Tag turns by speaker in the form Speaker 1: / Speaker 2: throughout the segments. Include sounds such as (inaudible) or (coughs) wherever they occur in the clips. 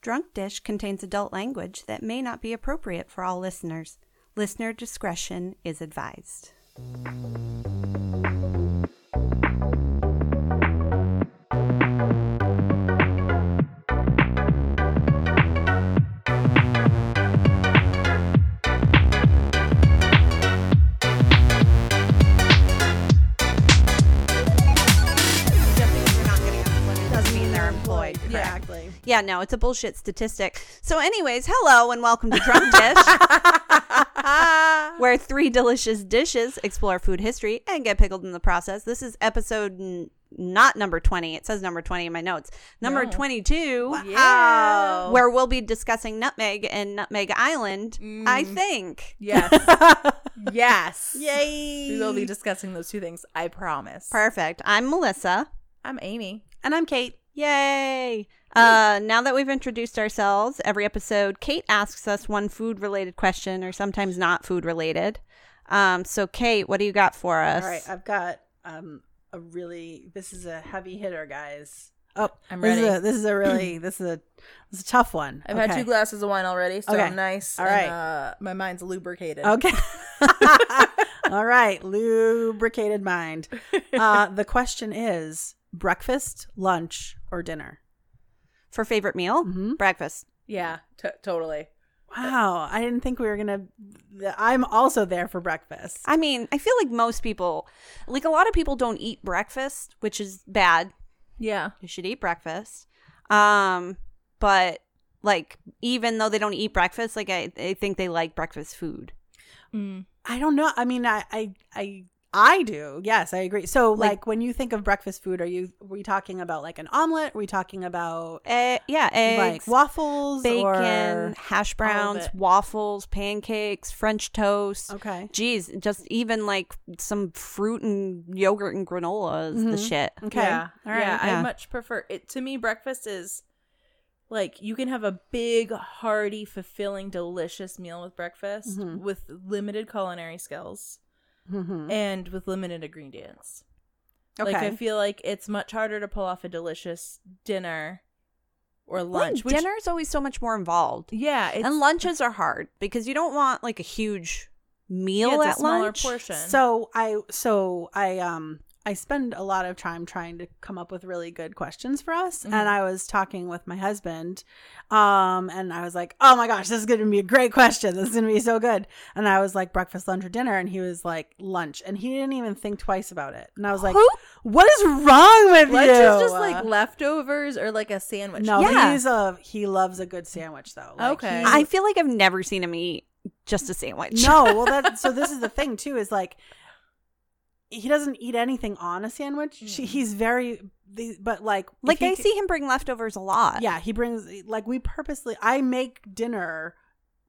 Speaker 1: Drunk Dish contains adult language that may not be appropriate for all listeners. Listener discretion is advised. Just because they're not getting unemployment doesn't mean they're employed. correct?
Speaker 2: Exactly.
Speaker 1: Yeah, no, it's a bullshit statistic. So, anyways, hello and welcome to Drunk Dish, where three delicious dishes explore food history and get pickled in the process. This is episode n- not number 20. It says number 20 in my notes. Number 22,
Speaker 2: Yeah.
Speaker 1: where we'll be discussing nutmeg and Nutmeg Island, I think.
Speaker 2: Yes.
Speaker 3: (laughs)
Speaker 2: yes.
Speaker 1: Yay.
Speaker 2: We will be discussing those two things. I promise.
Speaker 1: Perfect. I'm Melissa.
Speaker 2: I'm Amy.
Speaker 1: And I'm Kate. Yay! Uh, now that we've introduced ourselves, every episode, Kate asks us one food related question or sometimes not food related. Um, so, Kate, what do you got for us?
Speaker 3: All right, uh, I've got um a really this is a heavy hitter, guys. Oh,
Speaker 2: I'm
Speaker 3: this Is
Speaker 2: ready.
Speaker 3: a, this is a
Speaker 2: (clears throat)
Speaker 3: really this is a this is a tough one.
Speaker 2: I've had
Speaker 3: Okay.
Speaker 2: two glasses of wine already, so
Speaker 3: Okay.
Speaker 2: I'm nice.
Speaker 3: All right.
Speaker 2: and, uh, my mind's lubricated.
Speaker 3: Okay. (laughs) All right, lubricated mind.
Speaker 2: (laughs)
Speaker 3: Uh, the question is breakfast, lunch, or dinner?
Speaker 1: For favorite meal?
Speaker 2: Mm-hmm.
Speaker 3: Mhm.
Speaker 1: Breakfast.
Speaker 2: Yeah, t- totally.
Speaker 3: Wow, I didn't think we were gonna. I'm also there for breakfast.
Speaker 1: I mean, I feel like most people, like a lot of people don't eat breakfast, which is bad.
Speaker 2: Yeah.
Speaker 1: You should eat breakfast. Um, but like, even though they don't eat breakfast, like I, I think they like breakfast food.
Speaker 2: Mm.
Speaker 3: I don't know. I mean, I, I, I, I do. Yes, I agree. So, like,
Speaker 1: Like-
Speaker 3: when you think of breakfast food, are you are we talking about like an omelet? Are we talking about
Speaker 1: Eh, yeah,
Speaker 3: like
Speaker 1: eggs,
Speaker 3: waffles,
Speaker 1: bacon,
Speaker 3: or-
Speaker 1: hash browns,
Speaker 2: it.
Speaker 1: waffles, pancakes, French toast.
Speaker 3: Okay.
Speaker 1: Geez, just even like some fruit and yogurt and granola is the
Speaker 3: Mhm.
Speaker 1: shit.
Speaker 3: Okay.
Speaker 2: Yeah.
Speaker 3: All right.
Speaker 2: Yeah,
Speaker 1: Yeah.
Speaker 2: I much prefer it. To me, breakfast is like you can have a big, hearty, fulfilling, delicious meal with breakfast
Speaker 3: Mhm.
Speaker 2: with limited culinary skills
Speaker 3: Mhm.
Speaker 2: and with limited ingredients. Like
Speaker 3: Okay.
Speaker 2: I feel like it's much harder to pull off a delicious dinner or lunch. which-
Speaker 1: dinner is always so much more involved,
Speaker 2: Yeah, it's,
Speaker 1: and lunches are hard because you don't want like a huge meal
Speaker 2: yeah, it's
Speaker 1: at
Speaker 2: a smaller
Speaker 1: lunch.
Speaker 2: portion.
Speaker 3: So I so I um I spend a lot of time trying to come up with really good questions for us.
Speaker 2: Mhm.
Speaker 3: And I was talking with my husband, um, and I was like, "Oh my gosh, this is going to be a great question. This is going to be so good." And I was like, "Breakfast, lunch, or dinner?" And he was like, "Lunch." And he didn't even think twice about it. And I was like,
Speaker 1: Who?
Speaker 3: "What is wrong with
Speaker 2: lunch
Speaker 3: you?"
Speaker 2: is just like leftovers or like a sandwich.
Speaker 3: no,
Speaker 1: Yeah.
Speaker 3: he's a he loves a good sandwich though. Like,
Speaker 2: Okay.
Speaker 3: he-
Speaker 1: I feel like I've never seen him eat just a sandwich.
Speaker 3: No, well that so this is the thing too is like he doesn't eat anything on a sandwich. She, he's very the- but like
Speaker 1: (laughs)
Speaker 3: if
Speaker 1: Mm. like
Speaker 3: he
Speaker 1: I
Speaker 3: c-
Speaker 1: see him bring leftovers a lot.
Speaker 3: Yeah, he brings like we purposely I make dinner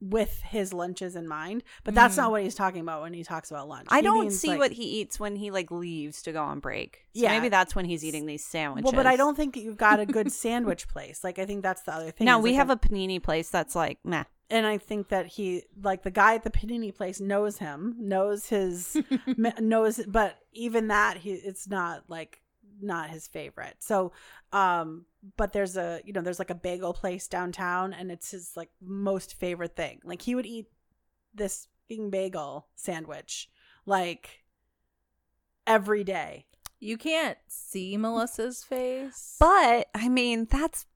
Speaker 3: with his lunches in mind, but that's
Speaker 2: Mhm.
Speaker 3: not what he's talking about when he talks about lunch.
Speaker 1: Mm. I
Speaker 3: He
Speaker 1: don't
Speaker 3: means,
Speaker 1: see
Speaker 3: like-
Speaker 1: what he eats when he like leaves to go on break. So
Speaker 3: Yeah.
Speaker 1: maybe that's when he's eating these sandwiches.
Speaker 3: Well, but I don't think that you've got a
Speaker 1: (laughs)
Speaker 3: good sandwich place. Like I think that's the other thing.
Speaker 1: No,
Speaker 3: is,
Speaker 1: we
Speaker 3: like,
Speaker 1: have a panini place that's like meh.
Speaker 3: and I think that he like the guy at the panini place knows him, knows
Speaker 1: (laughs)
Speaker 3: his m- knows, but even that he it's not like not his favorite. So, um, but there's a you know there's like a bagel place downtown, and it's his like most favorite thing. Like he would eat this fucking bagel sandwich like every day.
Speaker 2: You can't see Melissa's face.
Speaker 1: But I mean, that's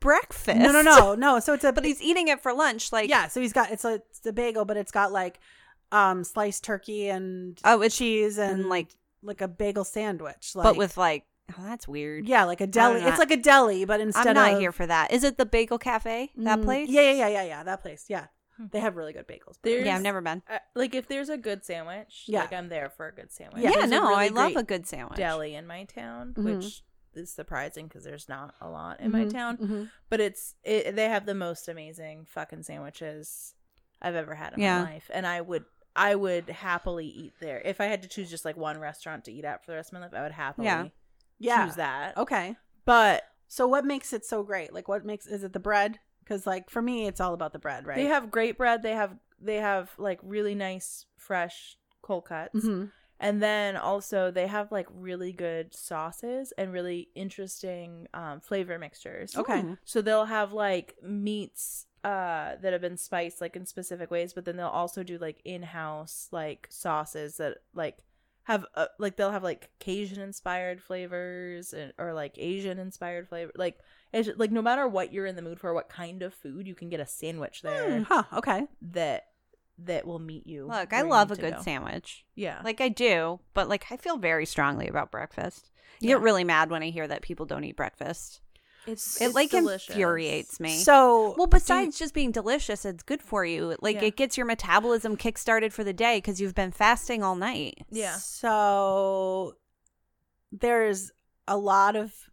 Speaker 1: breakfast.
Speaker 3: No, no, no, no. So it's
Speaker 1: (laughs)
Speaker 3: a
Speaker 1: but he's eating it for lunch. Like
Speaker 3: yeah. So he's got it's a it's a bagel, but it's got like um sliced turkey and
Speaker 1: oh, it's
Speaker 3: cheese and,
Speaker 1: and like,
Speaker 3: like a bagel sandwich, like,
Speaker 1: but with like oh, that's weird.
Speaker 3: yeah, like a deli.
Speaker 1: I'm not-
Speaker 3: It's like a deli, but instead
Speaker 1: I'm not
Speaker 3: of
Speaker 1: here for that. Is it the Bagel Cafe? That
Speaker 3: Mm,
Speaker 1: place?
Speaker 3: Yeah, yeah, yeah, yeah, yeah. That place. Yeah,
Speaker 2: Hmm.
Speaker 3: they have really good bagels. but-
Speaker 2: There's-
Speaker 1: Yeah, I've never been.
Speaker 2: Uh, like if there's a good sandwich,
Speaker 3: Yeah.
Speaker 2: like I'm there for a good sandwich.
Speaker 1: Yeah,
Speaker 2: There's a
Speaker 1: no,
Speaker 2: really
Speaker 1: I love a
Speaker 2: great
Speaker 1: good sandwich. Mm-hmm.
Speaker 2: deli in my town,
Speaker 3: Mhm.
Speaker 2: which is surprising because there's not a lot in my
Speaker 3: Mhm,
Speaker 2: town.
Speaker 3: mhm.
Speaker 2: But it's it, they have the most amazing fucking sandwiches I've ever had in
Speaker 1: Yeah.
Speaker 2: my life, and I would I would happily eat there if I had to choose just like one restaurant to eat at for the rest of my life. I would happily
Speaker 1: Yeah. Oh.
Speaker 3: Yeah.
Speaker 2: choose that.
Speaker 3: Okay.
Speaker 2: But
Speaker 3: So what makes it so great? Like, what makes is it the bread? Because like for me, it's all about the bread, right?
Speaker 2: they have great bread. They have they have like really nice fresh cold cuts.
Speaker 3: Mhm.
Speaker 2: And then also they have like really good sauces and really interesting um, flavor mixtures.
Speaker 3: Okay.
Speaker 1: Ooh.
Speaker 2: So they'll have like meats uh that have been spiced like in specific ways, but then they'll also do like in-house like sauces that like have uh, like they'll have like Cajun inspired flavors and or like Asian inspired flavor. Like it's like no matter what you're in the mood for, what kind of food, you can get a sandwich there
Speaker 3: Mm, Huh. Okay.
Speaker 2: that that will meet you.
Speaker 1: Look,
Speaker 2: where
Speaker 1: I
Speaker 2: you
Speaker 1: love
Speaker 2: need
Speaker 1: a
Speaker 2: to
Speaker 1: good
Speaker 2: go.
Speaker 1: sandwich.
Speaker 2: Yeah.
Speaker 1: Like I do, but like I feel very strongly about breakfast. I
Speaker 2: Yeah.
Speaker 1: get really mad when I hear that people don't eat breakfast.
Speaker 2: It's,
Speaker 1: It like
Speaker 2: delicious.
Speaker 1: infuriates me.
Speaker 3: So
Speaker 1: well, besides just being delicious, it's good for you. Like
Speaker 2: Yeah.
Speaker 1: it gets your metabolism kickstarted for the day because you've been fasting all night.
Speaker 2: Yeah.
Speaker 3: So there's a lot of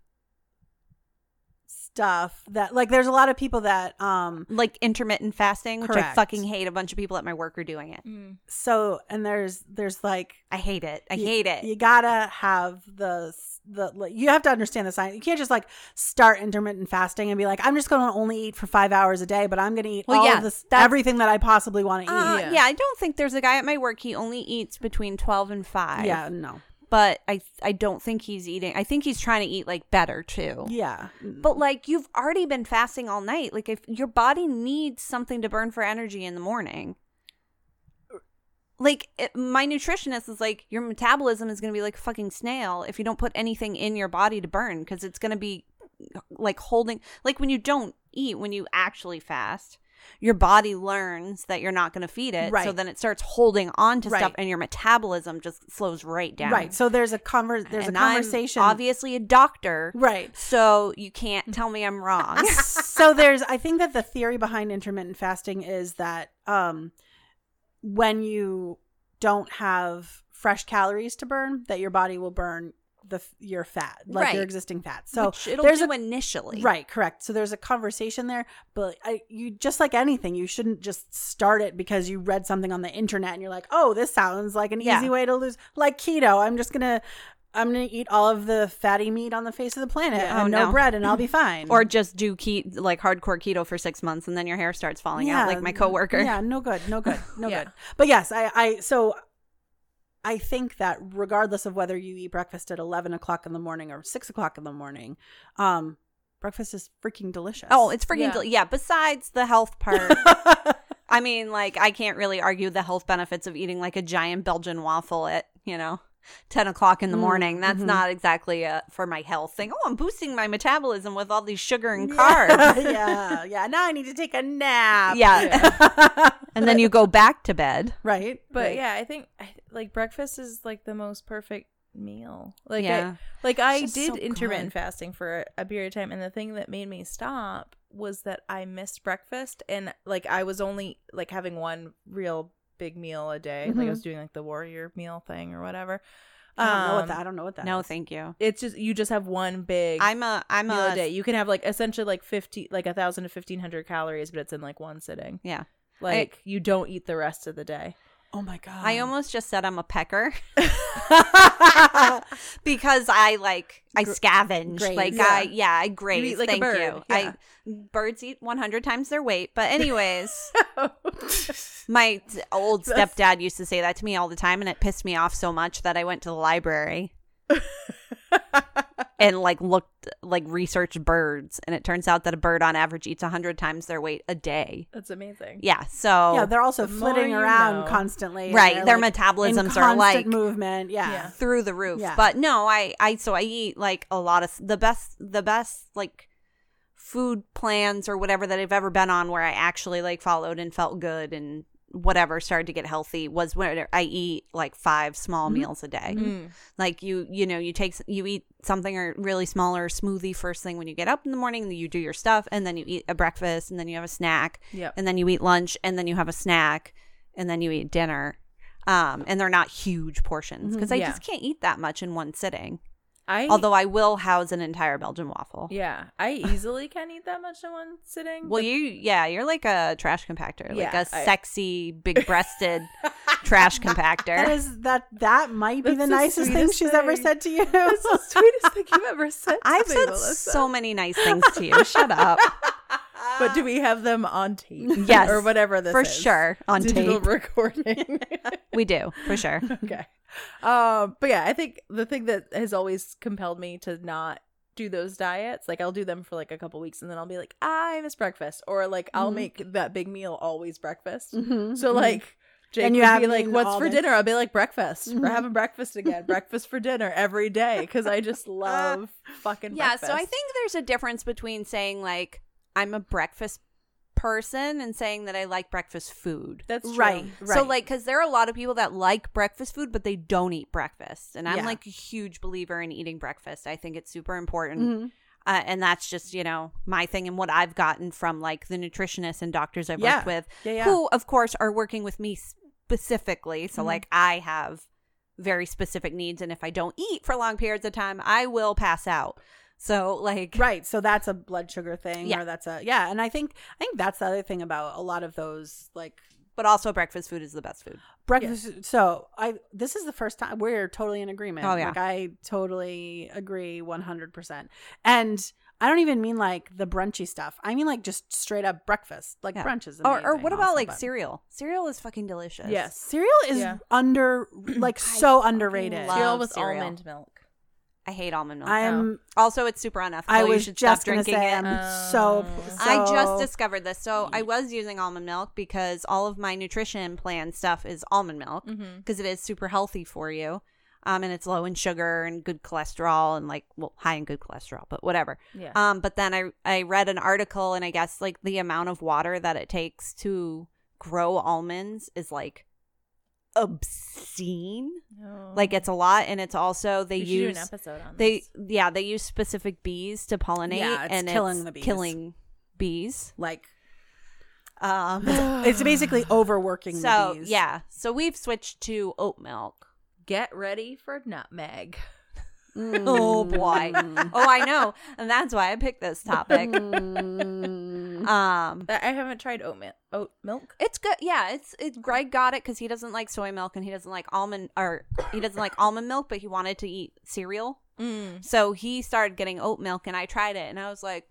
Speaker 3: stuff that like there's a lot of people that um
Speaker 1: Like intermittent fasting, which I
Speaker 3: Correct.
Speaker 1: fucking hate. A bunch of people at my work are doing it.
Speaker 2: Mm.
Speaker 3: so and there's there's like
Speaker 1: I hate it. I
Speaker 3: you-
Speaker 1: hate it.
Speaker 3: You gotta have the the like, you have to understand the science. You can't just like start intermittent fasting and be like, I'm just gonna only eat for five hours a day, but I'm gonna eat
Speaker 1: Well,
Speaker 3: all
Speaker 1: yeah,
Speaker 3: of this
Speaker 1: that's-
Speaker 3: everything that I possibly want to eat.
Speaker 1: Uh,
Speaker 2: Yeah.
Speaker 1: yeah. I don't think there's a guy at my work. He only eats between twelve and five.
Speaker 3: yeah, no.
Speaker 1: but I I don't think he's eating. I think he's trying to eat like better too.
Speaker 3: Yeah.
Speaker 1: But like you've already been fasting all night. Like if your body needs something to burn for energy in the morning. Like it, my nutritionist is like your metabolism is going to be like a fucking snail if you don't put anything in your body to burn cuz it's going to be like holding like when you don't eat when you actually fast your body learns that you're not going to feed it so
Speaker 3: Right.
Speaker 1: then it starts holding on to stuff
Speaker 3: Right.
Speaker 1: and your metabolism just slows right down
Speaker 3: Right. So there's a conver- there's
Speaker 1: and
Speaker 3: a
Speaker 1: I'm
Speaker 3: conversation
Speaker 1: obviously a doctor,
Speaker 3: Right.
Speaker 1: so you can't tell me I'm wrong.
Speaker 3: (laughs)
Speaker 1: (laughs)
Speaker 3: so there's i think that the theory behind intermittent fasting is that um when you don't have fresh calories to burn that your body will burn the f- your fat like
Speaker 1: Right.
Speaker 3: your existing fat so
Speaker 1: Which it'll
Speaker 3: there's
Speaker 1: do
Speaker 3: a
Speaker 1: initially,
Speaker 3: right correct so there's a conversation there but I, you just like anything you shouldn't just start it because you read something on the internet and you're like oh this sounds like an
Speaker 1: Yeah.
Speaker 3: easy way to lose like keto i'm just gonna i'm gonna eat all of the fatty meat on the face of the planet
Speaker 1: Yeah.
Speaker 3: and
Speaker 1: Oh,
Speaker 3: no,
Speaker 1: no.
Speaker 3: bread and i'll
Speaker 1: (laughs)
Speaker 3: be fine
Speaker 1: Or just do ke- like hardcore keto for six months, and then your hair starts falling out, like my coworker.
Speaker 3: Yeah, no good, no good, no
Speaker 2: Yeah.
Speaker 3: good. But yes, I, I so I think that regardless of whether you eat breakfast at eleven o'clock in the morning or six o'clock in the morning, um, breakfast is freaking delicious.
Speaker 1: (laughs) Oh,
Speaker 3: (laughs)
Speaker 1: it's freaking
Speaker 2: Yeah.
Speaker 1: yeah. yeah. Besides the health part, I mean, like I can't really argue the health benefits of eating like a giant Belgian waffel at you know. 10 o'clock in the
Speaker 3: Mm,
Speaker 1: morning. That's
Speaker 3: mhm.
Speaker 1: not exactly a, for my health thing. Oh, I'm boosting my metabolism with all these sugar and carbs.
Speaker 3: Yeah, (laughs) yeah, yeah. Now I need to take a nap.
Speaker 1: (laughs) yeah. and then you go back to bed.
Speaker 3: (laughs) right.
Speaker 2: But
Speaker 3: right.
Speaker 2: yeah, I think I, like breakfast is like the most perfect meal. Like
Speaker 1: Yeah.
Speaker 2: I, like I
Speaker 1: just
Speaker 2: did
Speaker 1: so
Speaker 2: intermittent
Speaker 1: good.
Speaker 2: fasting for a period of time and the thing that made me stop was that I missed breakfast and like I was only like having one real big meal a day. Like I
Speaker 3: Mhm.
Speaker 2: was doing like the warrior meal thing or whatever.
Speaker 3: I don't know what
Speaker 2: Um,
Speaker 3: that. I don't know what that.
Speaker 1: No,
Speaker 3: is.
Speaker 1: thank you.
Speaker 2: It's just you just have one big
Speaker 1: I'm a I'm
Speaker 2: meal
Speaker 1: a
Speaker 2: a day. You can have like essentially like fifty, like a thousand to fifteen hundred calories, but it's in like one sitting.
Speaker 1: Yeah.
Speaker 2: Like you don't eat the rest of the
Speaker 1: (laughs)
Speaker 2: day.
Speaker 3: Oh my god.
Speaker 1: I almost just said I'm a
Speaker 2: (laughs)
Speaker 1: pecker (laughs) because I like I
Speaker 3: Gr-
Speaker 1: scavenge.
Speaker 3: graze.
Speaker 1: Like
Speaker 2: Yeah.
Speaker 1: I yeah, I graze.
Speaker 2: You eat like a
Speaker 1: Thank
Speaker 2: bird.
Speaker 1: you. I birds eat 100 times their weight. But
Speaker 2: (laughs)
Speaker 1: anyways, my t- old
Speaker 2: That's-
Speaker 1: stepdad used to say that to me all the time and it pissed me off so much that I went to the
Speaker 2: (laughs)
Speaker 1: library and like looked like researched birds and it turns out that a bird on average eats 100 times their weight a day.
Speaker 2: That's amazing.
Speaker 1: Yeah, so
Speaker 3: Yeah, they're also
Speaker 2: The more
Speaker 3: flitting
Speaker 2: you
Speaker 3: around
Speaker 2: know.
Speaker 3: constantly. and
Speaker 1: Right,
Speaker 3: they're,
Speaker 1: their
Speaker 3: like, in
Speaker 1: metabolisms are
Speaker 3: constant
Speaker 1: like
Speaker 3: movement. Yeah.
Speaker 2: Yeah.
Speaker 1: through the roof.
Speaker 3: Yeah.
Speaker 1: But no, I I so I eat like a lot of the best the best like food plans or whatever that I've ever been on where I actually like followed and felt good and whatever started to get healthy was where I eat like five small
Speaker 3: Mhm.
Speaker 1: meals a day.
Speaker 2: Mm.
Speaker 1: Like you you know, you take s- you eat something or really small or a smoothie first thing when you get up in the morning, then you do your stuff and then you eat a breakfast and then you have a snack
Speaker 2: Yep.
Speaker 1: and then you eat lunch and then you have a snack and then you eat dinner um, and they're not huge portions because i
Speaker 2: Mm-hmm. Yeah.
Speaker 1: just can't eat that much in one sitting
Speaker 2: I
Speaker 1: although i will house an entire belgian waffle
Speaker 2: yeah, I easily can eat that much in one sitting.
Speaker 1: well
Speaker 2: (laughs) but-
Speaker 1: you yeah you're like a trash compactor like
Speaker 2: Yeah,
Speaker 1: a
Speaker 2: I-
Speaker 1: sexy
Speaker 2: (laughs)
Speaker 1: big-breasted trash
Speaker 3: That
Speaker 1: compactor
Speaker 3: is that that might be
Speaker 2: That's
Speaker 3: the,
Speaker 2: the
Speaker 3: nicest thing
Speaker 2: sweetest
Speaker 3: she's ever
Speaker 2: thing.
Speaker 3: said to you. (laughs)
Speaker 2: That's the sweetest thing you've ever said. to
Speaker 1: (laughs) i've
Speaker 2: me,
Speaker 1: said
Speaker 2: Melissa.
Speaker 1: so many
Speaker 2: (laughs)
Speaker 1: nice things to you shut up
Speaker 2: But do we have them on tape?
Speaker 1: Yes,
Speaker 2: or whatever this
Speaker 1: for
Speaker 2: is?
Speaker 1: sure on
Speaker 2: Digital
Speaker 1: (laughs) tape
Speaker 2: recording.
Speaker 1: we do for sure
Speaker 2: (laughs) okay. Um, but yeah, I think the thing that has always compelled me to not do those diets, like I'll do them for like a couple weeks and then I'll be like, I miss breakfast, or like I'll
Speaker 3: Mhm.
Speaker 2: make that big meal always breakfast.
Speaker 3: Mhm,
Speaker 1: Mm-hmm.
Speaker 2: So
Speaker 3: mhm.
Speaker 2: like. Jake
Speaker 3: And you
Speaker 2: would be
Speaker 3: haven't
Speaker 2: like,
Speaker 3: eaten
Speaker 2: "What's
Speaker 3: all
Speaker 2: for
Speaker 3: day."
Speaker 2: dinner?" I'll be like, "Breakfast. We're
Speaker 3: Mhm.
Speaker 2: having breakfast again. breakfast for dinner every day." Because I just love fucking.
Speaker 1: yeah, so I
Speaker 2: breakfast.
Speaker 1: think there's a difference between saying like I'm a breakfast person and saying that I like breakfast food.
Speaker 2: that's true.
Speaker 3: right, right.
Speaker 1: So like cuz there are a lot of people that like breakfast food but they don't eat breakfast. And I'm
Speaker 3: Yeah.
Speaker 1: like a huge believer in eating breakfast. I think it's super important.
Speaker 3: Mhm.
Speaker 1: Uh, and that's just, you know, my thing and what I've gotten from like the nutritionists and doctors I've
Speaker 3: Yeah.
Speaker 1: worked with
Speaker 3: yeah, yeah.
Speaker 1: who of course are working with me specifically so
Speaker 3: Mhm.
Speaker 1: like i have very specific needs and if i don't eat for long periods of time i will pass out so like
Speaker 3: Right. So that's a blood sugar thing
Speaker 1: Yeah.
Speaker 3: or that's a yeah, and I think I think that's the other thing about a lot of those like
Speaker 1: but also breakfast food is the best food
Speaker 3: breakfast so I this is the first time we're totally in agreement.
Speaker 1: Oh, yeah.
Speaker 3: Like I totally agree 100%. And I don't even mean like the brunchy stuff. I mean like just straight up breakfast. Like
Speaker 1: Yeah.
Speaker 3: brunch is
Speaker 1: or, or
Speaker 3: amazing
Speaker 1: what about
Speaker 3: also,
Speaker 1: like
Speaker 3: but-
Speaker 1: cereal cereal is fucking delicious
Speaker 2: Yes.
Speaker 3: Cereal is
Speaker 2: Yeah.
Speaker 1: (clears throat)
Speaker 3: under like so underrated.
Speaker 1: love-
Speaker 2: cereal with
Speaker 1: cereal.
Speaker 2: almond milk.
Speaker 1: i hate almond milk
Speaker 3: I am
Speaker 1: also it's super unethical
Speaker 3: I
Speaker 1: Oh, You
Speaker 3: was
Speaker 1: should
Speaker 3: just
Speaker 1: stop
Speaker 3: going to
Speaker 1: drinking
Speaker 3: say
Speaker 1: it
Speaker 3: I'm
Speaker 2: Oh.
Speaker 3: so,
Speaker 1: I just
Speaker 3: so-
Speaker 1: discovered this. So I was using almond milk because all of my nutrition plan stuff is almond milk.
Speaker 2: Mm-hmm.
Speaker 1: because it is super healthy for you. Um, and it's low in sugar and good cholesterol and like well high in good cholesterol, but whatever.
Speaker 2: Yeah.
Speaker 1: Um, but then I I read an article and I guess like the amount of water that it takes to grow almonds is like obscene.
Speaker 2: No.
Speaker 1: Like it's a lot, and it's also they
Speaker 2: Oh. We should do
Speaker 1: use
Speaker 2: an episode on
Speaker 1: they
Speaker 2: this.
Speaker 1: yeah they use specific bees to pollinate
Speaker 3: Yeah, it's
Speaker 1: and
Speaker 3: killing
Speaker 1: it's
Speaker 3: the bees.
Speaker 1: killing
Speaker 3: (sighs)
Speaker 1: bees.
Speaker 3: like
Speaker 1: Um,
Speaker 3: it's basically overworking the
Speaker 1: so
Speaker 3: bees.
Speaker 1: yeah, so we've switched to oat milk.
Speaker 2: get ready for nutmeg.
Speaker 1: (laughs) Oh,
Speaker 3: (laughs)
Speaker 1: boy.
Speaker 3: Mm.
Speaker 1: oh, I know, and that's why I picked this (laughs) topic.
Speaker 3: Mm.
Speaker 1: Um,
Speaker 2: I I haven't tried oat milk. Oat milk.
Speaker 1: it's good. Yeah, it's it. Greg got it because he doesn't like soy milk and he doesn't like almond or he doesn't like almond milk, but he wanted to eat cereal,
Speaker 2: Mm.
Speaker 1: so he started getting oat milk, and I tried it, and I was like,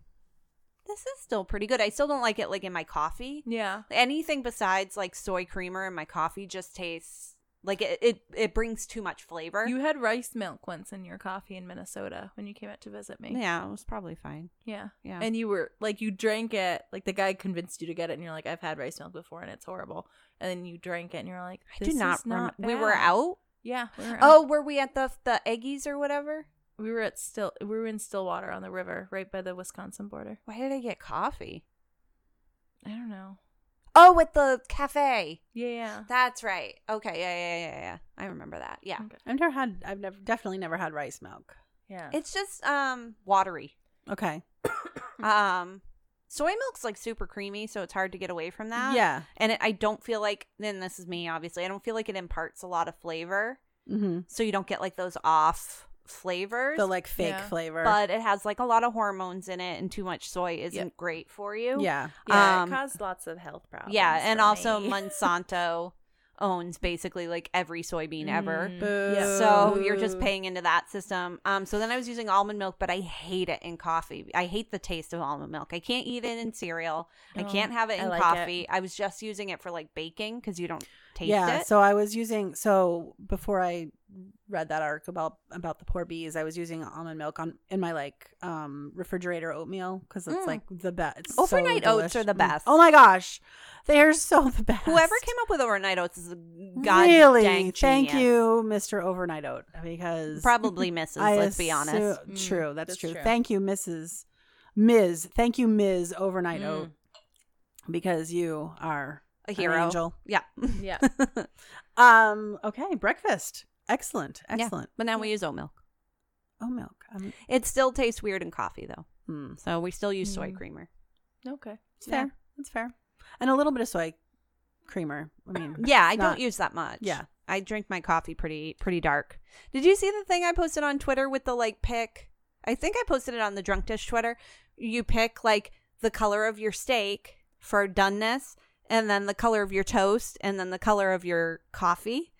Speaker 1: this is still pretty good. I still don't like it like in my coffee.
Speaker 2: Yeah.
Speaker 1: Anything besides like soy creamer in my coffee just tastes like it. It, it brings too much flavor.
Speaker 2: You had rice milk once in your coffee in Minnesota when you came out to visit me.
Speaker 1: yeah, it was probably fine.
Speaker 2: Yeah.
Speaker 1: Yeah.
Speaker 2: And you were like, you drank it. Like the guy convinced you to get it, and you're like, I've had rice milk before, and it's horrible. And then you drank it, and you're like,
Speaker 1: I
Speaker 2: this
Speaker 1: do not.
Speaker 2: is not
Speaker 1: rem- we were
Speaker 2: bad.
Speaker 1: out.
Speaker 2: Yeah. We were
Speaker 1: Oh,
Speaker 2: out.
Speaker 1: were we at the the Eggies or whatever?
Speaker 2: we were at still. We were in Stillwater on the river, right by the Wisconsin border.
Speaker 1: Why did I get coffee?
Speaker 2: I don't know.
Speaker 1: Oh, at the cafe.
Speaker 2: Yeah. Yeah.
Speaker 1: That's right. Okay. Yeah, yeah, yeah, yeah. I remember that. Yeah.
Speaker 2: Okay.
Speaker 3: I've never had. I've never definitely never had rice milk.
Speaker 2: Yeah.
Speaker 1: It's just um watery.
Speaker 3: Okay. Mm-hmm.
Speaker 1: Um soy milk's like super creamy, so it's hard to get away from that.
Speaker 3: Yeah.
Speaker 1: And it, I don't feel like then this is me obviously. I don't feel like it imparts a lot of flavor,
Speaker 3: hmm
Speaker 1: so you don't get like those off flavors.
Speaker 3: The like fake
Speaker 2: Yeah.
Speaker 3: flavor.
Speaker 1: but it has like a lot of hormones in it and too much soy isn't
Speaker 2: Yep.
Speaker 1: great for you.
Speaker 3: yeah.
Speaker 2: Yeah,
Speaker 1: Um,
Speaker 2: it caused lots of health problems.
Speaker 1: Yeah, and
Speaker 2: for
Speaker 1: also
Speaker 2: me. (laughs)
Speaker 1: Monsanto owns basically like every soybean ever.
Speaker 2: Mm.
Speaker 3: Boo.
Speaker 1: So you're just paying into that system. Um, so then I was using almond milk, but I hate it in coffee. I hate the taste of almond milk. I can't eat it in cereal. I
Speaker 2: Oh,
Speaker 1: can't have it
Speaker 2: I
Speaker 1: in
Speaker 2: like it.
Speaker 1: coffee. I was just using it for like baking because you don't taste
Speaker 3: yeah.
Speaker 1: it.
Speaker 3: So I was using. So before I read that article about about the poor bees, I was using almond milk on in my like um refrigerator oatmeal because it's
Speaker 1: Mm.
Speaker 3: like the best. It's
Speaker 1: Overnight
Speaker 3: so
Speaker 1: oats
Speaker 3: delish.
Speaker 1: are the
Speaker 3: Mm.
Speaker 1: best.
Speaker 3: Oh my gosh, they're so the best.
Speaker 1: Whoever came up with overnight oats is a god
Speaker 3: really?
Speaker 1: dang
Speaker 3: Thank
Speaker 1: genius.
Speaker 3: you, Mister Overnight Oat, because (laughs)
Speaker 1: Probably misses. let's be honest.
Speaker 3: assu-
Speaker 2: Mm,
Speaker 3: True, that's,
Speaker 2: that's
Speaker 3: true.
Speaker 2: true.
Speaker 3: Thank you, Mrs. Ms. Thank you, Ms. Overnight
Speaker 2: Mm.
Speaker 3: Oat, because you are
Speaker 1: A
Speaker 3: an
Speaker 1: hero. (laughs)
Speaker 3: angel.
Speaker 1: yeah.
Speaker 2: Yeah.
Speaker 3: Um. Okay. Breakfast. Excellent.
Speaker 1: Yeah.
Speaker 3: Excellent.
Speaker 1: But now we use oat milk.
Speaker 3: Oh, milk. Um,
Speaker 1: It still tastes weird in coffee though.
Speaker 3: hmm,
Speaker 1: So we still use soy
Speaker 2: Mm.
Speaker 1: creamer.
Speaker 2: Okay.
Speaker 3: It's fair. It's fair. And a little bit of soy creamer. I mean,
Speaker 1: (laughs) Yeah, I
Speaker 3: it's
Speaker 1: don't
Speaker 3: not-
Speaker 1: use that much.
Speaker 3: Yeah.
Speaker 1: I drink my coffee pretty pretty dark. Did you see the thing I posted on Twitter with the like pick? I think I posted it on the Drunk Dish Twitter. You pick like the color of your steak for doneness and then the color of your toast and then the color of your coffee.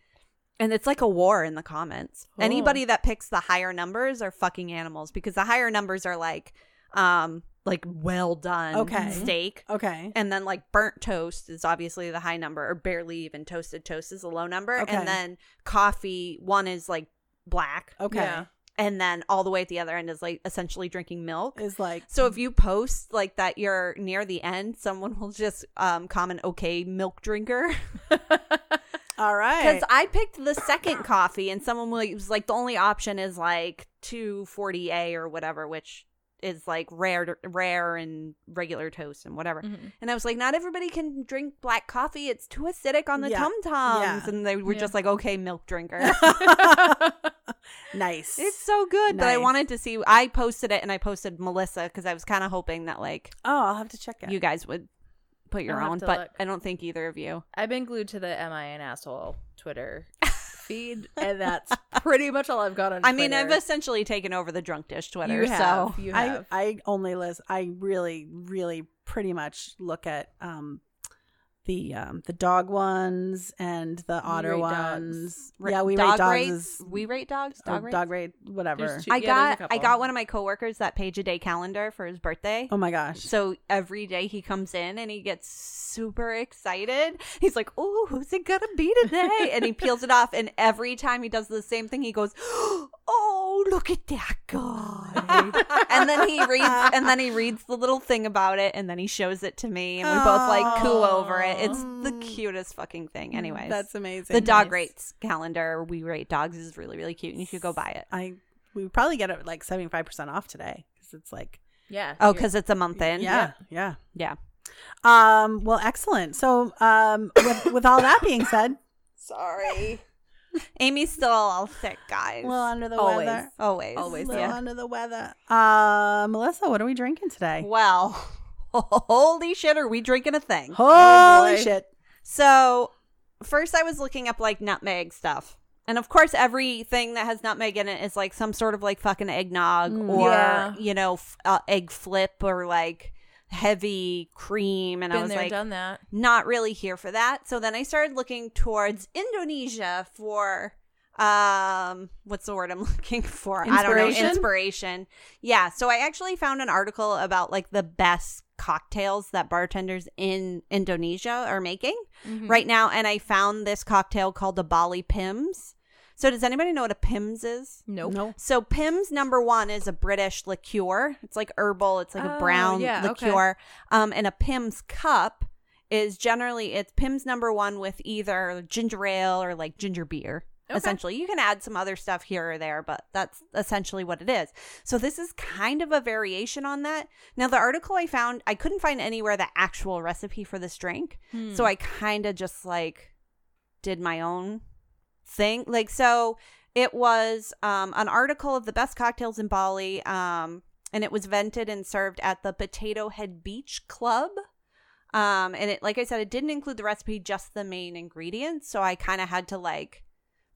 Speaker 1: And it's like a war in the comments.
Speaker 2: Oh.
Speaker 1: Anybody that picks the higher numbers are fucking animals because the higher numbers are like um like well done
Speaker 3: Okay.
Speaker 1: steak.
Speaker 3: Okay.
Speaker 1: And then like burnt toast is obviously the high number, or barely even toasted toast is a low number.
Speaker 3: Okay.
Speaker 1: And then coffee, one is like black.
Speaker 3: Okay.
Speaker 2: Yeah.
Speaker 1: And then all the way at the other end is like essentially drinking milk.
Speaker 3: Is like
Speaker 1: So if you post like that you're near the end, someone will just um, comment, okay, milk drinker.
Speaker 3: all right.
Speaker 1: Because I picked the second coffee and someone was like, the only option is like 240A or whatever, which is like rare, rare and regular toast and whatever.
Speaker 2: Mhm.
Speaker 1: And I was like, not everybody can drink black coffee. It's too acidic on the
Speaker 3: Yeah.
Speaker 1: tum tums.
Speaker 3: Yeah.
Speaker 1: And they were
Speaker 2: Yeah.
Speaker 1: just like, okay, milk
Speaker 3: (laughs)
Speaker 1: drinker.
Speaker 3: nice.
Speaker 1: it's so good. But I
Speaker 3: Nice.
Speaker 1: wanted to see, I posted it and I posted Melissa because I was kind of hoping that like
Speaker 3: oh, I'll have to check it.
Speaker 1: you guys would put your
Speaker 2: I'll have
Speaker 1: own,
Speaker 2: to
Speaker 1: but
Speaker 2: look.
Speaker 1: I don't think either of you.
Speaker 2: I've been glued to the "Am I an asshole?" Twitter feed, and that's pretty much all I've got on.
Speaker 1: I mean, I've
Speaker 2: Twitter.
Speaker 1: essentially taken over the drunk dish Twitter.
Speaker 2: You have,
Speaker 1: So
Speaker 2: you
Speaker 3: I,
Speaker 2: have.
Speaker 3: I only list I really, really pretty much look at um the um the dog ones and the otter
Speaker 2: rate dogs.
Speaker 3: ones.
Speaker 1: Ra-
Speaker 3: Yeah, we rate
Speaker 1: dog
Speaker 3: dogs
Speaker 1: rates.
Speaker 3: as-
Speaker 1: we rate dogs.
Speaker 3: or
Speaker 1: Dog rates.
Speaker 3: dog rate, whatever.
Speaker 2: There's two-
Speaker 1: I
Speaker 2: yeah, there's a
Speaker 1: got I
Speaker 2: couple.
Speaker 1: got one of my coworkers that page a day calendar for his birthday.
Speaker 3: Oh my gosh.
Speaker 1: So every day he comes in and he gets super excited. He's like, "Oh, who's it gonna be today?" and he peels it off, and every time he does the same thing, he goes, "Oh, look at that guy!" and then he reads, and then he reads the little thing about it, and then he shows it to me, and we both like coo over it. It's the cutest fucking thing. Anyways,
Speaker 3: Mm, That's amazing.
Speaker 1: the dog
Speaker 2: nice.
Speaker 1: rates calendar. We rate dogs is really really cute, and you should go buy it.
Speaker 3: I we would probably get it like seventy five percent off today because it's like
Speaker 2: yeah.
Speaker 1: Oh,
Speaker 2: you're-
Speaker 1: because it's a month in.
Speaker 3: yeah yeah
Speaker 1: yeah.
Speaker 3: um well excellent so um with, with all that being said
Speaker 1: Sorry. Amy's still all sick, guys.
Speaker 3: well under the
Speaker 1: always,
Speaker 3: weather
Speaker 1: always,
Speaker 2: Always,
Speaker 3: little
Speaker 2: yeah.
Speaker 3: under the weather uh Melissa what are we drinking today
Speaker 1: Well, (laughs) holy shit, are we drinking a thing?
Speaker 3: Holy
Speaker 2: boy.
Speaker 3: shit.
Speaker 1: So, first I was looking up like nutmeg stuff. And of course, everything that has nutmeg in it is like some sort of like fucking eggnog
Speaker 3: Mm.
Speaker 1: or,
Speaker 2: Yeah.
Speaker 1: you know, f- uh, egg flip or like heavy cream. And I
Speaker 2: been
Speaker 1: was
Speaker 2: there,
Speaker 1: like,
Speaker 2: done that.
Speaker 1: not really here for that. So then I started looking towards Indonesia for um what's the word I'm (laughs) looking for? I don't know,
Speaker 3: Inspiration?
Speaker 1: inspiration. Yeah, so I actually found an article about like the best cocktails that bartenders in Indonesia are making
Speaker 2: Hmm.
Speaker 1: right now and I found this cocktail called the Bali Pims. So does anybody know what a Pims is?
Speaker 2: Nope.
Speaker 3: No.
Speaker 1: So Pim's number one is a British liqueur. It's like herbal. It's like a
Speaker 2: Oh,
Speaker 1: brown
Speaker 2: yeah, okay.
Speaker 1: liqueur. Um, and a Pim's cup is generally it's Pim's number one with either ginger ale or like ginger beer.
Speaker 2: Okay.
Speaker 1: Essentially, you can add some other stuff here or there, but that's essentially what it is. So this is kind of a variation on that. Now the article I found, I couldn't find anywhere the actual recipe for this drink,
Speaker 2: Hmm.
Speaker 1: so I kind of just like did my own thing. Like so it was um, an article of the best cocktails in Bali, um, and it was vented and served at the Potato Head Beach Club. Um, and it, like I said, it didn't include the recipe, just the main ingredients. So I kind of had to like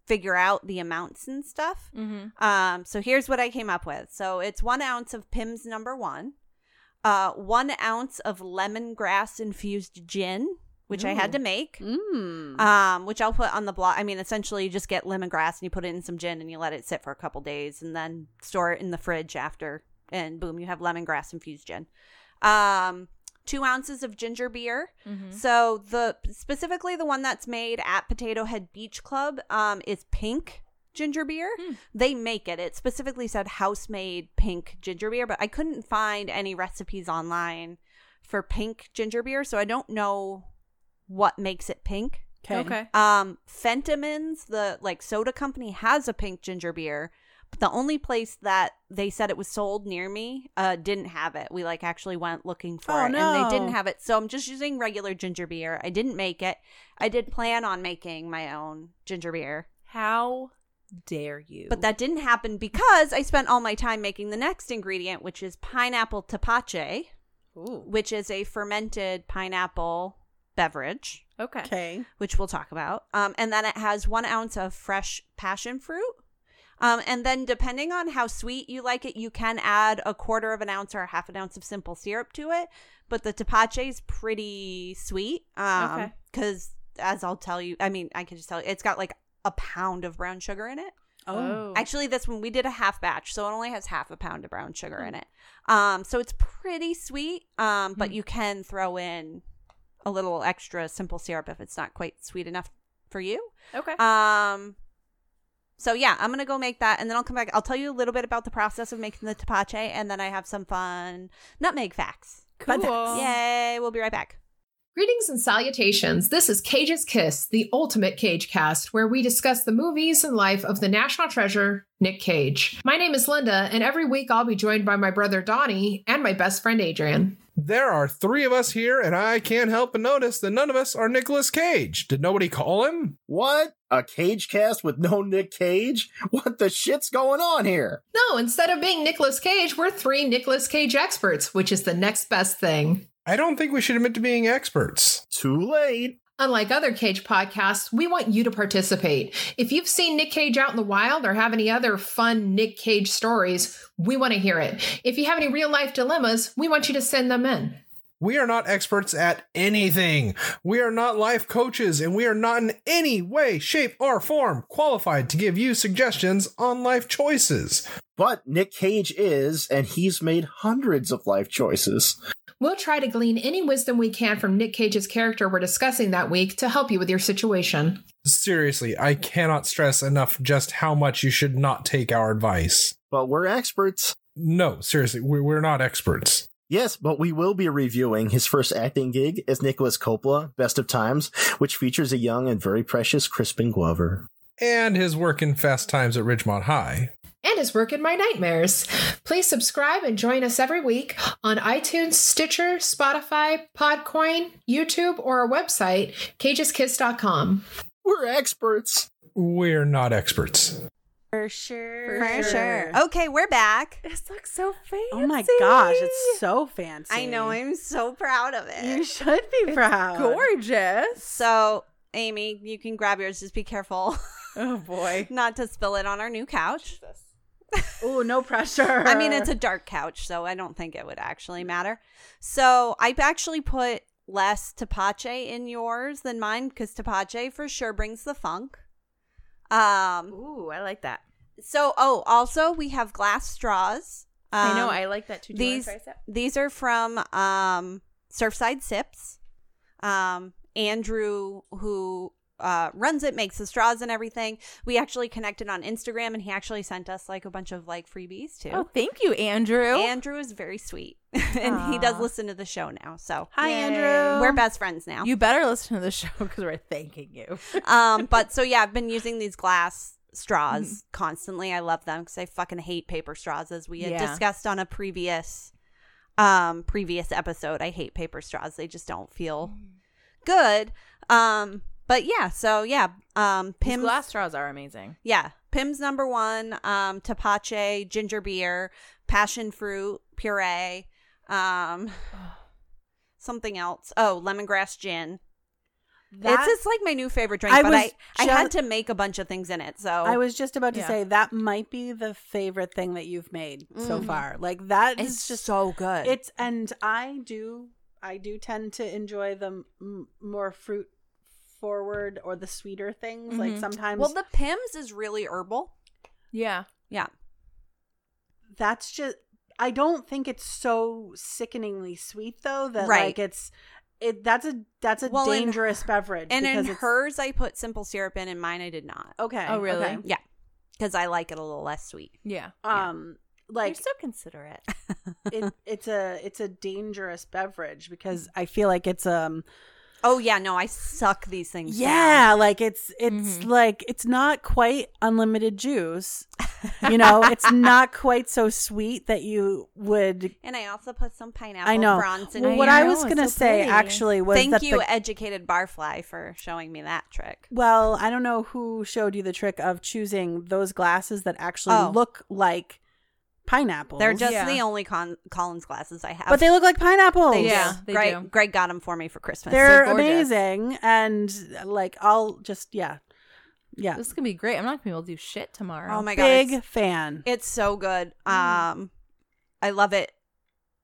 Speaker 1: figure out the amounts and stuff.
Speaker 2: Mm-hmm.
Speaker 1: Um, so here's what I came up with. So it's one ounce of Pim's number one, uh, one ounce of lemongrass infused gin, which I had to
Speaker 3: Ooh.
Speaker 1: make
Speaker 3: Mm.
Speaker 1: um, which I'll put on the blog. I mean, essentially, you just get lemongrass and you put it in some gin and you let it sit for a couple days and then store it in the fridge after, and boom, you have lemongrass infused gin. Um, two ounces of ginger beer.
Speaker 2: Mm-hmm.
Speaker 1: So the specifically the one that's made at Potato Head Beach Club um, is pink ginger beer.
Speaker 2: Hmm.
Speaker 1: They make it. It specifically said house made pink ginger beer, but I couldn't find any recipes online for pink ginger beer, so I don't know what makes it pink.
Speaker 3: Okay.
Speaker 2: Okay.
Speaker 1: Um, Fentimans, the like soda company, has a pink ginger beer, but the only place that they said it was sold near me uh, didn't have it. We like actually went looking for
Speaker 3: Oh,
Speaker 1: it, and they didn't
Speaker 3: no.
Speaker 1: have it. So I'm just using regular ginger beer. I didn't make it. I did plan on making my own ginger beer,
Speaker 2: How dare you?
Speaker 1: but that didn't happen because I spent all my time making the next ingredient, which is pineapple tapache,
Speaker 2: Ooh.
Speaker 1: which is a fermented pineapple beverage
Speaker 2: Okay.
Speaker 3: Okay.
Speaker 1: which we'll talk about. Um, and then it has one ounce of fresh passion fruit. Um, and then, depending on how sweet you like it, you can add a quarter of an ounce or a half an ounce of simple syrup to it. But the tapache is pretty sweet. Um,
Speaker 2: Okay.
Speaker 1: because as I'll tell you, I mean, I can just tell you, it's got like a pound of brown sugar in it.
Speaker 3: Oh.
Speaker 1: Actually, that's when we did a half batch, so it only has half a pound of brown sugar in it. Um, so it's pretty sweet, um, but you can throw in a little extra simple syrup if it's not quite sweet enough for you.
Speaker 2: okay.
Speaker 1: Um, so yeah, I'm gonna go make that, and then I'll come back. I'll tell you a little bit about the process of making the tapache, and then I have some fun nutmeg facts.
Speaker 3: but that's-
Speaker 2: cool.
Speaker 1: Yay! We'll be right back.
Speaker 4: Greetings and salutations. This is Cage's Kiss, the ultimate Cage cast, where we discuss the movies and life of the national treasure, Nick Cage. My name is Linda, and every week I'll be joined by my brother Donnie and my best friend Adrian.
Speaker 5: There are three of us here, and I can't help but notice that none of us are Nicolas Cage. Did nobody call him?
Speaker 6: What? A cage cast with no Nick Cage? What the shit's going on here?
Speaker 4: No, instead of being Nicolas Cage, we're three Nicolas Cage experts, which is the next best thing.
Speaker 5: I don't think we should admit to being experts.
Speaker 6: Too late.
Speaker 4: Unlike other Cage podcasts, we want you to participate. If you've seen Nick Cage out in the wild or have any other fun Nick Cage stories, we want to hear it. If you have any real life dilemmas, we want you to send them in.
Speaker 5: We are not experts at anything. We are not life coaches, and we are not in any way, shape, or form qualified to give you suggestions on life choices.
Speaker 6: But Nick Cage is, and he's made hundreds of life choices.
Speaker 4: We'll try to glean any wisdom we can from Nick Cage's character we're discussing that week to help you with your situation.
Speaker 5: Seriously, I cannot stress enough just how much you should not take our advice.
Speaker 6: But we're experts.
Speaker 5: No, seriously, we- we're not experts.
Speaker 6: Yes, but we will be reviewing his first acting gig as Nicholas Coppola, Best of Times, which features a young and very precious Crispin Glover.
Speaker 5: And his work in Fast Times at Ridgemont High.
Speaker 4: And his work in my nightmares. Please subscribe and join us every week on iTunes, Stitcher, Spotify, Podcoin, YouTube, or our website, cageskiss.com.
Speaker 6: We're experts.
Speaker 5: We're not experts.
Speaker 3: for sure.
Speaker 1: For sure. Okay, we're back.
Speaker 2: This looks so fancy.
Speaker 3: Oh my gosh, it's so fancy.
Speaker 1: I know. I'm so proud of it.
Speaker 3: You should be proud.
Speaker 2: gorgeous.
Speaker 1: So, Amy, you can grab yours. Just be careful (laughs)
Speaker 2: Oh boy.
Speaker 1: not to spill it on our new couch.
Speaker 3: Oh, no pressure.
Speaker 1: I mean, it's
Speaker 2: (laughs)
Speaker 1: a dark couch, so I don't think it would actually matter. So, I actually put less tapache in yours than mine because tapache for sure brings the funk. Um.
Speaker 2: Ooh, I like that.
Speaker 1: So, oh, also we have glass straws.
Speaker 2: I know.
Speaker 1: Um,
Speaker 2: I like that too. Do you wanna
Speaker 1: these
Speaker 2: try some?
Speaker 1: these are from um, Surfside Sips. Um, Andrew, who uh, runs it, makes the straws and everything. We actually connected on Instagram, and he actually sent us like a bunch of like freebies too.
Speaker 2: Oh, thank you, Andrew.
Speaker 1: Andrew is very sweet, (laughs) and he does listen to the show now. So
Speaker 2: Hi,
Speaker 3: Yay.
Speaker 2: Andrew.
Speaker 1: we're best friends now.
Speaker 2: You better listen to the show (laughs) because we're thanking you.
Speaker 1: um, but so yeah, I've been using these glass
Speaker 2: Mm-hmm.
Speaker 1: straws constantly. I love them because I fucking hate paper straws, as we had
Speaker 2: Yeah.
Speaker 1: discussed on a previous um previous episode. I hate paper straws; they just don't feel good. Um, but yeah, so yeah, um,
Speaker 2: These
Speaker 1: Pim's
Speaker 2: glass straws are amazing.
Speaker 1: yeah, Pim's number one, um, tapache, ginger beer, passion fruit puree, um, something else. Oh, lemongrass gin
Speaker 3: That-
Speaker 1: it's just like my new favorite drink,
Speaker 3: I
Speaker 1: but
Speaker 3: was
Speaker 1: I, I had
Speaker 3: just-
Speaker 1: to make a bunch of things in it. So
Speaker 3: I was just about to
Speaker 2: Yeah.
Speaker 3: say that might be the favorite thing that you've made so
Speaker 1: Mhm.
Speaker 3: far. Like that is
Speaker 1: it's
Speaker 3: just
Speaker 1: just so good.
Speaker 3: It's and I do I do tend to enjoy the m- more fruit forward or the sweeter things. Like
Speaker 2: Mhm.
Speaker 3: sometimes
Speaker 1: Mm-hmm. well, the Pims is really herbal.
Speaker 2: Yeah.
Speaker 1: Yeah.
Speaker 3: that's just I don't think it's so sickeningly sweet though that
Speaker 1: Right.
Speaker 3: like it's it that's a that's a
Speaker 1: Well, in
Speaker 3: dangerous beverage
Speaker 1: And in
Speaker 3: because it's-
Speaker 1: hers, I put simple syrup in, and mine I did not
Speaker 3: okay
Speaker 2: Oh, really?
Speaker 3: okay.
Speaker 1: Yeah. because I like it a little less sweet.
Speaker 2: Yeah.
Speaker 3: um like
Speaker 2: You're so (laughs) considerate.
Speaker 1: (laughs)
Speaker 3: it, it's a it's a dangerous beverage because
Speaker 1: Mm.
Speaker 3: I feel like it's um
Speaker 1: Oh yeah, no, I suck these things. down. Mm-hmm.
Speaker 3: yeah like it's it's
Speaker 2: Mhm.
Speaker 3: like it's not quite unlimited juice you know it's
Speaker 1: (laughs)
Speaker 3: not quite so sweet that you would
Speaker 1: and I also put some pineapple
Speaker 3: I know
Speaker 1: fronds in Oh,
Speaker 3: Well,
Speaker 1: it.
Speaker 3: what
Speaker 2: I
Speaker 3: I was
Speaker 2: know, it's
Speaker 3: gonna
Speaker 2: so
Speaker 3: say
Speaker 2: pretty.
Speaker 3: actually was
Speaker 1: Thank
Speaker 3: that
Speaker 1: you,
Speaker 3: the-
Speaker 1: educated barfly, for showing me that trick.
Speaker 3: well I don't know who showed you the trick of choosing those glasses that actually
Speaker 1: Oh.
Speaker 3: look like pineapples
Speaker 1: They're just
Speaker 2: Yeah.
Speaker 1: the only Con- Collins glasses I have.
Speaker 3: but they look like pineapples
Speaker 1: They do.
Speaker 2: Yeah, they
Speaker 1: Greg,
Speaker 2: do.
Speaker 1: Greg got them for me for Christmas.
Speaker 3: they're
Speaker 2: gorgeous.
Speaker 3: amazing and like I'll just yeah yeah
Speaker 2: this is gonna be great. I'm not gonna be able to do shit tomorrow.
Speaker 1: oh my god,
Speaker 3: big
Speaker 1: it's-
Speaker 3: fan.
Speaker 1: It's so good. Um, I love it.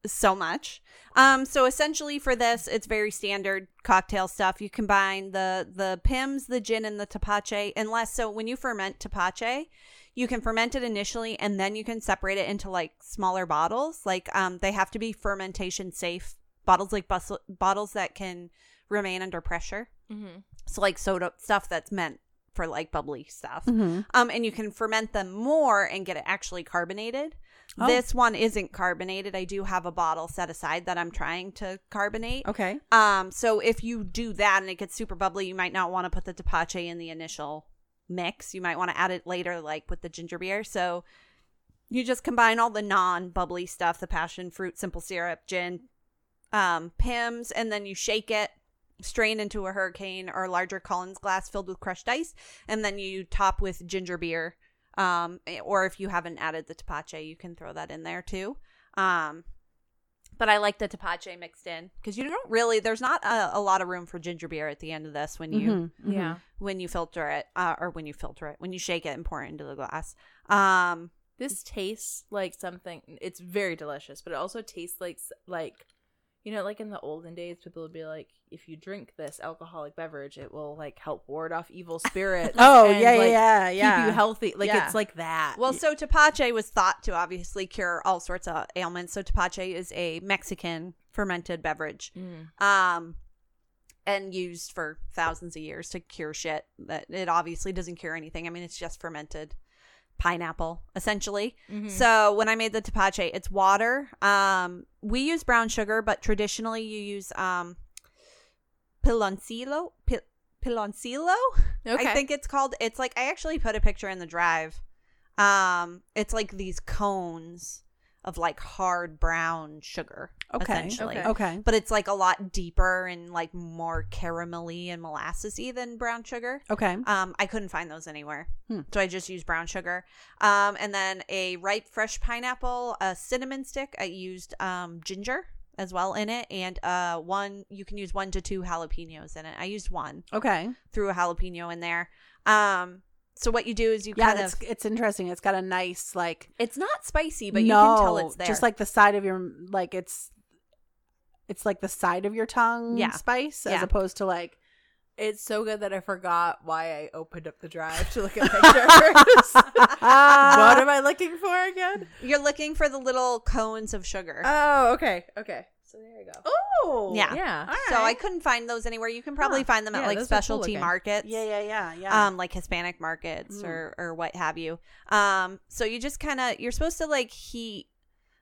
Speaker 1: so much. Um, so essentially for this, it's very standard cocktail stuff. You combine the the pims, the gin, and the tapache. Unless so, when you ferment tapache, you can ferment it initially, and then you can separate it into like smaller bottles. Like um, they have to be fermentation safe bottles, like bus- bottles that can remain under pressure.
Speaker 2: Mm-hmm.
Speaker 1: So like soda stuff that's meant for like bubbly stuff.
Speaker 3: Mm-hmm.
Speaker 1: Um, and you can ferment them more and get it actually carbonated.
Speaker 3: Oh.
Speaker 1: This one isn't carbonated. I do have a bottle set aside that I'm trying to carbonate.
Speaker 2: Oh.
Speaker 3: Okay.
Speaker 1: Um, so if you do that and it gets super bubbly, you might not want to put the tapache in the initial mix. You might want to add it later, like with the ginger beer. So you just combine all the non bubbly stuff, the passion fruit, simple syrup, gin, um, pims, and then you shake it, strain into a hurricane or larger Collins glass filled with crushed ice, and then you top with ginger beer. Um, or if you haven't added the tapache, you can throw that in there too. Um, but I like the tapache mixed in because you don't really there's not a, a lot of room for ginger beer at the end of this when you
Speaker 3: Mhm, mhm.
Speaker 2: Yeah.
Speaker 1: when you filter it uh, or when you filter it when you shake it and pour it into the glass. Um,
Speaker 2: This tastes like something. It's very delicious, but it also tastes like s- like you know, like in the olden days, people would be like, if you drink this alcoholic beverage, it will like help ward off (laughs) evil spirits.
Speaker 3: Oh
Speaker 2: and,
Speaker 3: yeah,
Speaker 2: like,
Speaker 3: yeah, yeah,
Speaker 2: Keep
Speaker 3: yeah.
Speaker 2: you healthy. Like
Speaker 3: Yeah.
Speaker 2: it's like that.
Speaker 1: well, so tapache was thought to obviously cure all sorts of ailments. So tapache is a Mexican fermented beverage.
Speaker 2: Mm.
Speaker 1: um and used for thousands of years to cure shit that it obviously doesn't cure anything i mean it's just fermented pineapple essentially
Speaker 2: Hmm.
Speaker 1: so when i made the tapache it's water um we use brown sugar but traditionally you use um piloncillo Pil- piloncillo i think it's called it's like i actually put a picture in the drive um it's like these cones of like hard brown sugar
Speaker 3: Okay,
Speaker 1: essentially
Speaker 2: okay.
Speaker 3: okay.
Speaker 1: but it's like a lot deeper and like more caramelly and molassesy than brown sugar.
Speaker 3: Okay.
Speaker 1: Um, I couldn't find those anywhere,
Speaker 3: Hmm.
Speaker 1: so I just used brown sugar. Um, and then a ripe fresh pineapple, a cinnamon stick. I used um ginger as well in it, and uh one you can use one to two jalapenos in it. I used one,
Speaker 3: Okay.
Speaker 1: threw a jalapeno in there. Um, so what you do is you
Speaker 3: Yeah,
Speaker 1: kind
Speaker 3: it's
Speaker 1: of
Speaker 3: it's interesting. It's got a nice like
Speaker 1: it's not spicy, but you can tell it's there.
Speaker 3: Just like the side of your like it's it's like the side of your tongue
Speaker 1: Yeah.
Speaker 3: spice as
Speaker 1: Yeah.
Speaker 3: opposed to like
Speaker 2: It's so good that I forgot why I opened up the drive
Speaker 3: (laughs)
Speaker 2: to look at pictures. (laughs) what am I looking for again?
Speaker 1: you're looking for the little cones of sugar.
Speaker 2: Oh, okay, okay. So there you go. Oh,
Speaker 1: Yeah.
Speaker 2: yeah.
Speaker 1: So I couldn't find those anywhere. You can probably
Speaker 2: Huh.
Speaker 1: find them at
Speaker 2: Yeah,
Speaker 1: like
Speaker 2: those are cool
Speaker 1: specialty
Speaker 2: looking.
Speaker 1: markets.
Speaker 3: yeah, yeah, yeah, yeah.
Speaker 1: Um, like Hispanic markets
Speaker 3: Mm.
Speaker 1: or or what have you. Um, so you just kind of you're supposed to like heat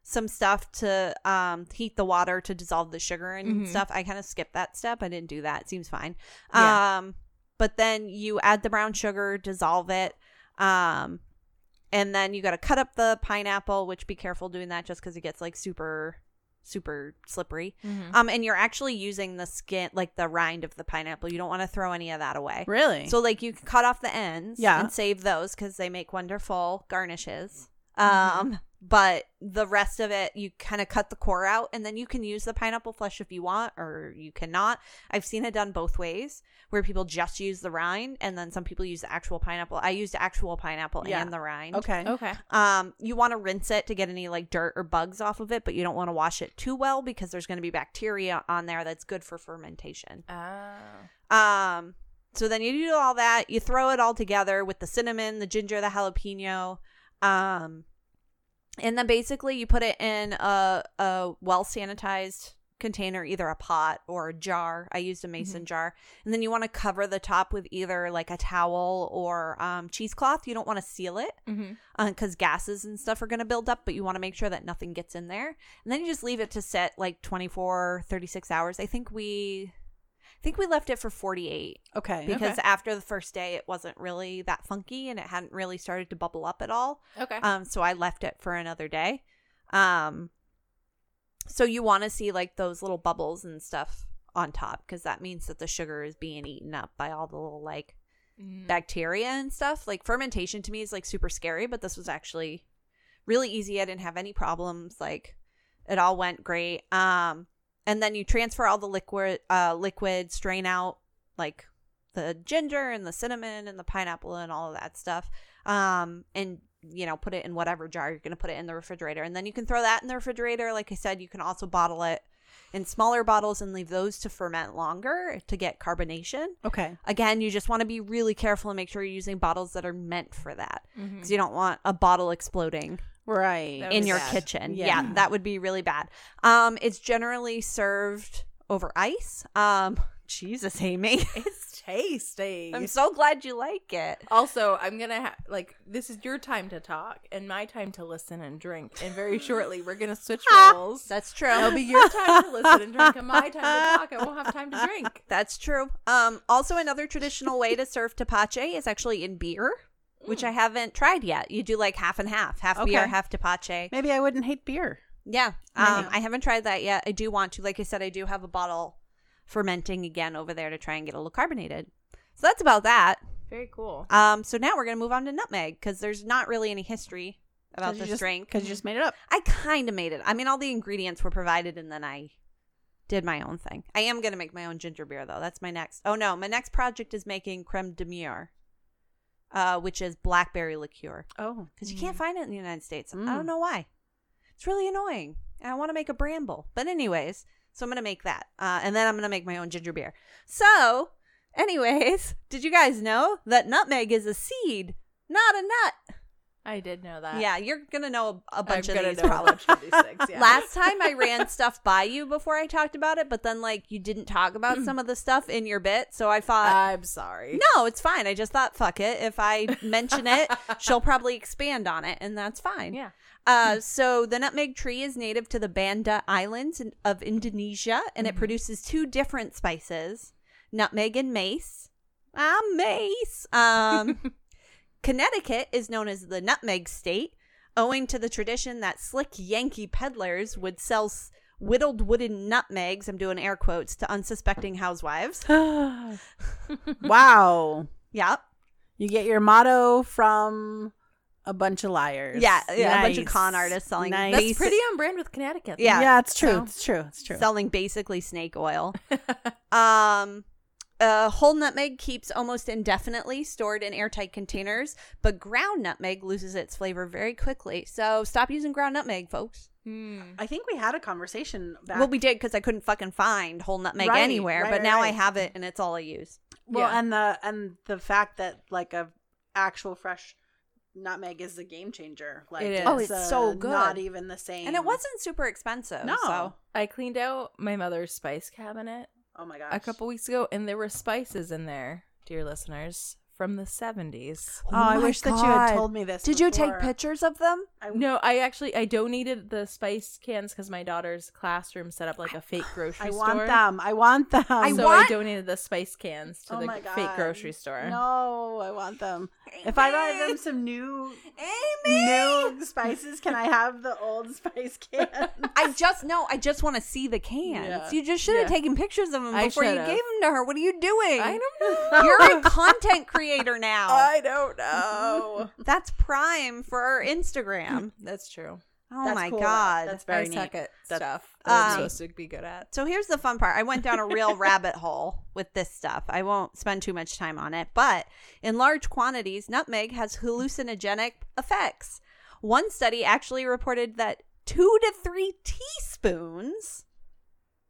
Speaker 1: some stuff to um heat the water to dissolve the sugar and
Speaker 3: Mm-hmm.
Speaker 2: Mhm.
Speaker 1: stuff. I kind of skipped that step. I didn't do that. It seems fine.
Speaker 2: Yeah.
Speaker 1: Um, but then you add the brown sugar, dissolve it. Um, and then you got to cut up the pineapple, which be careful doing that just because it gets like super super slippery.
Speaker 3: Mm.
Speaker 2: Mm-hmm.
Speaker 1: Um, and you're actually using the skin, like the rind of the pineapple. You don't want to throw any of that away.
Speaker 3: really?
Speaker 1: So, like, you can cut off the ends
Speaker 3: Yeah.
Speaker 1: and save those because they make wonderful garnishes. Um,
Speaker 3: Mm-hmm.
Speaker 2: Mhm.
Speaker 1: but the rest of it, you kind of cut the core out, and then you can use the pineapple flesh if you want, or you cannot. I've seen it done both ways, where people just use the rind, and then some people use the actual pineapple. I used actual pineapple
Speaker 3: Yeah.
Speaker 1: and the rind.
Speaker 3: okay.
Speaker 2: Okay.
Speaker 1: Um, you want to rinse it to get any like dirt or bugs off of it, but you don't want to wash it too well because there's going to be bacteria on there that's good for fermentation. Um, so then you do all that, you throw it all together with the cinnamon, the ginger, the jalapeno, um, and then basically you put it in a a well sanitized container, either a pot or a jar. I used a mason jar, and then you want to cover the top with either like a towel or um, cheesecloth. You don't want to seal it
Speaker 2: Mm-hmm.
Speaker 1: because uh, gases and stuff are going to build up, but you want to make sure that nothing gets in there. And then you just leave it to set like 24, 36 hours. I think we. I think we left it for 48
Speaker 3: Okay.
Speaker 1: because after the first day it wasn't really that funky and it hadn't really started to bubble up at all.
Speaker 2: Okay.
Speaker 1: Um so I left it for another day. Um so you want to see like those little bubbles and stuff on top because that means that the sugar is being eaten up by all the little like
Speaker 2: Mm. Mm-hmm.
Speaker 1: bacteria and stuff. Like fermentation to me is like super scary, but this was actually really easy. I didn't have any problems. Like it all went great. Um, and then you transfer all the liquid, uh, liquid strain out like the ginger and the cinnamon and the pineapple and all of that stuff. Um, and you know, put it in whatever jar you're going to put it in the refrigerator. And then you can throw that in the refrigerator. Like I said, you can also bottle it in smaller bottles and leave those to ferment longer to get carbonation.
Speaker 3: Okay.
Speaker 1: Again, you just want to be really careful and make sure you're using bottles that are meant for that because you don't want a bottle exploding
Speaker 3: Right.
Speaker 2: That would
Speaker 1: in
Speaker 2: be
Speaker 1: your
Speaker 2: bad.
Speaker 1: kitchen.
Speaker 3: Yeah.
Speaker 1: Yeah. that would be really bad. Um, it's generally served over ice. Um, (laughs) Jesus, Amy, (laughs)
Speaker 2: It's tasty.
Speaker 1: I'm so glad you like it.
Speaker 2: also, I'm gonna ha- like this is your time to talk and my time to listen and drink. And very shortly, we're
Speaker 1: (laughs)
Speaker 2: gonna switch roles.
Speaker 1: That's true.
Speaker 2: It'll be your time to listen and drink, and my time to talk. I won't have time to drink.
Speaker 1: (laughs) That's true. Um, also, another traditional way to serve tapache is actually in beer, which I haven't tried yet. You do like half and half, half beer,
Speaker 3: Okay.
Speaker 1: half tapache.
Speaker 3: Maybe I wouldn't hate beer.
Speaker 1: Yeah,
Speaker 3: I
Speaker 1: um,
Speaker 3: know.
Speaker 1: I haven't tried that yet. I do want to. Like I said, I do have a bottle fermenting again over there to try and get a little carbonated. So that's about that.
Speaker 2: Very cool.
Speaker 1: Um, so now we're gonna move on to nutmeg because there's not really any history about this drink.
Speaker 3: Because you just made it up.
Speaker 1: I kind of made it. I mean, all the ingredients were provided, and then I did my own thing. I am gonna make my own ginger beer though. That's my next. Oh no, my next project is making creme de mure, uh, which is blackberry liqueur
Speaker 3: Oh.
Speaker 1: because
Speaker 3: (laughs)
Speaker 1: you
Speaker 2: Mm.
Speaker 1: can't find it in the United States. I
Speaker 3: Mm.
Speaker 1: don't know why. It's really annoying. And I want to make a bramble. But, anyways, so I'm going to make that. Uh, and then I'm going to make my own ginger beer. So, anyways, (laughs) did you guys know that nutmeg is a seed, not a nut?
Speaker 2: I did know that.
Speaker 1: yeah, you're going to know a, a bunch
Speaker 2: Uh, I'm
Speaker 1: of
Speaker 2: gonna
Speaker 1: these
Speaker 2: know a
Speaker 1: problems. (laughs)
Speaker 2: bunch of these things, yeah.
Speaker 1: Last time I
Speaker 2: (laughs)
Speaker 1: ran stuff by you before I talked about it, but then, like, you didn't talk about
Speaker 2: Mm.
Speaker 1: some of the stuff in your bit. So I thought,
Speaker 2: I'm sorry.
Speaker 1: no, it's fine. I just thought, fuck it. If I mention
Speaker 2: (laughs)
Speaker 1: it, she'll probably expand on it, and that's fine.
Speaker 2: Yeah.
Speaker 1: Uh, so the nutmeg tree is native to the Banda Islands in- of Indonesia, and it produces two different spices: nutmeg and mace. Ah, mace. Um, Connecticut is known as the Nutmeg State, owing to the tradition that slick Yankee peddlers would sell s- whittled wooden nutmegs. I'm doing air quotes to unsuspecting housewives.
Speaker 3: wow.
Speaker 1: Yep.
Speaker 3: You get your motto from a bunch of liars.
Speaker 1: Yeah, yeah, a bunch of
Speaker 3: Nice.
Speaker 1: con artists selling-
Speaker 3: Nice.
Speaker 2: That's pretty on brand with Connecticut.
Speaker 1: Yeah.
Speaker 3: Yeah. it's true.
Speaker 2: So-
Speaker 3: It's true. It's true.
Speaker 1: selling basically snake oil. (laughs) um, uh, whole nutmeg keeps almost indefinitely stored in airtight containers, but ground nutmeg loses its flavor very quickly. So stop using ground nutmeg, folks.
Speaker 3: I think we had a conversation back.
Speaker 1: Well, we did because I couldn't fucking find whole nutmeg
Speaker 3: Right,
Speaker 1: anywhere,
Speaker 3: right,
Speaker 1: but
Speaker 3: right,
Speaker 1: now I
Speaker 3: right.
Speaker 1: have it and it's all I use.
Speaker 3: Well,
Speaker 2: Yeah.
Speaker 3: and the and the fact that like a actual fresh nutmeg is a game changer. Like
Speaker 2: It is.
Speaker 1: Oh, it's
Speaker 3: uh,
Speaker 1: so good.
Speaker 3: Not even the same.
Speaker 1: And it wasn't super expensive.
Speaker 3: No.
Speaker 1: so-
Speaker 2: I cleaned out my mother's spice cabinet
Speaker 3: Oh my gosh.
Speaker 2: a couple weeks ago, and there were spices in there, dear listeners, from the 70s.
Speaker 3: Oh, I
Speaker 1: my
Speaker 3: wish that you had
Speaker 1: God.
Speaker 3: told me this.
Speaker 1: Did you take
Speaker 3: before.
Speaker 1: pictures of them?
Speaker 3: I,
Speaker 2: No, I actually I donated the spice cans because my daughter's classroom set up like a fake
Speaker 3: (gasps)
Speaker 2: grocery
Speaker 3: I
Speaker 2: store.
Speaker 3: want them. I want them.
Speaker 1: I
Speaker 2: so
Speaker 1: want-
Speaker 2: I donated the spice cans to
Speaker 3: Oh
Speaker 2: the
Speaker 3: my God.
Speaker 2: fake grocery store.
Speaker 3: No, I
Speaker 1: (laughs)
Speaker 3: want them. If I buy them some new new spices, can I have the old (laughs) spice can?
Speaker 1: I just no. I just want to see the cans.
Speaker 3: Yeah.
Speaker 1: You just should have
Speaker 2: Yeah.
Speaker 1: taken pictures of them
Speaker 2: I
Speaker 1: before you gave
Speaker 2: should've.
Speaker 1: them to her. What are you doing?
Speaker 2: I
Speaker 3: (laughs)
Speaker 2: don't know. (laughs)
Speaker 1: You're a content creator now.
Speaker 2: don't know.
Speaker 1: That's prime for our Instagram.
Speaker 2: (laughs) That's true.
Speaker 1: Oh
Speaker 3: That's
Speaker 1: my
Speaker 3: cool.
Speaker 1: god.
Speaker 3: That's very
Speaker 2: I
Speaker 3: neat.
Speaker 2: suck at
Speaker 3: That-
Speaker 2: stuff that
Speaker 1: Um,
Speaker 2: I'm supposed to be good at.
Speaker 1: so here's the fun part. I went down a real rabbit hole with this stuff. I won't spend too much time on it, but in large quantities, nutmeg has hallucinogenic effects. One study actually reported that 2 to 3 teaspoons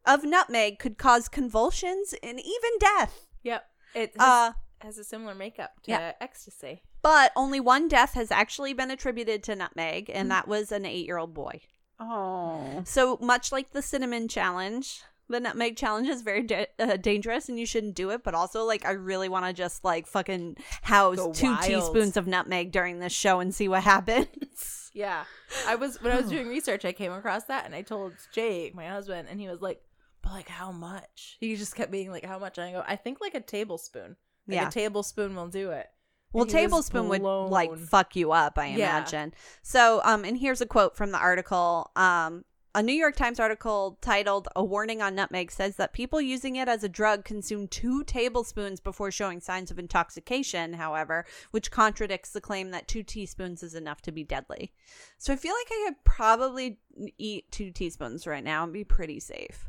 Speaker 1: of nutmeg could cause convulsions and even death.
Speaker 2: Yep. It has,
Speaker 1: Uh
Speaker 2: has a similar makeup to
Speaker 1: yeah.
Speaker 2: ecstasy.
Speaker 1: but only one death has actually been attributed to nutmeg, and that was an eight year old boy.
Speaker 3: (laughs) oh,
Speaker 1: So much like the cinnamon challenge, the nutmeg challenge is very da- uh, dangerous, and you shouldn't do it. But also, like, I really want to just like fucking house
Speaker 2: Go
Speaker 1: two
Speaker 2: wild.
Speaker 1: teaspoons of nutmeg during this show and see what (laughs) happens.
Speaker 2: Yeah. I was when I was doing research, I came across that and I told Jake, my husband, and he was like, But like how much? He just kept being like, How much? And I go, I think like a tablespoon. Like
Speaker 1: Yeah.
Speaker 2: a tablespoon will do it.
Speaker 1: Well,
Speaker 2: And he was
Speaker 1: tablespoon would like
Speaker 2: blown.
Speaker 1: fuck you up, I
Speaker 2: Yeah.
Speaker 1: imagine. So, um, and here's a quote from the article. Um, a New York Times article titled "A Warning on Nutmeg" says that people using it as a drug consume two tablespoons before showing signs of intoxication. However, which contradicts the claim that two teaspoons is enough to be deadly. So, I feel like I could probably eat two teaspoons right now and be pretty safe.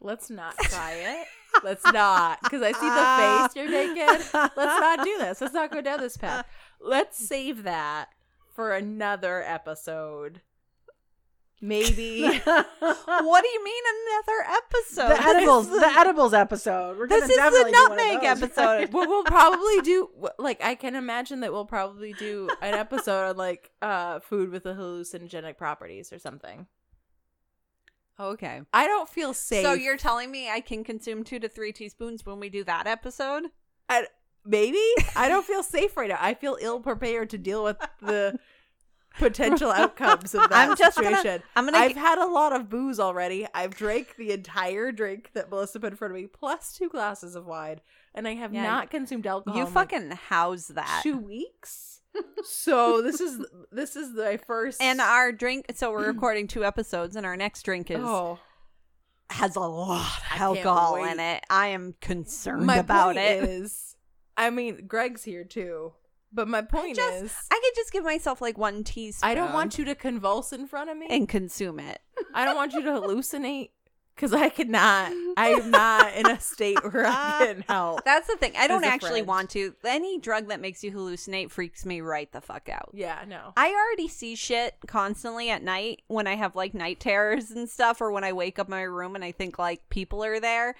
Speaker 2: Let's not try it. Let's not. Because I
Speaker 3: Ah.
Speaker 1: (laughs)
Speaker 3: (laughs)
Speaker 2: see the face you're making. Let's not do this. Let's not go down this path. Let's save that for another episode.
Speaker 3: (laughs)
Speaker 1: (laughs)
Speaker 2: Maybe.
Speaker 3: the
Speaker 1: What do you mean another episode? (laughs) This
Speaker 3: edibles,
Speaker 1: is
Speaker 3: the edibles episode. We're
Speaker 1: This
Speaker 3: gonna
Speaker 1: is the
Speaker 3: definitely do one of
Speaker 1: nutmeg
Speaker 3: those. (laughs)
Speaker 1: episode.
Speaker 2: Well, we'll probably do like I can imagine that we'll probably do an episode on like uh food with the hallucinogenic properties or something.
Speaker 1: okay.
Speaker 2: I don't feel safe.
Speaker 1: So you're telling me I can consume two to three teaspoons when we do that episode?
Speaker 2: maybe I don't feel safe right now. I feel ill prepared to deal with the potential outcomes of
Speaker 1: (laughs)
Speaker 2: that
Speaker 1: I'm just gonna-
Speaker 2: situation.
Speaker 1: I'm gonna.
Speaker 2: I've had a lot of booze already. I've drank the entire drink that Melissa put in front of me, plus two glasses of wine, and I have
Speaker 1: Yeah,
Speaker 2: not consumed alcohol.
Speaker 1: you
Speaker 2: in, like,
Speaker 1: fucking house that.
Speaker 2: two weeks. so this is this is
Speaker 1: (laughs)
Speaker 2: my first
Speaker 1: And our drink. So we're recording two episodes, and our next drink is
Speaker 2: oh,
Speaker 1: has a lot of
Speaker 2: I can't
Speaker 1: alcohol in
Speaker 2: wait.
Speaker 1: it. I am concerned
Speaker 2: my
Speaker 1: about
Speaker 2: point
Speaker 1: it.
Speaker 2: is- I mean, Greg's here too, but my point
Speaker 1: just-
Speaker 2: is,
Speaker 1: I could just give myself like one teaspoon.
Speaker 2: I don't want you to convulse in front of me.
Speaker 1: and consume it.
Speaker 2: I don't want you to hallucinate because I could not. I
Speaker 1: (laughs)
Speaker 2: am not in a state where I can help.
Speaker 1: That's the thing. I don't
Speaker 2: As a
Speaker 1: actually
Speaker 2: friend.
Speaker 1: want to. Any drug that makes you hallucinate freaks me right the fuck out.
Speaker 2: Yeah, no.
Speaker 1: I already see shit constantly at night when I have like night terrors and stuff, or when I wake up in my room and I think like people are there.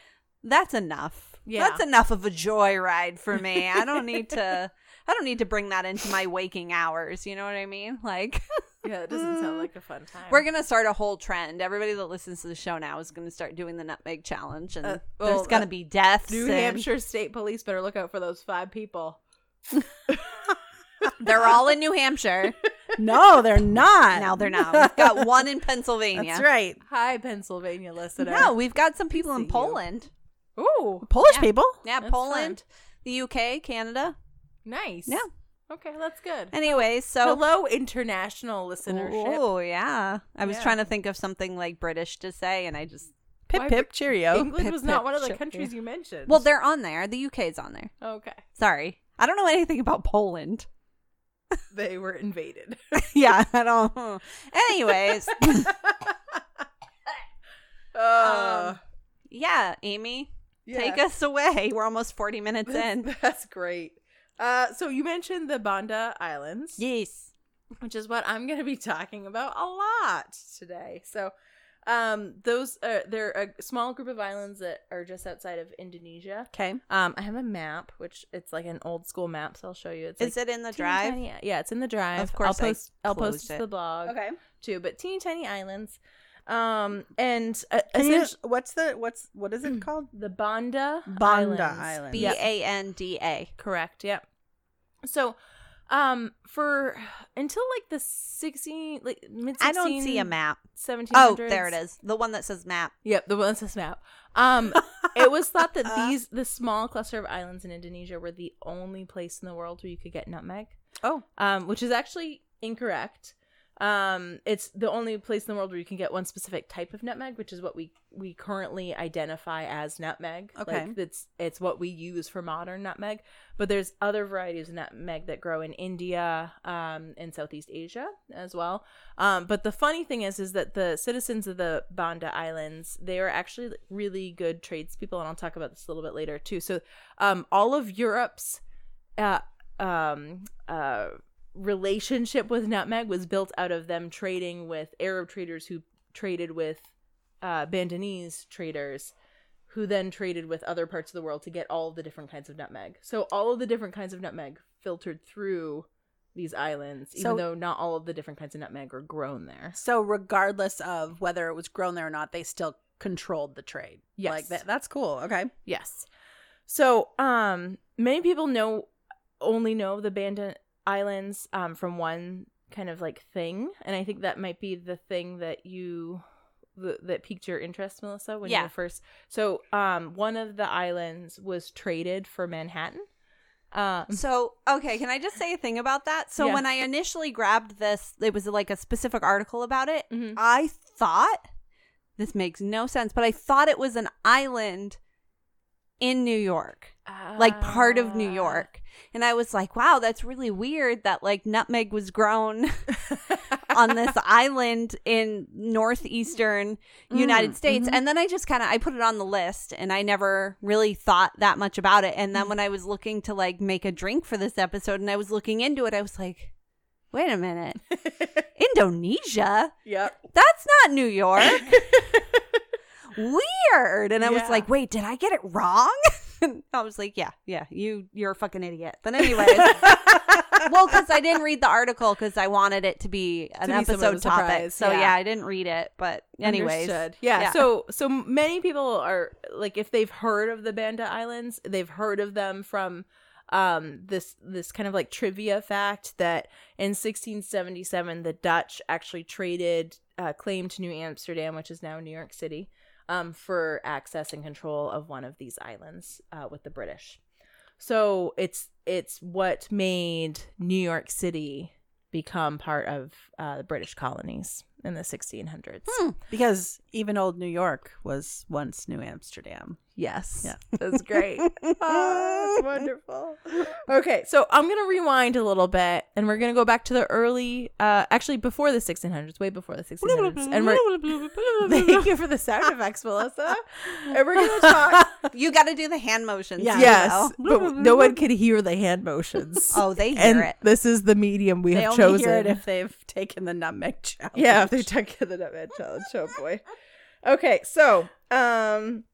Speaker 1: That's enough.
Speaker 2: Yeah.
Speaker 1: That's enough of a joyride for me. I don't need to. (laughs) I don't need to bring that into my waking hours. You know what I mean? Like,
Speaker 2: Yeah, it doesn't sound like a fun
Speaker 1: (laughs)
Speaker 2: time.
Speaker 1: we're gonna start a whole trend. Everybody that listens to the show now is gonna start doing the nutmeg challenge, and
Speaker 2: Uh, well,
Speaker 1: there's gonna
Speaker 2: uh,
Speaker 1: be deaths.
Speaker 2: New
Speaker 1: and
Speaker 2: Hampshire State Police better look out for those five people.
Speaker 1: (laughs) They're all in New
Speaker 2: (laughs)
Speaker 1: Hampshire.
Speaker 3: No, they're not.
Speaker 1: now they're not. We've got one in Pennsylvania.
Speaker 3: That's right.
Speaker 2: Hi, Pennsylvania listener.
Speaker 1: No, we've got some people
Speaker 2: See
Speaker 1: in
Speaker 2: you.
Speaker 1: Poland.
Speaker 2: Ooh,
Speaker 3: Polish
Speaker 1: Yeah.
Speaker 3: people.
Speaker 1: Yeah,
Speaker 2: That's
Speaker 1: Poland, the UK, Canada.
Speaker 2: nice.
Speaker 1: Yeah.
Speaker 2: Okay, that's good.
Speaker 1: Anyway, so
Speaker 2: Hello, international listenership.
Speaker 1: oh yeah, I was
Speaker 2: Yeah.
Speaker 1: trying to think of something like British to say, and I just
Speaker 3: Pip
Speaker 2: Why-
Speaker 3: pip cheerio.
Speaker 2: England
Speaker 1: Pip,
Speaker 2: was not
Speaker 1: pip,
Speaker 2: one of the
Speaker 1: ship,
Speaker 2: countries you mentioned.
Speaker 1: well, they're on there. The UK's on there.
Speaker 2: okay.
Speaker 1: Sorry, I don't know anything about Poland. (laughs)
Speaker 2: They were invaded. (laughs)
Speaker 1: yeah, I don't. (laughs) Anyways,
Speaker 2: Uh,
Speaker 1: Um, yeah, Amy,
Speaker 2: yeah.
Speaker 1: take us away. We're almost forty minutes
Speaker 2: (laughs)
Speaker 1: in.
Speaker 2: That's, that's great. Uh, so you mentioned the Banda Islands,
Speaker 1: Yes.
Speaker 2: which is what I'm going to be talking about a lot today. So, um, those uh, they're a small group of islands that are just outside of Indonesia.
Speaker 1: Okay.
Speaker 2: Um, I have a map, which it's like an old school map, so I'll show you. It's
Speaker 1: Is
Speaker 2: like
Speaker 1: it in the
Speaker 2: teeny
Speaker 1: drive?
Speaker 2: tiny- yeah, it's in the drive.
Speaker 1: Of course, I
Speaker 2: I'll post. I'll post
Speaker 1: closed
Speaker 2: it to
Speaker 1: it.
Speaker 2: the blog
Speaker 3: Okay.
Speaker 2: too. But teeny tiny islands, um, and uh,
Speaker 3: Can you-
Speaker 2: essentially
Speaker 3: what's the what's what is it called?
Speaker 2: the Banda
Speaker 3: Banda
Speaker 2: Islands.
Speaker 3: Islands.
Speaker 1: B A N D A.
Speaker 2: Correct. Yep. So, um, for until like the sixteen, like mid.
Speaker 1: I don't see a map.
Speaker 2: Seventeen.
Speaker 1: Oh, there it is. The one that says map.
Speaker 2: Yep, the one that says map. Um, it was thought that
Speaker 1: (laughs)
Speaker 2: these the small cluster of islands in Indonesia were the only place in the world where you could get nutmeg.
Speaker 1: Oh.
Speaker 2: um, which is actually incorrect. Um, it's the only place in the world where you can get one specific type of nutmeg, which is what we we currently identify as nutmeg.
Speaker 3: Okay.
Speaker 2: like, it's it's what we use for modern nutmeg. But there's other varieties of nutmeg that grow in India, um, in Southeast Asia as well. Um, but the funny thing is, is that the citizens of the Banda Islands, they are actually really good tradespeople, and I'll talk about this a little bit later too. So, um, all of Europe's uh, um, uh, relationship with nutmeg was built out of them trading with Arab traders who traded with uh, Bandanese traders, who then traded with other parts of the world to get all the different kinds of nutmeg. So all of the different kinds of nutmeg filtered through these islands, even
Speaker 3: So-
Speaker 2: though not all of the different kinds of nutmeg are grown there.
Speaker 3: So regardless of whether it was grown there or not, they still controlled the trade.
Speaker 2: Yes.
Speaker 3: Like that, that's cool. Okay. (laughs)
Speaker 2: Yes. So, um, many people know only know the Banda Islands um, from one kind of like thing, and I think that might be the thing that you th- that piqued your interest, Melissa, when you
Speaker 1: Yeah.
Speaker 2: were first. So, um, one of the islands was traded for Manhattan. Um,
Speaker 1: So, okay, can I just say a thing about that? So,
Speaker 2: Yeah.
Speaker 1: when I initially grabbed this, it was like a specific article about it.
Speaker 2: Mhm.
Speaker 1: I thought this makes no sense, but I thought it was an island in New York,
Speaker 2: mm-hmm.
Speaker 1: like part of New
Speaker 2: Ah. (laughs)
Speaker 1: York. And I was like, wow, that's really weird that like nutmeg was grown on this island in northeastern United States. And then I just kind of I put it on the list and I never really thought that much about it. And then when I was looking to like make a drink for this episode and I was looking into it, I was like, Wait a minute. Indonesia?
Speaker 2: yep.
Speaker 1: That's not New
Speaker 2: (laughs)
Speaker 1: York. Weird. And I was
Speaker 2: Yeah.
Speaker 1: like, wait, did I get it wrong? (laughs) And I was like, yeah, yeah, you, you're a fucking idiot. But
Speaker 2: (laughs)
Speaker 1: anyways, well, because I didn't read the article because I wanted it to be an
Speaker 2: To be somewhat of
Speaker 1: episode
Speaker 2: a
Speaker 1: topic.
Speaker 2: surprise,
Speaker 1: So yeah.
Speaker 2: yeah.
Speaker 1: I didn't read it. But anyways,
Speaker 2: Understood. Yeah,
Speaker 1: yeah.
Speaker 2: So so many people are like if they've heard of the Banda Islands, they've heard of them from um this this kind of like trivia fact that in 1677 the Dutch actually traded uh, claim to New Amsterdam, which is now New York City, um, for access and control of one of these islands uh, with the British. So it's it's what made New York City become part of uh, the British colonies in the 1600s.
Speaker 1: Hmm.
Speaker 3: Because even old New York was once New Amsterdam.
Speaker 2: Yes.
Speaker 3: Yeah.
Speaker 2: That's
Speaker 1: (laughs)
Speaker 3: (laughs)
Speaker 2: great. Ah, that's wonderful. Okay, so I'm going to rewind a little bit and we're going to go back to the early uh actually before the 1600s, way before the 1600s. And we're (laughs) Thank you for the sound effects, Melissa. And we're going to talk
Speaker 1: you got to do the hand motions.
Speaker 3: (laughs) Yeah.
Speaker 1: you
Speaker 2: Yes,
Speaker 1: know.
Speaker 2: but no one can hear the hand
Speaker 3: (laughs)
Speaker 2: motions.
Speaker 1: Oh, they hear
Speaker 2: and
Speaker 1: it.
Speaker 2: this is the medium we
Speaker 3: They
Speaker 2: have
Speaker 3: only
Speaker 2: chosen.
Speaker 3: hear it if they've taken the nutmeg challenge.
Speaker 2: (laughs) Yeah, if they took the Nutmeg Challenge. Oh boy. Okay, so um,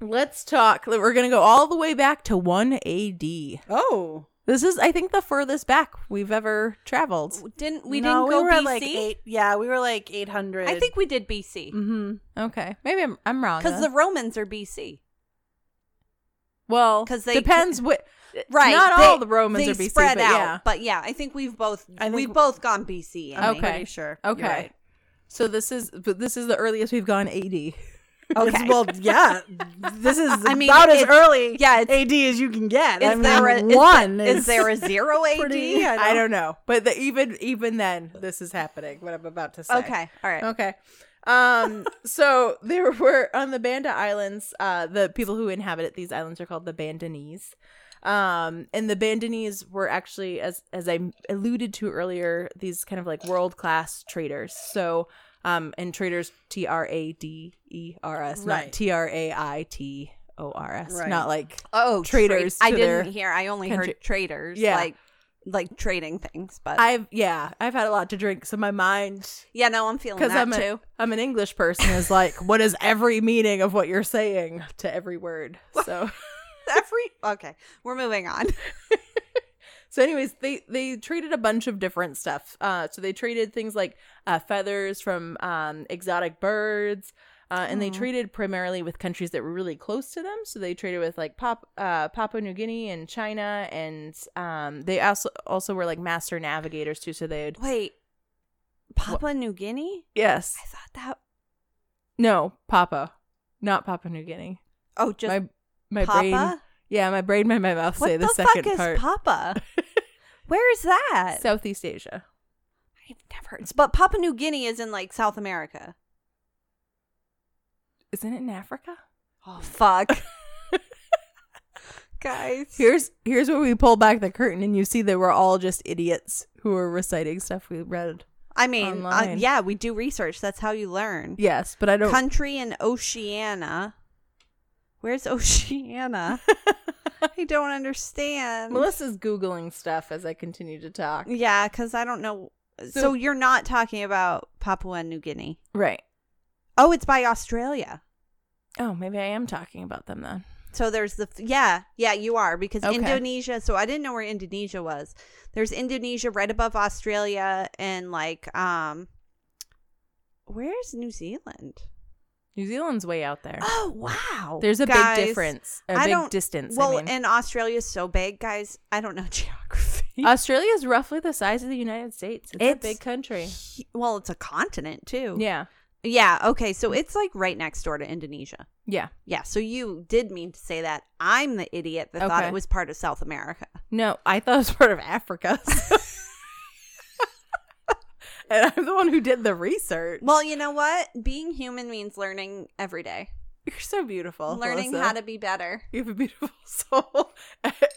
Speaker 2: let's talk. We're gonna go all the way back to one A.D.
Speaker 3: Oh,
Speaker 2: This is, I think, the furthest back we've ever traveled.
Speaker 1: Didn't we?
Speaker 3: No,
Speaker 1: didn't go
Speaker 3: we were
Speaker 1: BC.
Speaker 3: at, like eight. Yeah, we were like eight hundred.
Speaker 1: I think we did BC
Speaker 3: Mm-hmm.
Speaker 2: Okay, maybe I'm, I'm wrong.
Speaker 1: because the Romans are BC.
Speaker 2: well,
Speaker 1: 'cause they-
Speaker 2: depends what.
Speaker 1: Right.
Speaker 2: Not
Speaker 1: they-
Speaker 2: all the Romans
Speaker 1: they
Speaker 2: are BC,
Speaker 1: spread
Speaker 2: but
Speaker 1: out.
Speaker 2: yeah.
Speaker 1: But yeah, I think we've both
Speaker 3: I think-
Speaker 1: we've both gone BC. Amy.
Speaker 3: I'm
Speaker 2: Okay.
Speaker 3: pretty sure. You're
Speaker 2: Okay.
Speaker 3: right.
Speaker 2: So this is, but this is the earliest we've gone AD.
Speaker 3: Okay.
Speaker 1: (laughs)
Speaker 3: well, yeah. This is
Speaker 1: I mean,
Speaker 3: about as
Speaker 1: it's-
Speaker 3: early
Speaker 1: yeah, it's-
Speaker 3: AD as you can get.
Speaker 1: Is
Speaker 3: I mean,
Speaker 1: there a is
Speaker 3: one
Speaker 1: there- is
Speaker 3: (laughs)
Speaker 1: there a zero AD?
Speaker 3: pretty-
Speaker 1: I
Speaker 2: I don't, know, but the, even even then, this is happening. What I'm about to say. Oh,
Speaker 1: don't- Okay. All right.
Speaker 2: Okay. Um, so (laughs) there were on the Banda Islands, uh, the people who inhabited these islands are called the Bandanese. Um, and the Bandanese were actually, as as I alluded to earlier, these kind of like world class traders. So, um, and traders T R A D E R S,
Speaker 3: Right.
Speaker 2: not T R A I T O R S,
Speaker 3: Right.
Speaker 2: not like
Speaker 1: Oh, tra-
Speaker 2: Traders
Speaker 1: I
Speaker 2: to
Speaker 1: didn't
Speaker 2: their
Speaker 1: hear. I only
Speaker 2: country.
Speaker 1: heard traders.
Speaker 2: Yeah.
Speaker 1: Like like trading things, but
Speaker 2: I've yeah, I've had a lot to drink, so my mind
Speaker 1: yeah, no, I'm feeling
Speaker 2: because
Speaker 1: that
Speaker 2: I'm a-
Speaker 1: too. (laughs)
Speaker 2: I'm an English person is like, what is every meaning of what you're saying to
Speaker 1: (laughs)
Speaker 2: every word? So
Speaker 1: Every okay, we're moving
Speaker 2: (laughs)
Speaker 1: on.
Speaker 2: so anyways, they they traded a bunch of different stuff. Uh, so they traded things like uh, feathers from um, exotic birds. Uh, and they
Speaker 1: Aw.
Speaker 2: traded primarily with countries that were really close to them. So they traded with like Pop, uh, Papua New Guinea and China, and um, they also also were like master navigators too. So they'd
Speaker 1: Wait, Papua New Guinea?
Speaker 2: yes,
Speaker 1: I thought that.
Speaker 2: no Papa, not Papua New Guinea.
Speaker 1: Oh, just
Speaker 2: my my
Speaker 1: Papa.
Speaker 2: brain Yeah, my brain made my mouth
Speaker 1: what
Speaker 2: say the,
Speaker 1: the,
Speaker 2: second
Speaker 1: fuck
Speaker 2: part.
Speaker 1: is Papa?
Speaker 2: (laughs)
Speaker 1: Where is that?
Speaker 2: Southeast Asia.
Speaker 1: I've never heard. But Papua New Guinea is in like South America.
Speaker 2: Isn't it in Africa?
Speaker 1: Oh (laughs) fuck, guys.
Speaker 2: Here's here's where we pull back the curtain and you see that we're all just idiots who are reciting stuff we read.
Speaker 1: I mean, uh,
Speaker 2: Online.
Speaker 1: yeah, we do research. That's how you learn.
Speaker 2: Yes, but I don't
Speaker 1: Country in Oceania. Where's (laughs) Oceania? I don't understand.
Speaker 2: Melissa's googling stuff as I continue to talk.
Speaker 1: Yeah, because I don't know. So,
Speaker 2: So-
Speaker 1: you're not talking about Papua New Guinea.
Speaker 2: Right.
Speaker 1: Oh, it's by Australia.
Speaker 2: Oh, maybe I am talking about them then.
Speaker 1: So there's the yeah yeah you are because
Speaker 2: Okay.
Speaker 1: Indonesia. So I didn't know where Indonesia was. There's Indonesia right above Australia and like um. Where's New Zealand?
Speaker 2: New Zealand's way out there.
Speaker 1: Oh wow!
Speaker 2: There's a
Speaker 1: Guys,
Speaker 2: big difference, a
Speaker 1: I
Speaker 2: big
Speaker 1: don't-
Speaker 2: distance.
Speaker 1: Well,
Speaker 2: I mean.
Speaker 1: and Australia's so big, guys. I don't know (laughs) geography.
Speaker 2: Australia is roughly the size of the United States. It's, a
Speaker 1: It's
Speaker 2: big country.
Speaker 1: well, it's a continent too.
Speaker 2: Yeah.
Speaker 1: Yeah. Okay. So it's like right next door to Indonesia.
Speaker 2: Yeah.
Speaker 1: Yeah. So you did mean to say that. I'm the idiot that thought
Speaker 2: Okay.
Speaker 1: it was part of South America.
Speaker 2: No, I thought it was part
Speaker 1: (laughs)
Speaker 2: of Africa. (laughs) and I'm the one who did the research.
Speaker 1: Well, you know what? Being human means learning every day.
Speaker 2: you're so beautiful.
Speaker 1: learning
Speaker 2: Melissa.
Speaker 1: how to be better.
Speaker 2: (laughs) You have a beautiful (laughs) soul.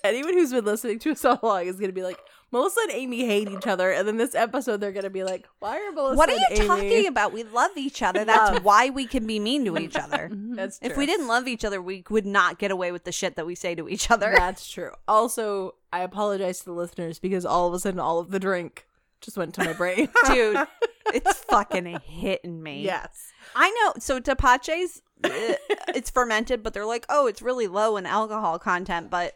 Speaker 2: Anyone who's been listening to us (laughs) all along is going to be like, Melissa and Amy hate each other. And then this episode, they're going to be like, why are Melissa
Speaker 1: what are you
Speaker 2: and Amy?
Speaker 1: talking about? We love each
Speaker 2: (laughs)
Speaker 1: other. That's why we can be mean to each other.
Speaker 3: Mm-hmm.
Speaker 2: That's true.
Speaker 1: If we didn't love each other, we would not get away with the shit that we say to each other.
Speaker 2: That's true. Also, I apologize to the listeners because all of a sudden, all of the drink just went to
Speaker 1: (laughs)
Speaker 2: my brain.
Speaker 1: (laughs) Dude,
Speaker 2: (laughs)
Speaker 1: it's fucking hitting me.
Speaker 2: yes.
Speaker 1: I know. So tapaches, eh, it's fermented, but they're like, oh, it's really low in alcohol content, but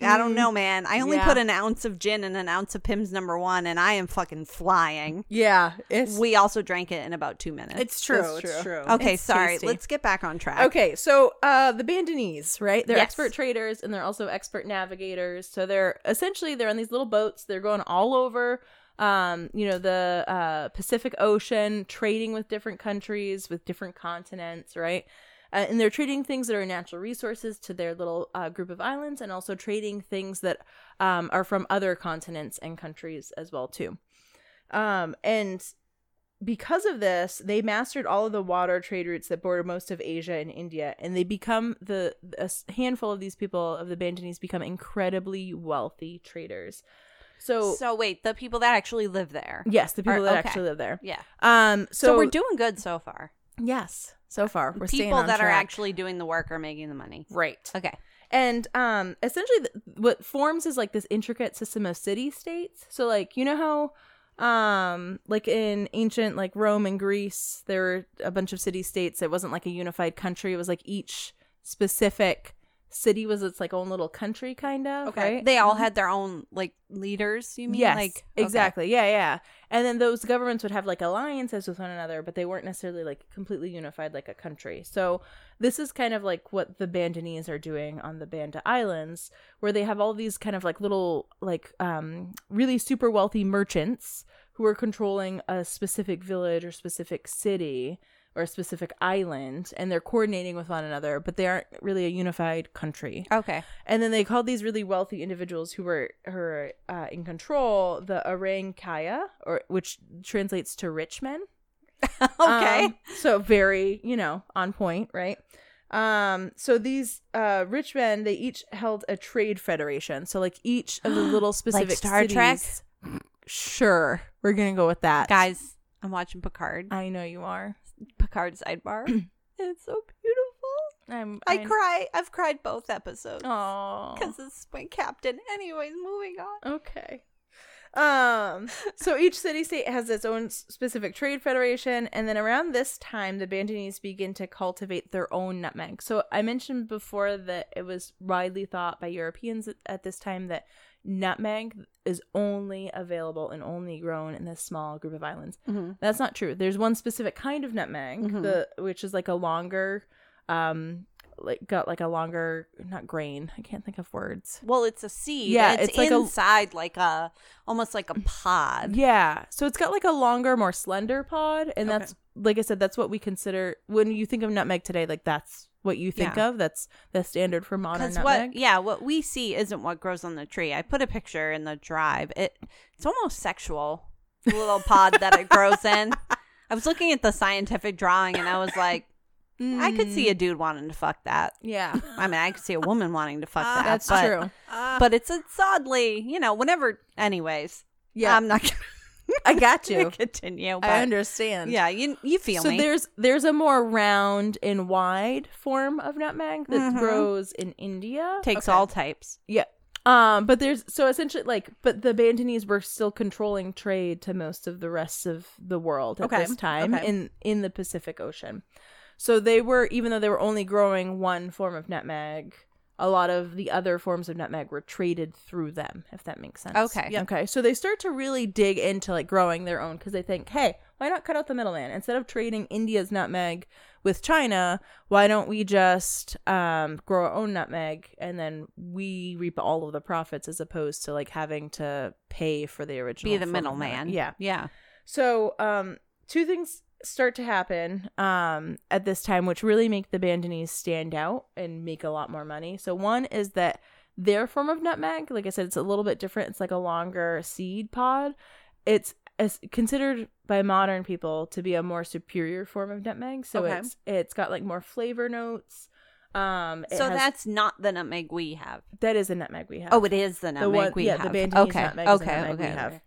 Speaker 1: I don't know, man. I only
Speaker 2: Mm. Yeah.
Speaker 1: put an ounce of gin and an ounce of Pim's number one, and I am fucking flying.
Speaker 2: Yeah. It's
Speaker 1: We also drank it in about two minutes.
Speaker 3: It's true.
Speaker 2: That's
Speaker 3: It's
Speaker 2: true.
Speaker 3: true.
Speaker 1: okay,
Speaker 2: it's
Speaker 1: sorry.
Speaker 2: tasty.
Speaker 1: Let's get back on track.
Speaker 2: Okay, so uh the Bandanese, right? They're
Speaker 1: Yes.
Speaker 2: expert traders and they're also expert navigators. So they're essentially they're on these little boats. They're going all over um, you know, the uh Pacific Ocean, trading with different countries, with different continents, right? Uh, and they're trading things that are natural resources to their little uh, group of islands and also trading things that um, are from other continents and countries as well too um, and because of this, they mastered all of the water trade routes that border most of Asia and India, and they become the a s- handful of these people of the Bandanese become incredibly wealthy traders. So,
Speaker 1: So wait, the people that actually live there.
Speaker 2: yes, the people
Speaker 1: Or-
Speaker 2: that
Speaker 1: okay.
Speaker 2: actually live there.
Speaker 1: Yeah.
Speaker 2: Um,
Speaker 1: So,
Speaker 2: so,
Speaker 1: we're doing good so far.
Speaker 2: yes so far we're staying
Speaker 1: people
Speaker 2: on
Speaker 1: that are
Speaker 2: track.
Speaker 1: actually doing the work are making the money.
Speaker 2: right.
Speaker 1: Okay.
Speaker 2: And um, essentially, th- what forms is like this intricate system of city states. So, like you know how, um, like in ancient like Rome and Greece, there were a bunch of city states. It wasn't like a unified country. It was like each specific city was its like own little country, kind of. right? Mm-hmm.
Speaker 1: They all had their own like leaders. You mean?
Speaker 2: yes,
Speaker 1: Like okay.
Speaker 2: exactly. Yeah, yeah. And then those governments would have like alliances with one another, but they weren't necessarily like completely unified like a country. So this is kind of like what the Bandanese are doing on the Banda Islands, where they have all these kind of like little like um really super wealthy merchants who are controlling a specific village or specific city or a specific island and they're coordinating with one another, but they aren't really a unified country
Speaker 1: Okay. (laughs)
Speaker 2: and then they called these really wealthy individuals who were who were uh, in control the orang kaya or which translates to rich men
Speaker 1: okay.
Speaker 2: um, so very you know on point right um so these uh rich men they each held a trade federation so like each
Speaker 1: (gasps)
Speaker 2: of the little specific
Speaker 1: Star Trek? Uh,
Speaker 2: cities- sure we're gonna go with that
Speaker 1: Guys, I'm watching Picard.
Speaker 2: i know you are
Speaker 1: Picard sidebar.
Speaker 2: (clears throat)
Speaker 1: it's so beautiful.
Speaker 2: i'm
Speaker 1: I cry. I've cried both episodes.
Speaker 2: oh
Speaker 1: (laughs) Because it's my captain. Anyways, moving on.
Speaker 2: Okay. Um, so each city state has its own s- specific trade federation, and then around this time, the Bandanese begin to cultivate their own nutmeg. So I mentioned before that it was widely thought by Europeans at- at this time that nutmeg is only available and only grown in this small group of islands.
Speaker 3: Mhm.
Speaker 2: That's not true. There's one specific kind of nutmeg,
Speaker 3: Mhm.
Speaker 2: the which is like a longer, um, like got like a longer not grain. I can't think of words.
Speaker 1: Well, it's a Mm. seed.
Speaker 2: Yeah,
Speaker 1: it's,
Speaker 2: it's like a-
Speaker 1: inside like a almost like a pod.
Speaker 2: Yeah. So it's got like a longer, more slender pod. And
Speaker 3: Okay.
Speaker 2: that's, like I said, that's what we consider when you think of nutmeg today, like that's what you think
Speaker 1: Yeah.
Speaker 2: of. That's the standard for modern
Speaker 1: Because
Speaker 2: nutmeg.
Speaker 1: what, yeah, what we see isn't what grows on the tree. I put a picture in the drive. It it's almost sexual. The little pod that it grows (laughs) in. I was looking at the scientific drawing and I was like, I could
Speaker 2: Mm.
Speaker 1: see a dude wanting to fuck that.
Speaker 2: Yeah.
Speaker 1: I mean, I could see a woman wanting to fuck that.
Speaker 2: (laughs) That's
Speaker 1: but,
Speaker 2: true.
Speaker 3: Uh,
Speaker 1: But it's it's oddly, you know, whenever. Anyways,
Speaker 2: Yeah.
Speaker 1: I'm not gonna
Speaker 2: I
Speaker 1: (laughs)
Speaker 2: got you.
Speaker 1: continue. But
Speaker 2: I understand.
Speaker 1: Yeah, you you feel
Speaker 2: so
Speaker 1: me?
Speaker 2: there's there's a more round and wide form of nutmeg that
Speaker 1: Mhm.
Speaker 2: grows in India.
Speaker 1: Takes
Speaker 2: Okay.
Speaker 1: all types.
Speaker 2: Yeah. Um, but there's so essentially like, but the Bandanese were still controlling trade to most of the rest of the world at
Speaker 3: Okay,
Speaker 2: this time
Speaker 3: okay.
Speaker 2: in in the Pacific Ocean. So they were, even though they were only growing one form of nutmeg, a lot of the other forms of nutmeg were traded through them, if that makes sense.
Speaker 1: Okay. Yep.
Speaker 2: Okay. So they start to really dig into like growing their own because they think, hey, why not cut out the middleman? Instead of trading India's nutmeg with China, why don't we just um, grow our own nutmeg and then we reap all of the profits as opposed to like having to pay for the original?
Speaker 1: Be the
Speaker 2: form of nutmeg?
Speaker 1: middleman.
Speaker 2: Yeah.
Speaker 1: yeah.
Speaker 2: So, um, two things start to happen um, at this time, which really make the Bandanese stand out and make a lot more money. So, one is that their form of nutmeg, like I said, it's a little bit different. It's like a longer seed pod. It's as considered by modern people to be a more superior form of nutmeg. So
Speaker 3: Okay.
Speaker 2: it's it's got like more flavor notes. Um, it
Speaker 1: So
Speaker 2: has-
Speaker 1: that's not the nutmeg we have.
Speaker 2: that is a nutmeg we have.
Speaker 1: Oh, it is the nutmeg
Speaker 2: one-
Speaker 1: we
Speaker 2: yeah,
Speaker 1: have.
Speaker 2: the Bandanese
Speaker 1: okay.
Speaker 2: nutmeg is
Speaker 1: okay.
Speaker 2: the nutmeg we
Speaker 1: okay.
Speaker 2: have.
Speaker 1: okay.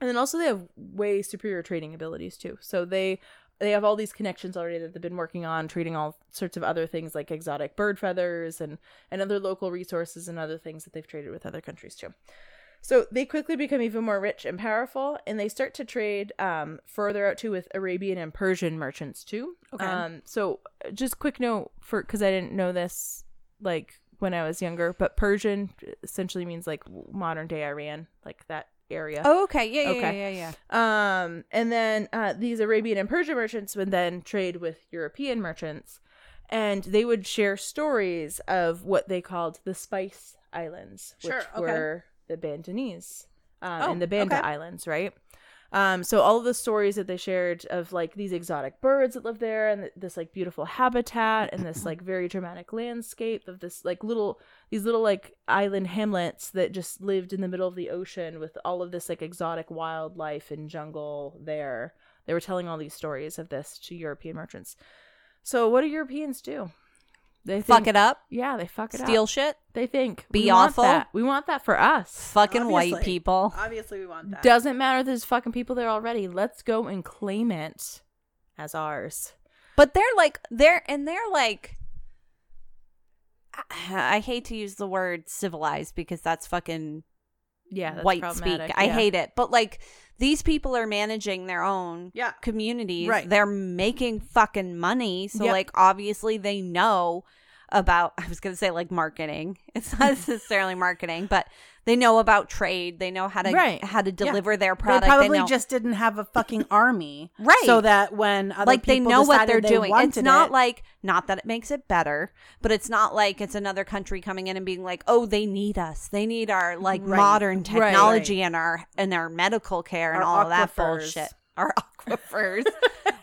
Speaker 2: and then also they have way superior trading abilities too so they they have all these connections already that they've been working on trading all sorts of other things like exotic bird feathers and and other local resources and other things that they've traded with other countries too So they quickly become even more rich and powerful, and they start to trade um, further out too with Arabian and Persian merchants too.
Speaker 3: Okay.
Speaker 2: Um, so just quick note for because I didn't know this like when I was younger, but Persian essentially means like modern day Iran, like that area.
Speaker 1: Oh, okay. Yeah, yeah,
Speaker 2: Okay.
Speaker 1: yeah, yeah, yeah.
Speaker 3: Oh.
Speaker 2: Um, and then uh, these Arabian and Persian merchants would then trade with European merchants, and they would share stories of what they called the Spice Islands, which
Speaker 3: Sure, okay.
Speaker 2: were the Bandanese um,
Speaker 3: Oh,
Speaker 2: and the Banda
Speaker 3: okay.
Speaker 2: Islands, right? Um, so all of the stories that they shared of like these exotic birds that live there and th- this like beautiful habitat and this like very dramatic landscape of this like little these little like island hamlets that just lived in the middle of the ocean with all of this like exotic wildlife and jungle there. They were telling all these stories of this to European merchants. So what do Europeans do? They think,
Speaker 1: Fuck it up.
Speaker 2: Yeah, they fuck it up.
Speaker 1: Steal shit.
Speaker 2: They think
Speaker 1: Be
Speaker 2: "We want
Speaker 1: awful."
Speaker 2: that. We want that for us.
Speaker 1: Fucking white
Speaker 3: Obviously.
Speaker 1: people.
Speaker 3: Obviously, we want that.
Speaker 2: Doesn't matter. if There's fucking people there already. Let's go and claim it as ours.
Speaker 1: But they're like they're and they're like I I hate to use the word civilized because that's fucking
Speaker 2: Yeah, that's
Speaker 1: white speak.
Speaker 2: problematic.
Speaker 1: I
Speaker 2: Yeah.
Speaker 1: hate it. But like these people are managing their own
Speaker 3: Yeah.
Speaker 1: communities.
Speaker 3: Right.
Speaker 1: They're making fucking money. So
Speaker 3: Yep.
Speaker 1: like obviously they know about I was going to say like marketing. (laughs) It's not necessarily marketing, but they know about trade. They know how to
Speaker 2: Right.
Speaker 1: how to
Speaker 3: Yeah.
Speaker 1: deliver their product.
Speaker 3: they probably
Speaker 1: know-
Speaker 3: just didn't have a
Speaker 1: (laughs)
Speaker 3: fucking army,
Speaker 1: Right.
Speaker 3: So that when other
Speaker 1: like they
Speaker 3: people
Speaker 1: know what
Speaker 3: decided
Speaker 1: they're
Speaker 3: they
Speaker 1: doing. It's
Speaker 3: wanted
Speaker 1: not
Speaker 3: it-
Speaker 1: like not that it makes it better, but it's not like it's another country coming in and being like, "Oh, they need us. They need our like
Speaker 3: Right.
Speaker 1: modern
Speaker 3: Right.
Speaker 1: technology and our and our medical care and
Speaker 3: Our
Speaker 1: all of that
Speaker 3: aquifers.
Speaker 1: bullshit.
Speaker 3: (laughs)
Speaker 1: Our aquifers,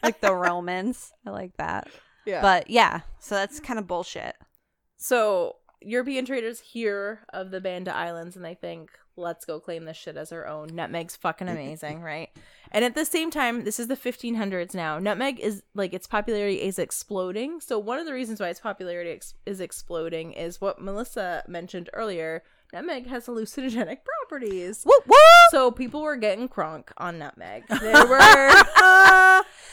Speaker 1: like the Romans. I like that.
Speaker 2: Yeah.
Speaker 1: But yeah, so that's kind of bullshit.
Speaker 2: So European traders hear of the Banda Islands and they think, let's go claim this shit as our own. Nutmeg's fucking amazing, right? And at the same time, this is the 1500s now. Nutmeg is like its popularity is exploding. So one of the reasons why its popularity ex- is exploding is what Melissa mentioned earlier. Nutmeg has hallucinogenic properties.
Speaker 1: Whoop whoop.
Speaker 3: (laughs)
Speaker 2: So people were getting crunk on nutmeg. They were,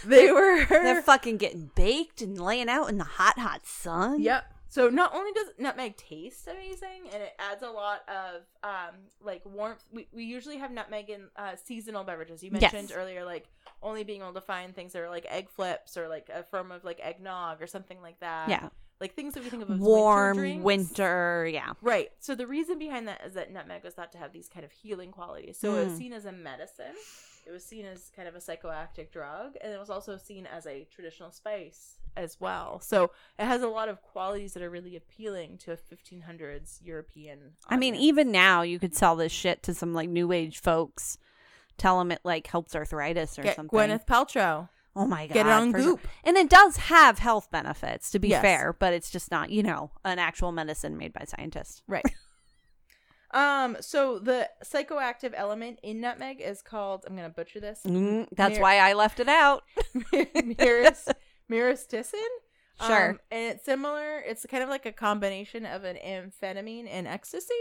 Speaker 2: they were,
Speaker 1: (laughs) (laughs) They're fucking getting baked and laying out in the hot, hot sun.
Speaker 2: Yep. So not only does nutmeg taste amazing, and it adds a lot of um, like warmth. We, we usually have nutmeg in uh, seasonal beverages. You
Speaker 1: Yes.
Speaker 2: mentioned earlier, like only being able to find things that are like egg flips or like a form of like eggnog or something like that.
Speaker 1: Yeah.
Speaker 2: like things that we think of as
Speaker 1: Warm
Speaker 2: winter, drinks.
Speaker 1: winter. Yeah.
Speaker 2: Right. So the reason behind that is that nutmeg was thought to have these kind of healing qualities. So it was
Speaker 1: Mm.
Speaker 2: seen as a medicine. It was seen as kind of a psychoactive drug, and it was also seen as a traditional spice as well. So it has a lot of qualities that are really appealing to a 1500s European.
Speaker 1: I mean,
Speaker 2: audience.
Speaker 1: even now you could sell this shit to some like new age folks. Tell them it like helps arthritis or
Speaker 2: Get
Speaker 1: something.
Speaker 2: Gwyneth Paltrow.
Speaker 1: oh my god!
Speaker 2: get it on
Speaker 1: for sure.
Speaker 2: Goop.
Speaker 1: And it does have health benefits, to be
Speaker 2: Yes.
Speaker 1: fair, but it's just not you know an actual medicine made by scientists.
Speaker 2: Right. um. So the psychoactive element in nutmeg is called. I'm gonna butcher this.
Speaker 1: (laughs) Mm, that's
Speaker 2: Mir-
Speaker 1: why I left it out.
Speaker 2: Miris, Mirastisin.
Speaker 1: Sure.
Speaker 2: Um, and it's similar. It's kind of like a combination of an amphetamine and ecstasy.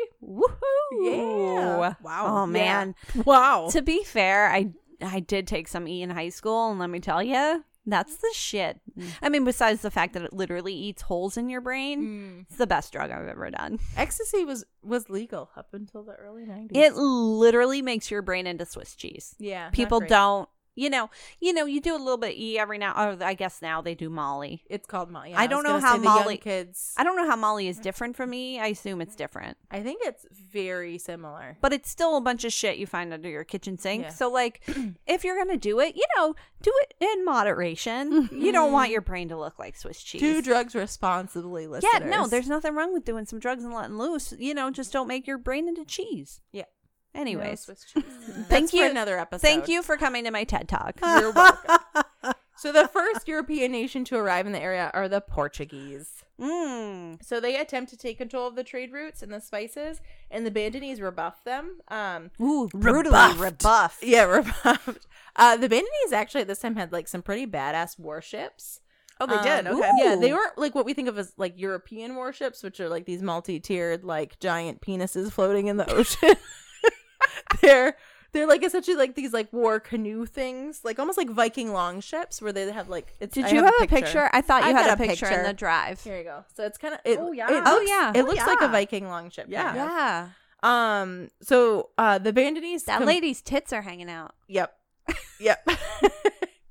Speaker 1: Woohoo!
Speaker 2: Yeah.
Speaker 3: wow,
Speaker 1: Oh
Speaker 3: (laughs)
Speaker 1: man.
Speaker 3: wow.
Speaker 1: To be fair, I I did take some E in high school, and let me tell you, that's the shit.
Speaker 2: Mm.
Speaker 1: I mean, besides the fact that it literally eats holes in your
Speaker 2: Mm.
Speaker 1: brain, it's the best drug I've ever done.
Speaker 2: Ecstasy was was legal up until the early 90s.
Speaker 1: It literally makes your brain into Swiss cheese.
Speaker 2: yeah. not
Speaker 1: People
Speaker 2: great.
Speaker 1: don't, you know, you know, you do a little bit of E every now. Oh, I guess now they do Molly.
Speaker 2: It's called Molly.
Speaker 1: I don't know
Speaker 2: was gonna
Speaker 1: how
Speaker 2: say the young
Speaker 1: Molly-
Speaker 2: kids.
Speaker 1: I don't know how Molly is different from E. I assume it's different,
Speaker 2: I think it's very similar.
Speaker 1: but it's still a bunch of shit you find under your kitchen sink.
Speaker 2: Yeah.
Speaker 1: So, like,
Speaker 2: (clears throat)
Speaker 1: if you're gonna do it, you know, do it in moderation. you don't want your brain to look like Swiss cheese.
Speaker 2: Two drugs responsibly. Listeners.
Speaker 1: yeah, no, there's nothing wrong with doing some drugs and letting loose. You know, just don't make your brain into cheese.
Speaker 2: Yeah. No
Speaker 1: Anyways,
Speaker 2: Swiss cheese. (laughs) That's
Speaker 1: thank
Speaker 2: for
Speaker 1: you.
Speaker 2: another episode.
Speaker 1: Thank you for coming to my TED
Speaker 2: (laughs)
Speaker 1: talk. (laughs)
Speaker 2: You're welcome. so the first European nation to arrive in the area are the Portuguese.
Speaker 1: Mm.
Speaker 2: So they attempt to take control of the trade routes and the spices, and the Bandanese rebuff them. Um,
Speaker 1: Ooh,
Speaker 3: brutally
Speaker 1: rebuffed.
Speaker 2: yeah, (laughs) rebuffed. Uh, the Bandanese actually at this time had like some pretty badass warships.
Speaker 3: Oh, they did.
Speaker 2: Um,
Speaker 3: Okay.
Speaker 2: Yeah, they
Speaker 1: Ooh.
Speaker 2: weren't like what we think of as like European warships, which are like these multi-tiered like giant penises floating in the ocean. (laughs) they're they're like essentially like these like war canoe things, like almost like Viking longships, where they have like. It's,
Speaker 1: Did
Speaker 2: I
Speaker 1: you have, a picture? I thought you
Speaker 2: I've
Speaker 1: had
Speaker 2: got
Speaker 1: a picture, in the drive.
Speaker 2: Here you go. So it's kind of it.
Speaker 3: Oh, yeah.
Speaker 2: it
Speaker 1: Oh,
Speaker 2: looks-
Speaker 1: yeah.
Speaker 2: It
Speaker 3: Oh,
Speaker 2: looks like a
Speaker 3: yeah.
Speaker 2: Viking longship.
Speaker 3: Yeah.
Speaker 2: kind of.
Speaker 1: Yeah.
Speaker 2: Um, so uh, the Bandanese.
Speaker 1: That
Speaker 2: com-
Speaker 1: lady's tits are hanging out.
Speaker 2: Yep. Yep. (laughs)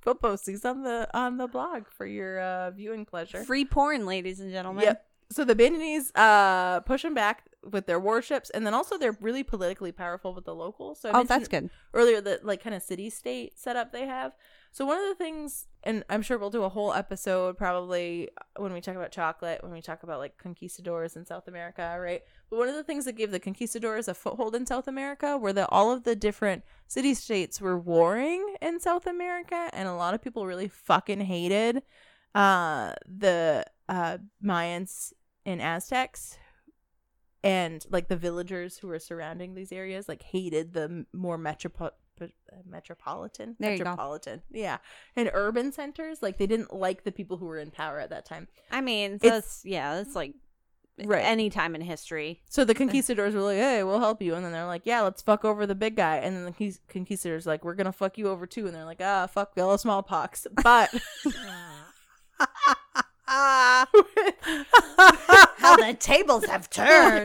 Speaker 2: We'll post these on the on the blog for your uh, viewing pleasure.
Speaker 1: Free porn, ladies and gentlemen.
Speaker 2: Yep. So the Bandanese uh pushing back with their warships, and then also they're really politically powerful with the locals. So I
Speaker 1: Oh,
Speaker 2: mentioned
Speaker 1: that's good.
Speaker 2: earlier the like kind of city state setup they have. So one of the things, and I'm sure we'll do a whole episode probably uh, when we talk about chocolate, when we talk about like conquistadors in South America, right? But one of the things that gave the conquistadors a foothold in South America were that all of the different city states were warring in South America, and a lot of people really fucking hated uh, the uh, Mayans and Aztecs and like the villagers who were surrounding these areas like hated the m- more metropo- p- uh, metropolitan
Speaker 1: There you go.
Speaker 2: metropolitan yeah and urban centers like they didn't like the people who were in power at that time
Speaker 1: I mean,
Speaker 2: It's-
Speaker 1: that's yeah, that's like
Speaker 2: Right.
Speaker 1: any time in history.
Speaker 2: so the conquistadors were like hey we'll help you and then they're like yeah let's fuck over the big guy and then the conquis- conquistadors like we're gonna fuck you over too and they're like ah fuck yellow smallpox but
Speaker 1: How (laughs) the tables have (laughs) turned.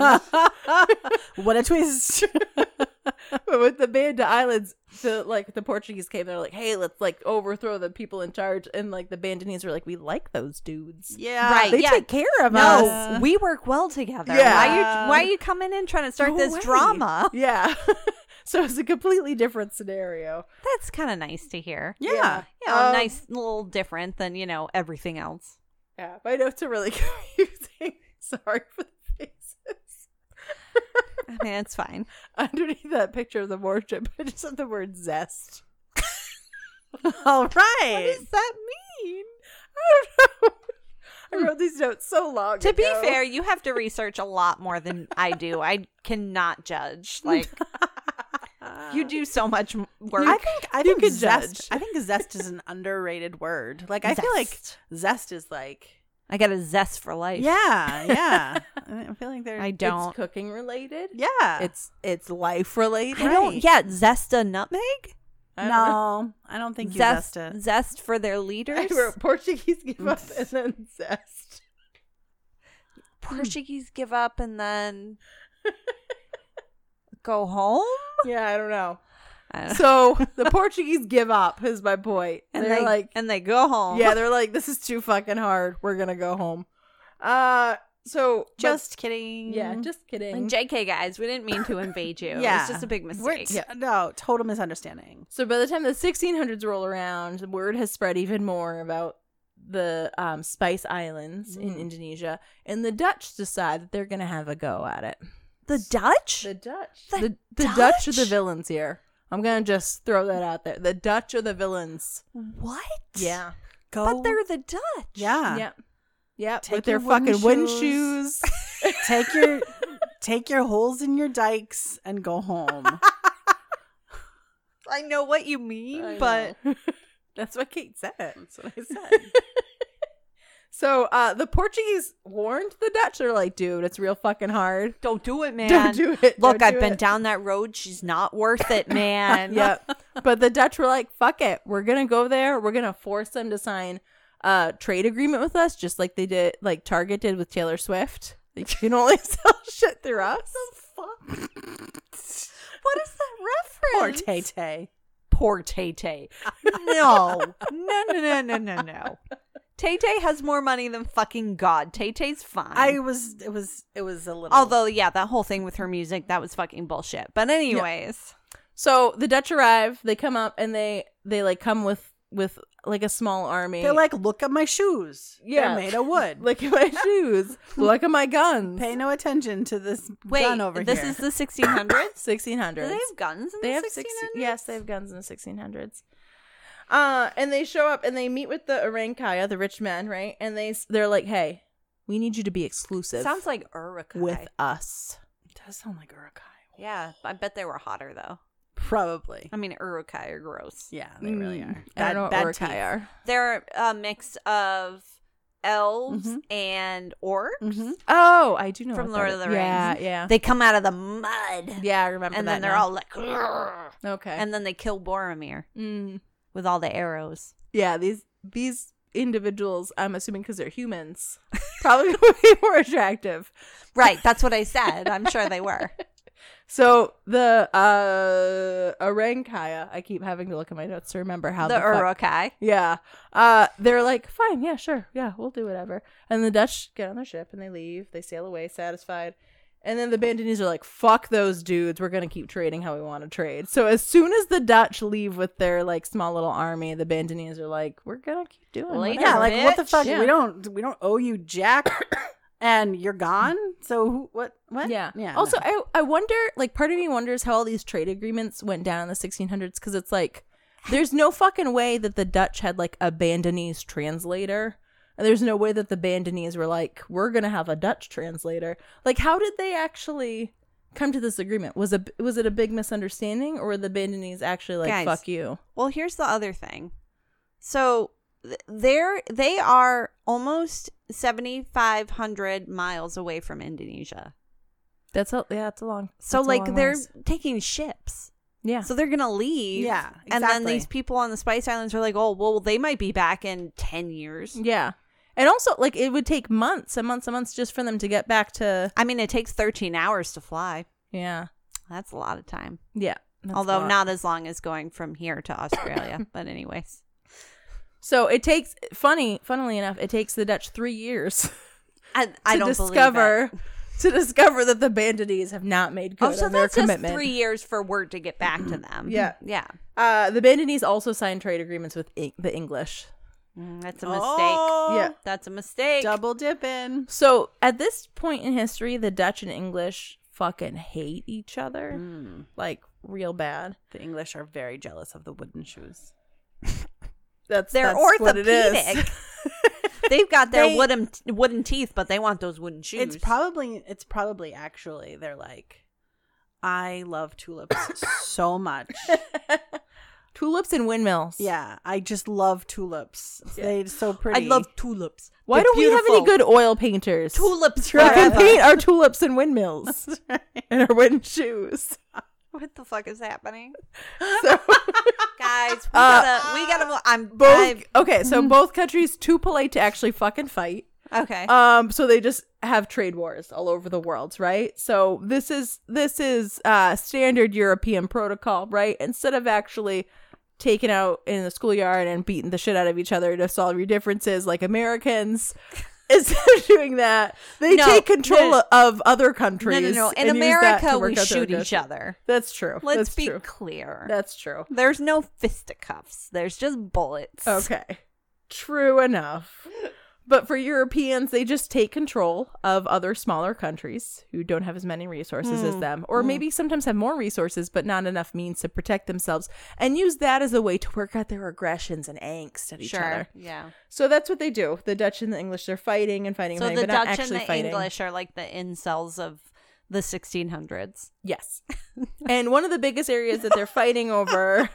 Speaker 3: what a twist.
Speaker 2: but with the Banda Islands, the like the Portuguese came. They're like, "Hey, let's like overthrow the people in charge." And like the Bandanese were like, "We like those dudes.
Speaker 1: Yeah. Right,
Speaker 2: they
Speaker 1: yeah.
Speaker 2: take care
Speaker 1: (laughs)
Speaker 2: of us.
Speaker 1: No, we work well together. Why
Speaker 2: Yeah.
Speaker 1: you why you coming in trying to start
Speaker 2: No
Speaker 1: this
Speaker 2: way.
Speaker 1: drama?
Speaker 2: (laughs) Yeah." so it's a completely different scenario.
Speaker 1: That's kind of nice to hear.
Speaker 2: Yeah.
Speaker 1: Yeah, a
Speaker 2: Um,
Speaker 1: nice little different than, you know, everything else.
Speaker 2: Yeah, my notes are really (laughs) confusing. Sorry for the faces.
Speaker 1: I mean, it's (laughs) fine.
Speaker 2: Underneath that picture of the warship, (laughs) I just have the word zest.
Speaker 3: All right.
Speaker 2: What does that mean? I don't know. I wrote (laughs) these notes so
Speaker 3: (laughs)
Speaker 2: long.
Speaker 1: To be
Speaker 2: ago.
Speaker 1: fair, you have to research a lot more than I do. I cannot judge. Like you do so much m- work.
Speaker 3: Uh, I think I
Speaker 2: You
Speaker 3: think
Speaker 2: could
Speaker 3: zest.
Speaker 2: judge.
Speaker 3: I think zest is an (laughs) underrated word. Like I feel like
Speaker 1: Zest.
Speaker 3: zest is like
Speaker 1: I got a zest for life. (laughs)
Speaker 3: yeah, yeah. I mean, I feel like they're
Speaker 1: I don't.
Speaker 2: it's cooking related.
Speaker 3: yeah.
Speaker 2: (laughs) it's it's life related.
Speaker 1: I don't. Yeah, zest a nutmeg.
Speaker 2: I don't know.
Speaker 3: no, I don't think you
Speaker 1: zest,
Speaker 3: zest, it.
Speaker 1: zest for their leaders.
Speaker 2: I
Speaker 1: (laughs)
Speaker 2: wrote Portuguese give (laughs) up and then zest. (laughs)
Speaker 1: Portuguese give up and then (laughs) go home.
Speaker 2: Yeah, I don't know.
Speaker 1: I don't know.
Speaker 2: (laughs) So the Portuguese give up is my point.
Speaker 1: and
Speaker 2: they're
Speaker 1: they
Speaker 2: like,
Speaker 1: and they go home.
Speaker 2: yeah, they're like, this is too fucking hard. We're gonna go home. Uh, so but- Mm-hmm.
Speaker 1: just kidding.
Speaker 2: yeah, just kidding.
Speaker 1: (laughs) And JK guys, we didn't mean to invade you.
Speaker 3: Yeah.
Speaker 1: It's just a big
Speaker 3: We're-
Speaker 1: mistake.
Speaker 3: yeah, no, total misunderstanding.
Speaker 2: so by the time the 1600s roll around, the word has spread even more about the um, Spice Islands in Indonesia, and the Dutch decide that they're gonna have a go at it.
Speaker 1: The Dutch?
Speaker 2: The Dutch.
Speaker 1: The
Speaker 2: The, the Dutch? are the
Speaker 1: Dutch?
Speaker 2: villains here. I'm gonna just throw that out there. The Dutch are the villains.
Speaker 1: what?
Speaker 3: Go
Speaker 1: But they're the Dutch.
Speaker 3: yeah.
Speaker 2: Yep. Yep.
Speaker 3: Take
Speaker 2: With their
Speaker 3: your wooden
Speaker 2: fucking wooden
Speaker 3: shoes.
Speaker 2: shoes.
Speaker 1: (laughs)
Speaker 3: Take your take your holes in your dikes and go
Speaker 1: (laughs)
Speaker 3: home.
Speaker 1: I know what you mean, but
Speaker 2: (laughs) but that's what Kate said. That's what I said. (laughs) so uh, the Portuguese warned the Dutch. They're like, dude, it's real fucking hard.
Speaker 1: don't do it, man.
Speaker 2: Don't do it.
Speaker 1: Look,
Speaker 2: Don't
Speaker 1: I've
Speaker 2: do
Speaker 1: been
Speaker 2: it.
Speaker 1: down that road. She's not worth (laughs) it, man.
Speaker 2: yep. (laughs) But the Dutch were like, fuck it. We're going to go there. We're going to force them to sign a trade agreement with us, just like they did, like Target did with Taylor Swift. Like, you can only (laughs) sell shit through us.
Speaker 1: What is that
Speaker 3: Poor
Speaker 1: reference?
Speaker 3: Tay Tay.
Speaker 1: Poor Tay Tay. No. No, no, no, no, no, no. Tay Tay has more money than fucking God. Tay Tay's fine.
Speaker 3: I was it was it was a little
Speaker 1: Although, yeah, that whole thing with her music, that was fucking bullshit. But, anyways,
Speaker 2: So the Dutch arrive. They come up and they, they like come with, with like a small army.
Speaker 3: they're like, look at my shoes.
Speaker 2: Yeah.
Speaker 3: They're made
Speaker 1: (laughs)
Speaker 3: of wood.
Speaker 2: look
Speaker 3: (laughs)
Speaker 2: at my shoes. Look at my guns.
Speaker 3: Pay no attention to this
Speaker 1: wait,
Speaker 3: gun over
Speaker 1: this
Speaker 3: here.
Speaker 1: is the 1600s?
Speaker 2: 1600s.
Speaker 1: Do they have guns in
Speaker 2: they
Speaker 1: the
Speaker 2: have
Speaker 1: 1600s?
Speaker 2: 16 yes they have guns in the 1600s uh and they show up and they meet with the Arankaya, the rich men right and they s- they're like hey we need you to be exclusive
Speaker 1: Sounds like Uruk.
Speaker 2: with us
Speaker 3: it does sound like Urukai.
Speaker 1: Yeah, I bet they were hotter though.
Speaker 3: Probably.
Speaker 1: I mean, Urukai are gross.
Speaker 3: Yeah, they really
Speaker 2: Mm.
Speaker 3: are.
Speaker 2: i don't know what
Speaker 3: bad
Speaker 2: Urukai
Speaker 3: teeth.
Speaker 2: are
Speaker 1: They're a mix of elves
Speaker 2: Mm-hmm.
Speaker 1: and orcs.
Speaker 3: Mhm.
Speaker 2: oh i do know
Speaker 1: From
Speaker 2: what
Speaker 1: Lord
Speaker 2: that
Speaker 1: of
Speaker 2: is.
Speaker 1: the
Speaker 2: yeah
Speaker 1: Rings.
Speaker 2: (laughs) yeah
Speaker 1: They come out of the mud,
Speaker 2: yeah i remember
Speaker 1: and
Speaker 2: that
Speaker 1: then they're
Speaker 2: now.
Speaker 1: all like, "Grrr,"
Speaker 2: okay
Speaker 1: and then they kill Boromir
Speaker 2: Mm.
Speaker 1: with all the arrows.
Speaker 2: yeah these these individuals i'm assuming because they're humans (laughs) probably would be more attractive
Speaker 1: Right, that's what I said. I'm sure they were.
Speaker 2: So the uh Arankaya, I keep having to look at my notes to remember (laughs) how
Speaker 1: the
Speaker 2: the, fuck-
Speaker 1: Urukai.
Speaker 2: Yeah. Uh they're like, fine, yeah, sure, yeah, we'll do whatever. And the Dutch get on their ship and they leave, they sail away satisfied. And then the Bandanese are like, fuck those dudes, we're gonna keep trading how we wanna trade. So as soon as the Dutch leave with their like small little army, the Bandanese are like, We're gonna keep doing
Speaker 1: Later,
Speaker 2: whatever."
Speaker 3: yeah, like what the
Speaker 1: bitch.
Speaker 3: fuck?
Speaker 2: Yeah.
Speaker 3: We don't we don't owe you jack, and you're gone. So who, what? What?
Speaker 2: Yeah.
Speaker 3: yeah. no.
Speaker 2: Also, I I wonder, like, part of me wonders how all these trade agreements went down in the 1600s because it's like, there's no fucking way that the Dutch had like a Bandanese translator. And there's no way that the Bandanese were like, we're gonna have a Dutch translator. Like, how did they actually come to this agreement? Was a was it a big misunderstanding, or were the Bandanese actually like,
Speaker 1: Guys.
Speaker 2: fuck you?
Speaker 1: Well, here's the other thing. So th- they're they are almost 7500 miles away from Indonesia.
Speaker 2: That's a yeah, it's a long.
Speaker 1: So
Speaker 2: that's a
Speaker 1: like
Speaker 2: long
Speaker 1: they're
Speaker 2: ways.
Speaker 1: taking ships.
Speaker 2: yeah.
Speaker 1: So they're going to leave.
Speaker 3: Yeah,
Speaker 1: And then
Speaker 3: exactly.
Speaker 1: these people on the Spice Islands are like, "Oh, well, they might be back in 10 years."
Speaker 2: yeah. And also, like, it would take months and months and months just for them to get back to.
Speaker 1: I mean, it takes 13 hours to fly.
Speaker 2: Yeah.
Speaker 1: That's a lot of time.
Speaker 2: Yeah. that's a
Speaker 1: Although
Speaker 2: lot.
Speaker 1: not as long as going from here to
Speaker 2: (laughs)
Speaker 1: Australia, but anyways.
Speaker 2: So it takes funny, funnily enough, it takes the Dutch three years (laughs) to
Speaker 1: I, I don't believe it.
Speaker 2: discover (laughs) to discover that the Bandanese have not made good
Speaker 1: Oh, so
Speaker 2: on their
Speaker 1: that's just
Speaker 2: commitment.
Speaker 1: three years for word to get back to them.
Speaker 2: Yeah.
Speaker 1: yeah,
Speaker 2: Uh, the Bandanese also signed trade agreements with Eng- the English.
Speaker 1: Mm, that's a mistake.
Speaker 3: Oh,
Speaker 2: Yeah.
Speaker 1: that's a mistake.
Speaker 3: double dipping.
Speaker 2: So at this point in history, the Dutch and English fucking hate each other
Speaker 1: Hmm.
Speaker 2: like real bad.
Speaker 3: The English are very jealous of the wooden shoes.
Speaker 2: That's
Speaker 1: They're
Speaker 2: that's what it is. (laughs)
Speaker 1: orthopedic. They've got their
Speaker 3: They-
Speaker 1: wooden wooden teeth, but they want those wooden shoes.
Speaker 3: It's probably it's probably actually they're like, I love tulips so much.
Speaker 2: Tulips and windmills.
Speaker 3: Yeah, I just love tulips. They're so
Speaker 1: I
Speaker 3: pretty.
Speaker 1: love tulips.
Speaker 2: Why
Speaker 1: They're
Speaker 2: don't we have any
Speaker 1: beautiful.
Speaker 2: good oil painters?
Speaker 1: tulips?
Speaker 2: We can
Speaker 1: forever.
Speaker 2: paint our tulips and
Speaker 1: (laughs)
Speaker 2: windmills and our wooden shoes. (laughs)
Speaker 1: What the fuck is (laughs) happening,
Speaker 2: So
Speaker 1: guys? We
Speaker 2: Uh,
Speaker 1: gotta. we gotta. I'm
Speaker 2: both okay, so
Speaker 1: (laughs)
Speaker 2: both countries too polite to actually fucking fight.
Speaker 1: I've- okay.
Speaker 2: Um, so they just have trade wars all over the world, right? So this is this is uh standard European protocol, right? Instead of actually taking out in the schoolyard and beating the shit out of each other to solve your differences like Americans. (laughs) Instead of doing that, they
Speaker 1: No,
Speaker 2: take control
Speaker 1: no.
Speaker 2: of other countries.
Speaker 1: no, no, no. In
Speaker 2: and use that to
Speaker 1: America,
Speaker 2: work
Speaker 1: we
Speaker 2: out their
Speaker 1: shoot each
Speaker 2: aggression.
Speaker 1: other.
Speaker 2: That's true.
Speaker 1: Let's
Speaker 2: That's
Speaker 1: be
Speaker 2: true.
Speaker 1: clear.
Speaker 2: That's true.
Speaker 1: There's no fisticuffs. There's just bullets.
Speaker 2: Okay. True
Speaker 1: (laughs)
Speaker 2: enough. But for Europeans, they just take control of other smaller countries who don't have as many resources
Speaker 1: Hmm.
Speaker 2: as them, or maybe sometimes have more resources but not enough means to protect themselves, and use that as a way to work out their aggressions and angst at each
Speaker 1: Sure.
Speaker 2: other.
Speaker 1: Yeah.
Speaker 2: So that's what they do. The Dutch and the English, they're fighting and fighting, and
Speaker 1: So
Speaker 2: fighting,
Speaker 1: the
Speaker 2: but not
Speaker 1: Dutch and
Speaker 2: actually
Speaker 1: the
Speaker 2: fighting.
Speaker 1: English are like the incels of the 1600s.
Speaker 2: Yes. and one of the biggest areas that they're fighting over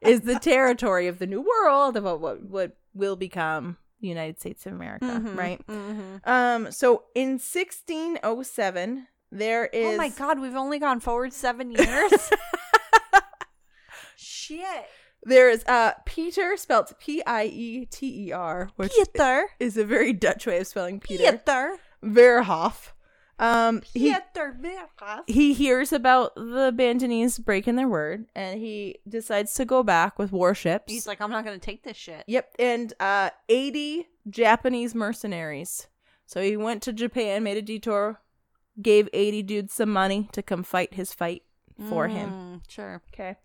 Speaker 2: is the territory of the New World, about what what will become the United States of America, right?
Speaker 1: Mm-hmm.
Speaker 2: Um, so in 1607, there is.
Speaker 1: Oh my God, we've only gone forward
Speaker 2: (laughs)
Speaker 1: seven years. Shit.
Speaker 2: There is uh Peter spelled P I E T E R, which
Speaker 1: Pieter.
Speaker 2: is a very Dutch way of spelling Peter.
Speaker 1: Pieter.
Speaker 2: Verhoef. Um, he
Speaker 1: Pieter Vera.
Speaker 2: he hears about the Bandanese breaking their word, and he decides to go back with warships.
Speaker 1: He's like, I'm not going to take this shit.
Speaker 2: Yep, and uh, 80 Japanese mercenaries. So he went to Japan, made a detour, gave 80 dudes some money to come fight his fight for him.
Speaker 1: Mm, Sure.
Speaker 2: Okay.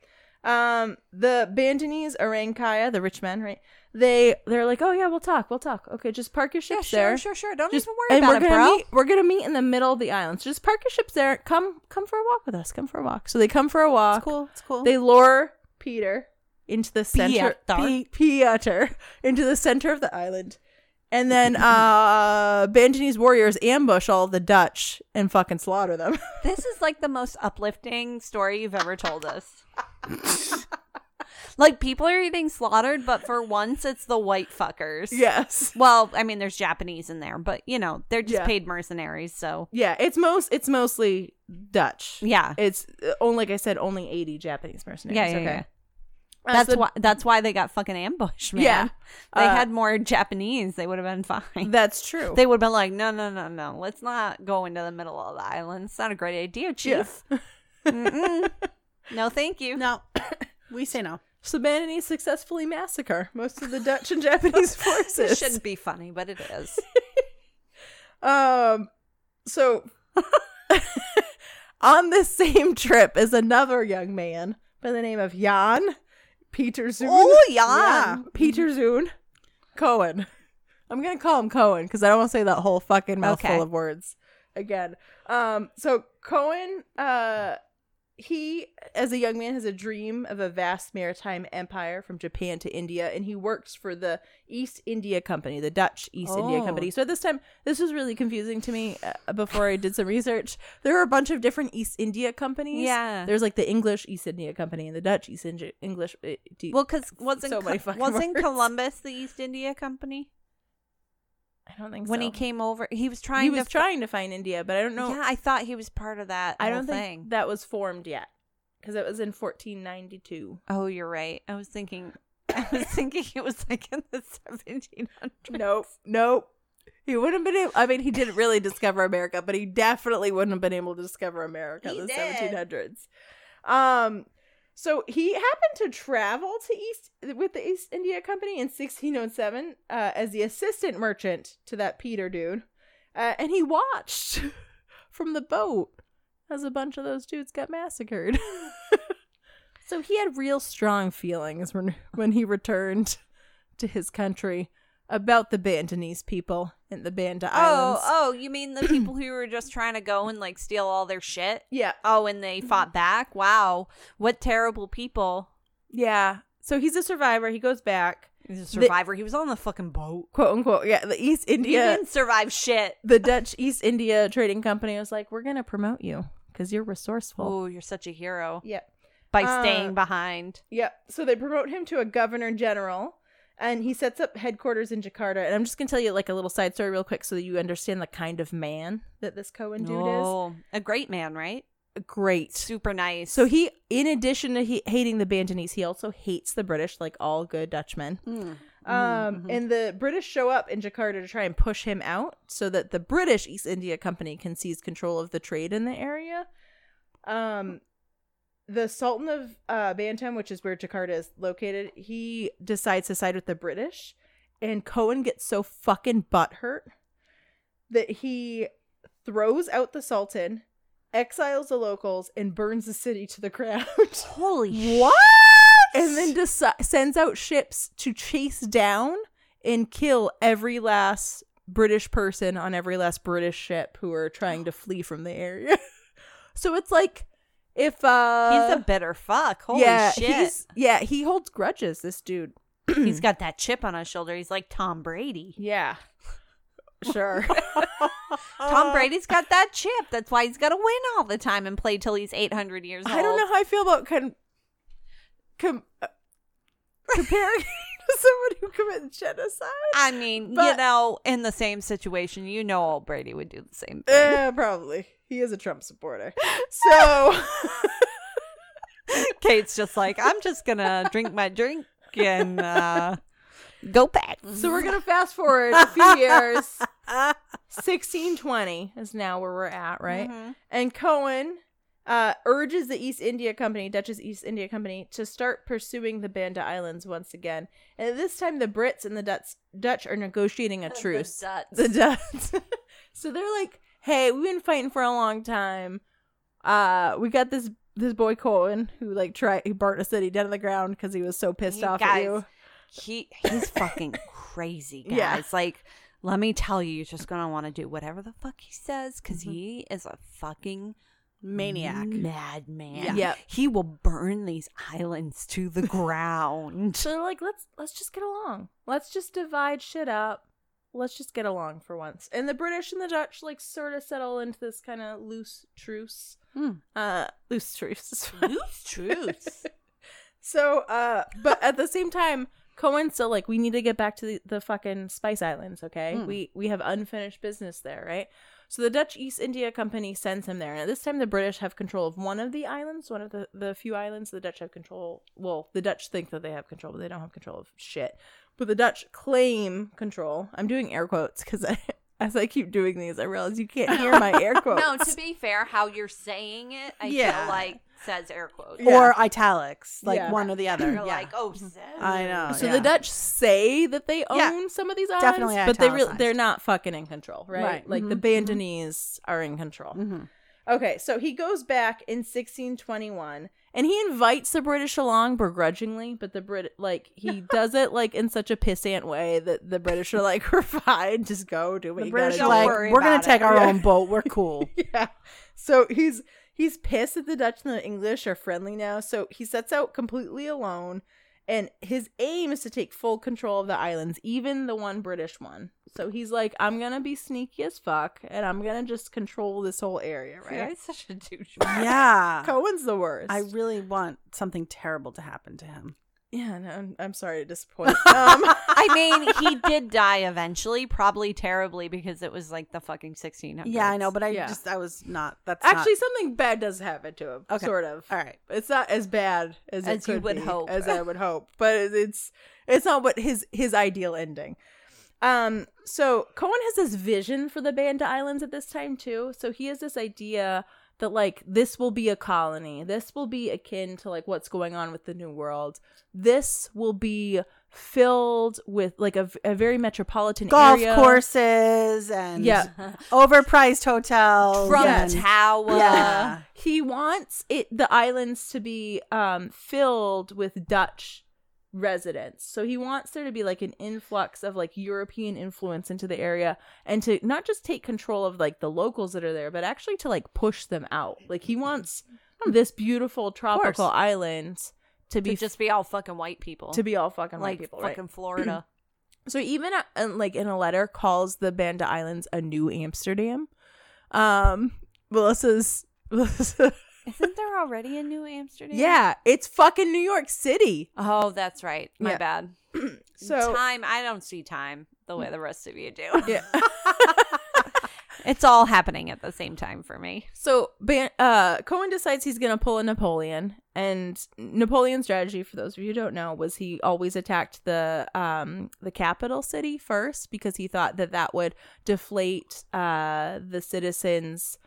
Speaker 2: Um, the Bandanese Arankaya, the rich men, right? They they're like, oh yeah, we'll talk, we'll talk. Okay, just park your
Speaker 1: Yeah,
Speaker 2: ships
Speaker 1: sure,
Speaker 2: there.
Speaker 1: sure, sure. Don't
Speaker 2: Just
Speaker 1: even worry
Speaker 2: and
Speaker 1: about
Speaker 2: we're
Speaker 1: it,
Speaker 2: gonna
Speaker 1: bro.
Speaker 2: meet. (laughs) We're gonna meet in the middle of the island. So just park your ships there. Come come for a walk with us. Come for a walk. So they come for a walk.
Speaker 1: It's cool. It's cool. (coughs)
Speaker 2: They lure Peter into the center.
Speaker 1: Pieter.
Speaker 2: Pe- Pieter (laughs) into the center of the island, and then (laughs) uh Bandanese warriors ambush all the Dutch and fucking
Speaker 1: (laughs)
Speaker 2: slaughter them. (laughs)
Speaker 1: This is like the most uplifting story you've ever told us. (laughs) like people are getting slaughtered, but for once it's the white fuckers.
Speaker 2: yes.
Speaker 1: Well, I mean, there's Japanese in there, but you know they're just
Speaker 2: Yeah.
Speaker 1: paid mercenaries. So
Speaker 2: Yeah, it's most it's mostly Dutch.
Speaker 1: yeah,
Speaker 2: It's uh, only like I said, only eighty Japanese mercenaries.
Speaker 1: Yeah, yeah,
Speaker 2: okay.
Speaker 1: yeah.
Speaker 2: Uh,
Speaker 1: that's
Speaker 2: so-
Speaker 1: why that's why they got fucking ambushed. Man.
Speaker 2: Yeah.
Speaker 1: they
Speaker 2: Uh,
Speaker 1: had more Japanese, they would have been fine.
Speaker 2: That's true.
Speaker 1: they would have been like, no, no, no, no, let's not go into the middle of the island. It's not a great idea,
Speaker 2: Yeah.
Speaker 1: Chief.
Speaker 2: (laughs)
Speaker 1: Mm-mm. no, thank you.
Speaker 3: No, we say no.
Speaker 2: Sabanini successfully massacre most of the
Speaker 1: (laughs)
Speaker 2: Dutch and Japanese
Speaker 1: It
Speaker 2: forces.
Speaker 1: shouldn't be funny, but it
Speaker 2: (laughs)
Speaker 1: is.
Speaker 2: Um, so (laughs) on this same trip is another young man by the name of Jan Peter Zoon.
Speaker 1: Oh, Jan.
Speaker 2: Peter Zoon Cohen. I'm gonna call him Cohen because I don't want to say that whole fucking mouthful
Speaker 1: Okay.
Speaker 2: of words again. Um, so Cohen, uh, he as a young man has a dream of a vast maritime empire from Japan to India, and he works for the East India Company, the Dutch East India
Speaker 1: Oh.
Speaker 2: Company. So at this time, this was really confusing to me uh, before I did some research. There were a bunch of different East India companies.
Speaker 1: Yeah.
Speaker 2: There's like the English East India Company and the Dutch East India English. uh, do-
Speaker 1: Well, because wasn't
Speaker 2: So many
Speaker 1: Co-
Speaker 2: fucking
Speaker 1: wasn't
Speaker 2: words.
Speaker 1: Columbus the East India Company
Speaker 2: I don't think
Speaker 1: when
Speaker 2: so.
Speaker 1: he came over? He was trying
Speaker 2: He was
Speaker 1: to.
Speaker 2: trying to find India, but I don't know.
Speaker 1: Yeah, I thought he was part of that.
Speaker 2: I
Speaker 1: whole
Speaker 2: don't
Speaker 1: thing.
Speaker 2: think that was formed yet because it was in 1492.
Speaker 1: Oh, you're right. I was thinking. (laughs) I was thinking it was like in the (laughs) 1700s.
Speaker 2: nope, nope. He wouldn't have been able. I mean, he didn't really discover America, but he definitely wouldn't have been able to discover America
Speaker 1: He
Speaker 2: in the
Speaker 1: did.
Speaker 2: 1700s. Um, so he happened to travel to East with the East India Company in 1607 uh, as the assistant merchant to that Peter dude, uh, and he watched (laughs) from the boat as a bunch of those dudes got massacred. (laughs) so he had real strong feelings when when he returned to his country about the Bandanese people and the Banda
Speaker 1: Oh,
Speaker 2: Islands.
Speaker 1: oh, you mean the people who were just trying to go and like steal all their shit?
Speaker 2: Yeah,
Speaker 1: Oh, and they
Speaker 2: Mm-hmm.
Speaker 1: fought back. Wow, what terrible people!
Speaker 2: yeah. So he's a survivor. He goes back,
Speaker 1: He's a
Speaker 2: The-
Speaker 1: survivor. he was on the fucking boat.
Speaker 2: quote unquote. Yeah, the East
Speaker 1: He
Speaker 2: India,
Speaker 1: didn't survive shit.
Speaker 2: the Dutch East India Trading Company was like, "We're gonna promote you because you're resourceful."
Speaker 1: Oh, you're such a hero
Speaker 2: Yeah.
Speaker 1: by
Speaker 2: Uh,
Speaker 1: staying behind.
Speaker 2: Yep. So they promote him to a governor general, and he sets up headquarters in Jakarta. And I'm just gonna tell you like a little side story real quick, so that you understand the kind of man that this Cohen dude
Speaker 1: oh, a great man, right?
Speaker 2: is. Great.
Speaker 1: Super nice.
Speaker 2: So he, in addition to he- hating the Bandanese, he also hates the British, like all good Dutchmen.
Speaker 1: Mm-hmm.
Speaker 3: Mm,
Speaker 2: Um,
Speaker 3: mm-hmm.
Speaker 2: And the British show up in Jakarta to try and push him out, so that the British East India Company can seize control of the trade in the area. Um, the Sultan of uh, Bantam, which is where Jakarta is located, he decides to side with the British, and Cohen gets so fucking butthurt that he throws out the Sultan, exiles the locals, and burns the city to the (laughs) ground.
Speaker 1: holy
Speaker 2: what? And then deci- sends out ships to chase down and kill every last British person on every last British ship who are trying to flee from the area. (laughs) so it's like if uh
Speaker 1: he's a bitter fuck. Holy
Speaker 2: yeah,
Speaker 1: shit.
Speaker 2: He's, yeah, he holds grudges, this dude.
Speaker 1: (clears throat) he's got that chip on his shoulder. He's like Tom Brady.
Speaker 2: Yeah. (laughs) Sure. Uh,
Speaker 1: Tom Brady's got that chip. That's why he's got to win all the time and play till he's 800 years old.
Speaker 2: I don't know how I feel about con- com- uh, comparing (laughs) to someone who committed genocide.
Speaker 1: I mean, you
Speaker 2: But-
Speaker 1: know, in the same situation, you know, old Brady would do the same thing.
Speaker 2: Yeah, Eh, probably. He is a Trump supporter. So,
Speaker 1: (laughs)
Speaker 2: (laughs)
Speaker 1: Kate's just like, I'm just gonna drink my drink and uh, go back.
Speaker 2: so we're gonna fast forward a few years. 1620 is now where we're at, right? And Cohen uh, urges the East India Company, Dutch's East India Company, to start pursuing the Banda Islands once again. And this time, the Brits and the Dutch, Dutch are negotiating a truce. Oh, the Duds. (laughs) so they're like, "Hey, we've been fighting for a long time. Uh, we got this this boy Cohen who like tried he burnt a city down to the ground because he was so pissed
Speaker 1: Hey,
Speaker 2: off at
Speaker 1: guys,
Speaker 2: you."
Speaker 1: He he's
Speaker 2: (laughs)
Speaker 1: fucking crazy, guys.
Speaker 2: Yeah.
Speaker 1: Like, let me tell you, you're just gonna want to do whatever the fuck he says because
Speaker 2: Mm-hmm.
Speaker 1: he is a fucking
Speaker 3: Maniac.
Speaker 1: madman.
Speaker 2: Yeah. Yep.
Speaker 1: he will burn these islands to the ground.
Speaker 2: (laughs) So they're like, "Let's let's just get along. Let's just divide shit up. Let's just get along for once." And the British and the Dutch like sort of settle into this kind of loose truce.
Speaker 3: Hmm.
Speaker 2: Uh, loose truce. (laughs) is fine.
Speaker 1: Loose truce.
Speaker 2: So, uh, but at the same time, Cohen's still like, we need to get back to the, the fucking Spice Islands, okay?
Speaker 3: Hmm.
Speaker 2: We we have unfinished business there, right? So the Dutch East India Company sends him there, and at this time, the British have control of one of the islands, one of the the few islands the Dutch have control. Well, the Dutch think that they have control, but they don't have control of shit. But the Dutch claim control. I'm doing air quotes because (laughs) I. As I keep doing these, I realize you can't hear my air quotes.
Speaker 1: (laughs) No, to be fair, how you're saying it, I
Speaker 2: Yeah.
Speaker 1: feel like says air quotes.
Speaker 3: (laughs)
Speaker 2: Yeah.
Speaker 3: or italics, like
Speaker 2: Yeah.
Speaker 3: one or the other.
Speaker 1: You're (coughs)
Speaker 3: Yeah.
Speaker 1: like, oh,
Speaker 3: I know.
Speaker 2: So
Speaker 3: yeah.
Speaker 2: the Dutch say that they own
Speaker 3: Yeah.
Speaker 2: some of these islands,
Speaker 3: Definitely
Speaker 2: but they
Speaker 3: italicized.
Speaker 2: they're not fucking in control, right?
Speaker 3: Right.
Speaker 2: Like the
Speaker 3: Mhm.
Speaker 2: Bandanese are in
Speaker 1: oh.
Speaker 2: control.
Speaker 3: Mhm.
Speaker 2: Okay, so he goes back in 1621 and he invites the British along begrudgingly, but the Brit like (laughs) he does it like in such a pissant way that the British are like, (laughs) "We're fine, just go do what
Speaker 3: The
Speaker 2: you
Speaker 3: British
Speaker 2: gotta
Speaker 3: are
Speaker 1: don't
Speaker 3: like,
Speaker 1: worry
Speaker 3: we're gonna
Speaker 1: about
Speaker 3: take
Speaker 1: it."
Speaker 3: our
Speaker 1: (laughs)
Speaker 2: Yeah.
Speaker 3: own boat. We're cool.
Speaker 2: do." Yeah. So he's he's pissed that the Dutch and the English are friendly now, so he sets out completely alone, and his aim is to take full control of the islands, even the one British one. So he's like, "I'm gonna be sneaky as fuck, and I'm gonna just control this whole area, right?"
Speaker 1: You're such a douchebag.
Speaker 3: yeah.
Speaker 2: Cohen's the
Speaker 3: (laughs)
Speaker 2: worst.
Speaker 3: I really want something terrible to happen
Speaker 1: (laughs)
Speaker 3: to him.
Speaker 2: Yeah, no, I'm, I'm sorry
Speaker 3: (laughs)
Speaker 2: to disappoint. Um,
Speaker 1: I mean, he did die eventually, probably terribly because it was like the fucking 1600s.
Speaker 3: Yeah, I
Speaker 1: (laughs)
Speaker 3: know, but I
Speaker 2: Yeah.
Speaker 3: just I was not. That's not-
Speaker 2: actually, something bad does happen to him,
Speaker 3: Okay.
Speaker 2: sort of.
Speaker 3: all right.
Speaker 2: It's not as bad as,
Speaker 1: As
Speaker 2: it
Speaker 1: you
Speaker 2: could
Speaker 1: would
Speaker 2: be,
Speaker 1: hope.
Speaker 2: as I
Speaker 1: (laughs)
Speaker 2: would hope, but it- it's it's not what his his ideal ending. Um, so Cohen has this vision for the Banda Islands at this time too. So he has this idea that like this will be a colony. This will be akin to like what's going on with the New World. This will be filled with like a, a very metropolitan
Speaker 3: Golf
Speaker 2: area.
Speaker 3: courses and
Speaker 2: Yeah,
Speaker 3: overpriced hotels.
Speaker 1: From
Speaker 2: Yeah.
Speaker 3: and-
Speaker 1: Tower.
Speaker 3: Oh, Yeah.
Speaker 2: he wants it the islands to be um filled with dutch residents so he wants there to be like an influx of like european influence into the area and to not just take control of like the locals that are there but actually to like push them out like he wants this beautiful tropical island to be
Speaker 1: Hmm. To just be all fucking white people.
Speaker 2: to be all fucking
Speaker 1: like
Speaker 2: white people right?
Speaker 1: fucking (clears throat) Florida.
Speaker 2: So even uh, and, like in a letter calls the Banda Islands a new Amsterdam. Um Melissa's (laughs) Melissa,
Speaker 1: Isn't there already a new Amsterdam?
Speaker 2: Yeah, it's fucking New York City.
Speaker 1: Oh, that's right. My
Speaker 2: Yeah.
Speaker 1: bad.
Speaker 2: So
Speaker 1: time, I don't see time the way the rest of you do.
Speaker 2: yeah.
Speaker 1: (laughs)
Speaker 2: (laughs)
Speaker 1: it's all happening at the same time for me.
Speaker 2: So Ban- uh, Cohen decides he's going to pull a Napoleon, and Napoleon's strategy, for those of you who don't know, was he always attacked the um, the capital city first because he thought that that would deflate uh, the citizens'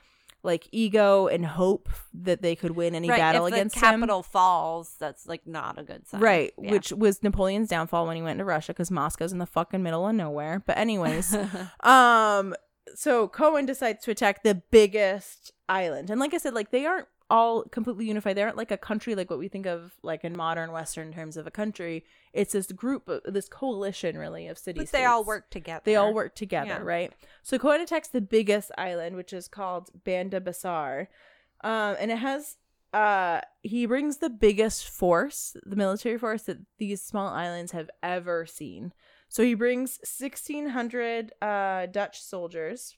Speaker 2: like ego and hope that they could win any
Speaker 1: right,
Speaker 2: battle
Speaker 1: if
Speaker 2: against
Speaker 1: the
Speaker 2: him.
Speaker 1: capital falls, that's like not a good sign.
Speaker 2: Right,
Speaker 1: Yeah. (laughs)
Speaker 2: which was Napoleon's downfall when he went to Russia because Moscow's in the fucking middle of nowhere. But anyways, (laughs) um, so Cohen decides to attack the biggest island, and like I said, like they aren't all completely unified. They aren't like a country like what we think of like in modern Western terms of a country. It's this group, of, this coalition, really, of cities.
Speaker 1: but they all work together.
Speaker 2: They all work together,
Speaker 1: Yeah.
Speaker 2: right? So Cohen attacks the biggest island, which is called Banda Besar. Um, and it has uh he brings the biggest force, the military force that these small islands have ever seen. So he brings 1600 uh Dutch soldiers.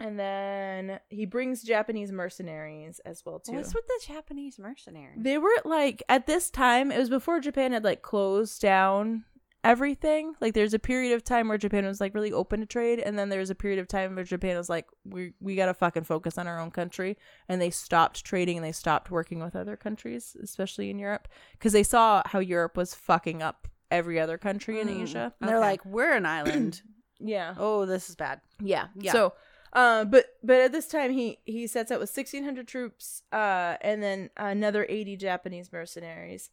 Speaker 2: And then he brings Japanese mercenaries as well too.
Speaker 1: What's with the Japanese mercenary?
Speaker 2: They were like at this time, it was before Japan had like closed down everything. Like there's a period of time where Japan was like really open to trade, and then there was a period of time where Japan was like, We we gotta fucking focus on our own country and they stopped trading and they stopped working with other countries, especially in Europe. Because they saw how Europe was fucking up every other country in
Speaker 3: Mm.
Speaker 2: Asia.
Speaker 3: And they're
Speaker 1: Okay.
Speaker 3: like, we're
Speaker 1: (clears throat)
Speaker 3: an island.
Speaker 2: Yeah.
Speaker 3: oh, this is bad.
Speaker 2: Yeah,
Speaker 3: yeah.
Speaker 2: So, uh, but but at this time he he sets out with sixteen hundred troops, uh, and then another eighty Japanese mercenaries,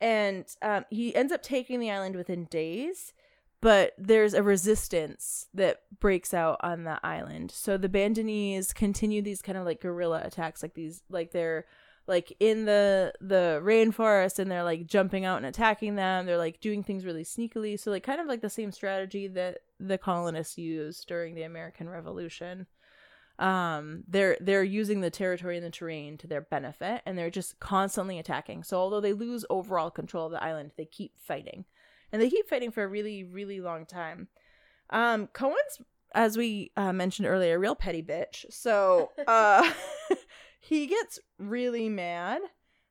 Speaker 2: and um, he ends up taking the island within days. But there's a resistance that breaks out on the island. So the Bandanese continue these kind of like guerrilla attacks, like these like they're like in the the rainforest and they're like jumping out and attacking them they're like doing things really sneakily so like kind of like the same strategy that the colonists used during the american revolution um they're they're using the territory and the terrain to their benefit and they're just constantly attacking so although they lose overall control of the island they keep fighting and they keep fighting for a really really long time um cohen's as we uh, mentioned earlier a real petty bitch
Speaker 1: (laughs)
Speaker 2: so uh (laughs) he gets really mad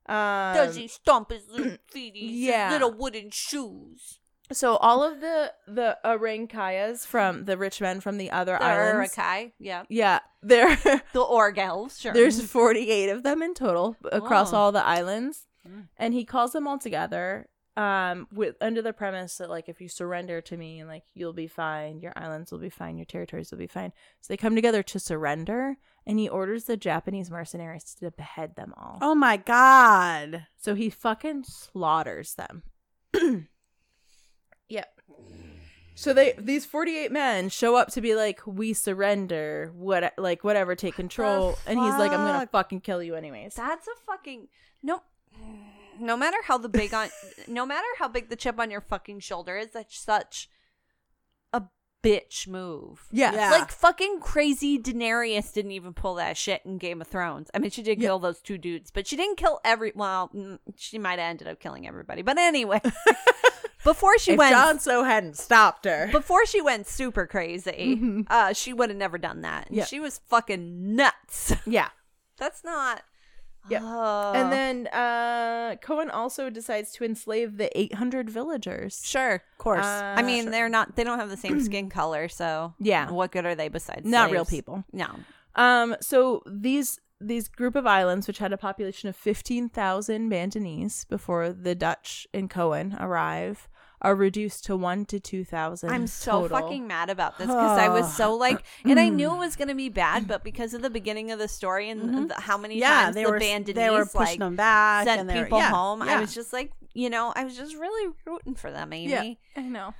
Speaker 2: um,
Speaker 1: Does he stomp his
Speaker 2: (clears throat)
Speaker 1: little feet?
Speaker 2: yeah.
Speaker 1: Yeah. Little wooden shoes.
Speaker 2: so all of the the Arankayas from the rich men from the other
Speaker 1: The
Speaker 2: islands.
Speaker 1: Urukai. Yeah.
Speaker 2: Yeah, there (laughs)
Speaker 1: The Org elves. Sure. Mm-hmm.
Speaker 2: there's
Speaker 1: (laughs)
Speaker 2: 48 of them in total across
Speaker 1: Oh.
Speaker 2: all the islands.
Speaker 1: Mm.
Speaker 2: And he calls them all together um with under the premise that like if you surrender to me like you'll be fine your islands will be fine your territories will be fine so they come together to surrender and he orders the japanese mercenaries to behead them all
Speaker 3: Oh my god.
Speaker 2: so he fucking slaughters them (clears throat) yep so they these 48 men show up to be like we surrender what like whatever take control and he's like i'm gonna
Speaker 1: fuck?
Speaker 2: fucking kill you anyways
Speaker 1: That's a fucking no. No matter how the big
Speaker 2: (laughs)
Speaker 1: on, no matter how big the chip on your fucking shoulder is, that's such a bitch move.
Speaker 2: yeah,
Speaker 3: Yeah.
Speaker 1: Like fucking crazy Daenerys didn't even pull that shit in Game of Thrones. I mean, she did kill those two dudes, but she didn't kill every. Well, mm, she might have ended up killing everybody, but
Speaker 2: (laughs)
Speaker 1: anyway, (laughs) before she
Speaker 2: if
Speaker 1: went,
Speaker 2: Jon Snow hadn't stopped her
Speaker 1: before she went super crazy,
Speaker 2: Mhm.
Speaker 1: uh, she would have never done that. And
Speaker 2: Yeah.
Speaker 1: She was fucking nuts. (laughs)
Speaker 2: yeah
Speaker 1: That's not.
Speaker 2: Yep.
Speaker 1: Oh.
Speaker 2: And then uh, Cohen also decides to enslave the 800 villagers.
Speaker 1: sure,
Speaker 3: Of course.
Speaker 1: I mean, they're not. They don't have the same skin color, so
Speaker 2: Yeah.
Speaker 1: What good are they besides
Speaker 2: Not real
Speaker 1: slaves?
Speaker 2: people.
Speaker 1: No.
Speaker 2: Um, so these these group of islands, which had a population of 15,000 Bandanese before the Dutch and Cohen arrive, are reduced to one to 2,000.
Speaker 1: I'm so
Speaker 2: total.
Speaker 1: fucking mad about this because I was so like, and I knew it was gonna be bad, but because of the beginning of the story and the, how many
Speaker 3: yeah,
Speaker 1: times
Speaker 3: they
Speaker 1: the
Speaker 3: were
Speaker 1: Bandanese
Speaker 3: they were pushing
Speaker 1: like
Speaker 3: them back
Speaker 1: sent
Speaker 3: and they were-
Speaker 1: people
Speaker 3: yeah,
Speaker 1: home, I
Speaker 3: yeah.
Speaker 1: was just like, you know, I was just really rooting for them, Amy.
Speaker 2: Yeah, I know.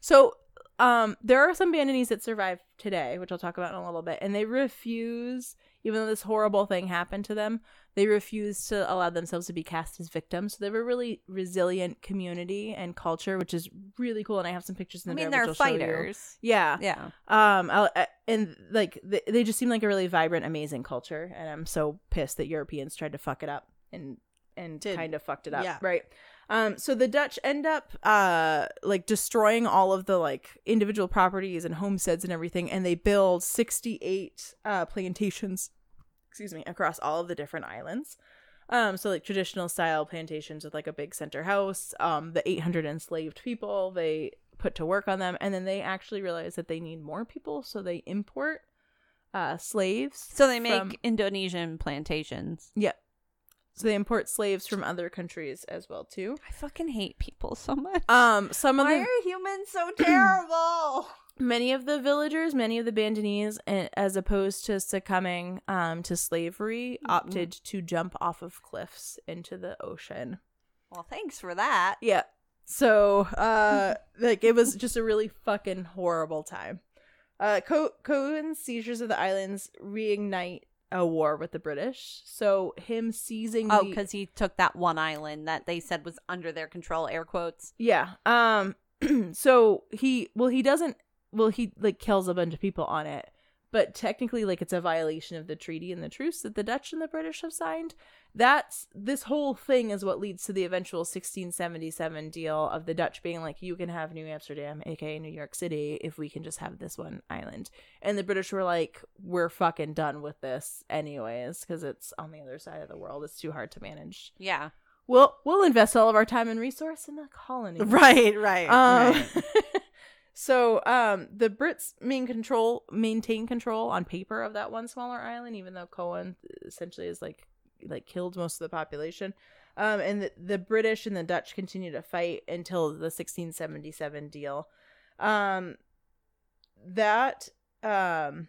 Speaker 2: So um, there are some Bandanese that survive today, which I'll talk about in a little bit, and they refuse, even though this horrible thing happened to them, they refuse to allow themselves to be cast as victims. So they have a really resilient community and culture, which is really cool. And I have some pictures in the
Speaker 1: I mean,
Speaker 2: Bear,
Speaker 1: they're
Speaker 2: which I'll show you.
Speaker 1: fighters.
Speaker 2: Yeah.
Speaker 1: Yeah.
Speaker 2: Um, I'll, I- and like they, they just seem like a really vibrant, amazing culture, and I'm so pissed that Europeans tried to fuck it up and and
Speaker 3: Did.
Speaker 2: kind of fucked it up,
Speaker 3: Yeah.
Speaker 2: right? Um, so the Dutch end up uh like destroying all of the like individual properties and homesteads and everything, and they build 68 uh plantations, excuse me, across all of the different islands. Um, so like traditional style plantations with like a big center house. Um, the 800 enslaved people they put to work on them, and then they actually realize that they need more people, so they import uh slaves.
Speaker 1: So they make
Speaker 2: from-
Speaker 1: Indonesian plantations.
Speaker 2: yeah, so they import slaves from other countries as well too.
Speaker 1: I fucking hate people so much.
Speaker 2: Um, some of
Speaker 1: Why
Speaker 2: the
Speaker 1: are humans
Speaker 3: (clears throat)
Speaker 1: so terrible?
Speaker 2: many of the villagers, many of the Bandanese, a- as opposed to succumbing um to slavery,
Speaker 1: Mm-hmm.
Speaker 2: opted to jump off of cliffs into the ocean.
Speaker 1: Well, thanks for that.
Speaker 2: Yeah. So, uh, like, it was just a really fucking horrible time. Uh, Co- Cohen's seizures of the islands reignite a war with the British. So, him seizing
Speaker 1: Oh,
Speaker 2: the-
Speaker 1: because he took that one island that they said was under their control, air quotes.
Speaker 2: Yeah. Um (clears throat) so he well he doesn't well he like kills a bunch of people on it. But technically like it's a violation of the treaty and the truce that the Dutch and the British have signed. That's this whole thing is what leads to the eventual 1677 deal of the Dutch being like you can have New Amsterdam aka New York City if we can just have this one island. And the British were like we're fucking done with this anyways cuz it's on the other side of the world. It's too hard to manage.
Speaker 1: Yeah.
Speaker 2: We'll we'll invest all of our time and resource in the colony.
Speaker 3: (laughs) Right, right.
Speaker 2: Um,
Speaker 3: right.
Speaker 2: (laughs) so um, the Brits main control maintain control on paper of that one smaller island, even though Cohen essentially is like like killed most of the population. Um, and the, the British and the Dutch continue to fight until the 1677 deal. Um, that um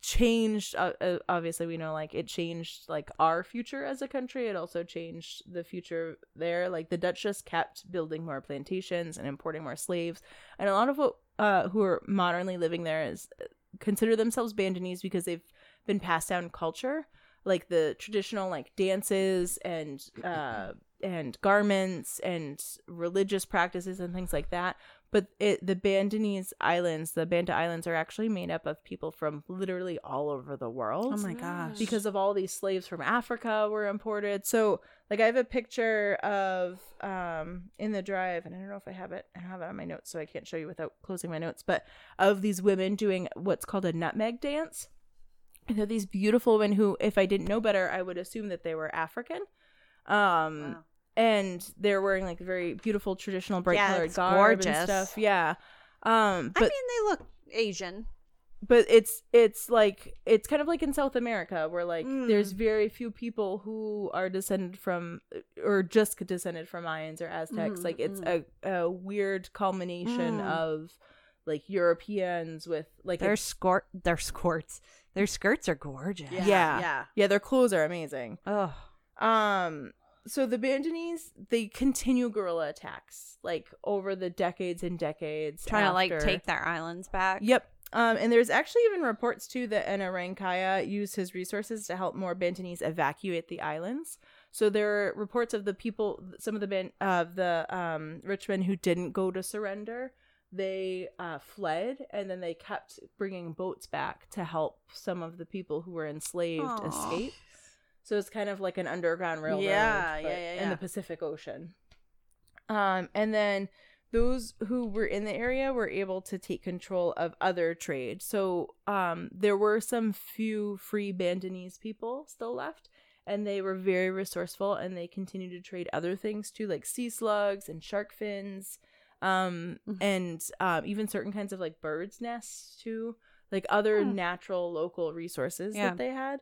Speaker 2: changed uh, uh, obviously we know like it changed like our future as a country it also changed the future there like the dutch just kept building more plantations and importing more slaves and a lot of what uh who are modernly living there is uh, consider themselves bandanese because they've been passed down culture like the traditional like dances and uh and garments and religious practices and things like that but it, the Bandanese Islands, the Banda Islands, are actually made up of people from literally all over the world
Speaker 3: oh my gosh.
Speaker 2: because of all these slaves from Africa were imported. So, like, I have a picture of um in the drive, and I don't know if I have it. I don't have it on my notes, so I can't show you without closing my notes. But of these women doing what's called a nutmeg dance, and they're these beautiful women who, if I didn't know better, I would assume that they were African. Um.
Speaker 1: Wow.
Speaker 2: And they're wearing like very beautiful traditional bright
Speaker 1: Yeah,
Speaker 2: colored
Speaker 1: it's
Speaker 2: garb
Speaker 1: gorgeous.
Speaker 2: and stuff. Yeah. Um,
Speaker 1: I
Speaker 2: but
Speaker 1: mean, they look Asian.
Speaker 2: but it's it's like it's kind of like in South America where like
Speaker 1: Mm.
Speaker 2: there's very few people who are descended from or just descended from Mayans or
Speaker 1: Mm-hmm,
Speaker 2: Aztecs.
Speaker 3: Mhm,
Speaker 2: Like it's a, a weird culmination
Speaker 1: Mm.
Speaker 2: of like Europeans with like
Speaker 1: Their
Speaker 2: it's-
Speaker 1: skirt, their skirts, their skirts are gorgeous.
Speaker 2: Yeah.
Speaker 3: yeah.
Speaker 2: yeah their clothes are amazing.
Speaker 1: Oh,
Speaker 2: Um so the Bandanese they continue guerrilla attacks like over the decades and decades
Speaker 1: trying to like
Speaker 2: after-
Speaker 1: take their islands back.
Speaker 2: Yep. Um, and there's actually even reports too that Anarankaya used his resources to help more Bandanese evacuate the islands. So there are reports of the people, some of the Ban- of the um, Richmond who didn't go to surrender. They uh, fled, and then they kept bringing boats back to help some of the people who were enslaved
Speaker 1: Aw.
Speaker 2: escape. So it's kind of like an underground railroad,
Speaker 3: Yeah,
Speaker 2: but
Speaker 3: yeah, yeah,
Speaker 2: in
Speaker 3: yeah.
Speaker 2: the Pacific Ocean. Um, and then those who were in the area were able to take control of other trade. So um, there were some few free Bandanese people still left, and they were very resourceful and they continued to trade other things too, like sea slugs and shark fins, um,
Speaker 1: Mm-hmm.
Speaker 3: Mhm.
Speaker 2: and um, even certain kinds of like birds' nests too, like other
Speaker 1: Hmm.
Speaker 2: natural local resources
Speaker 1: Yeah.
Speaker 2: that they had.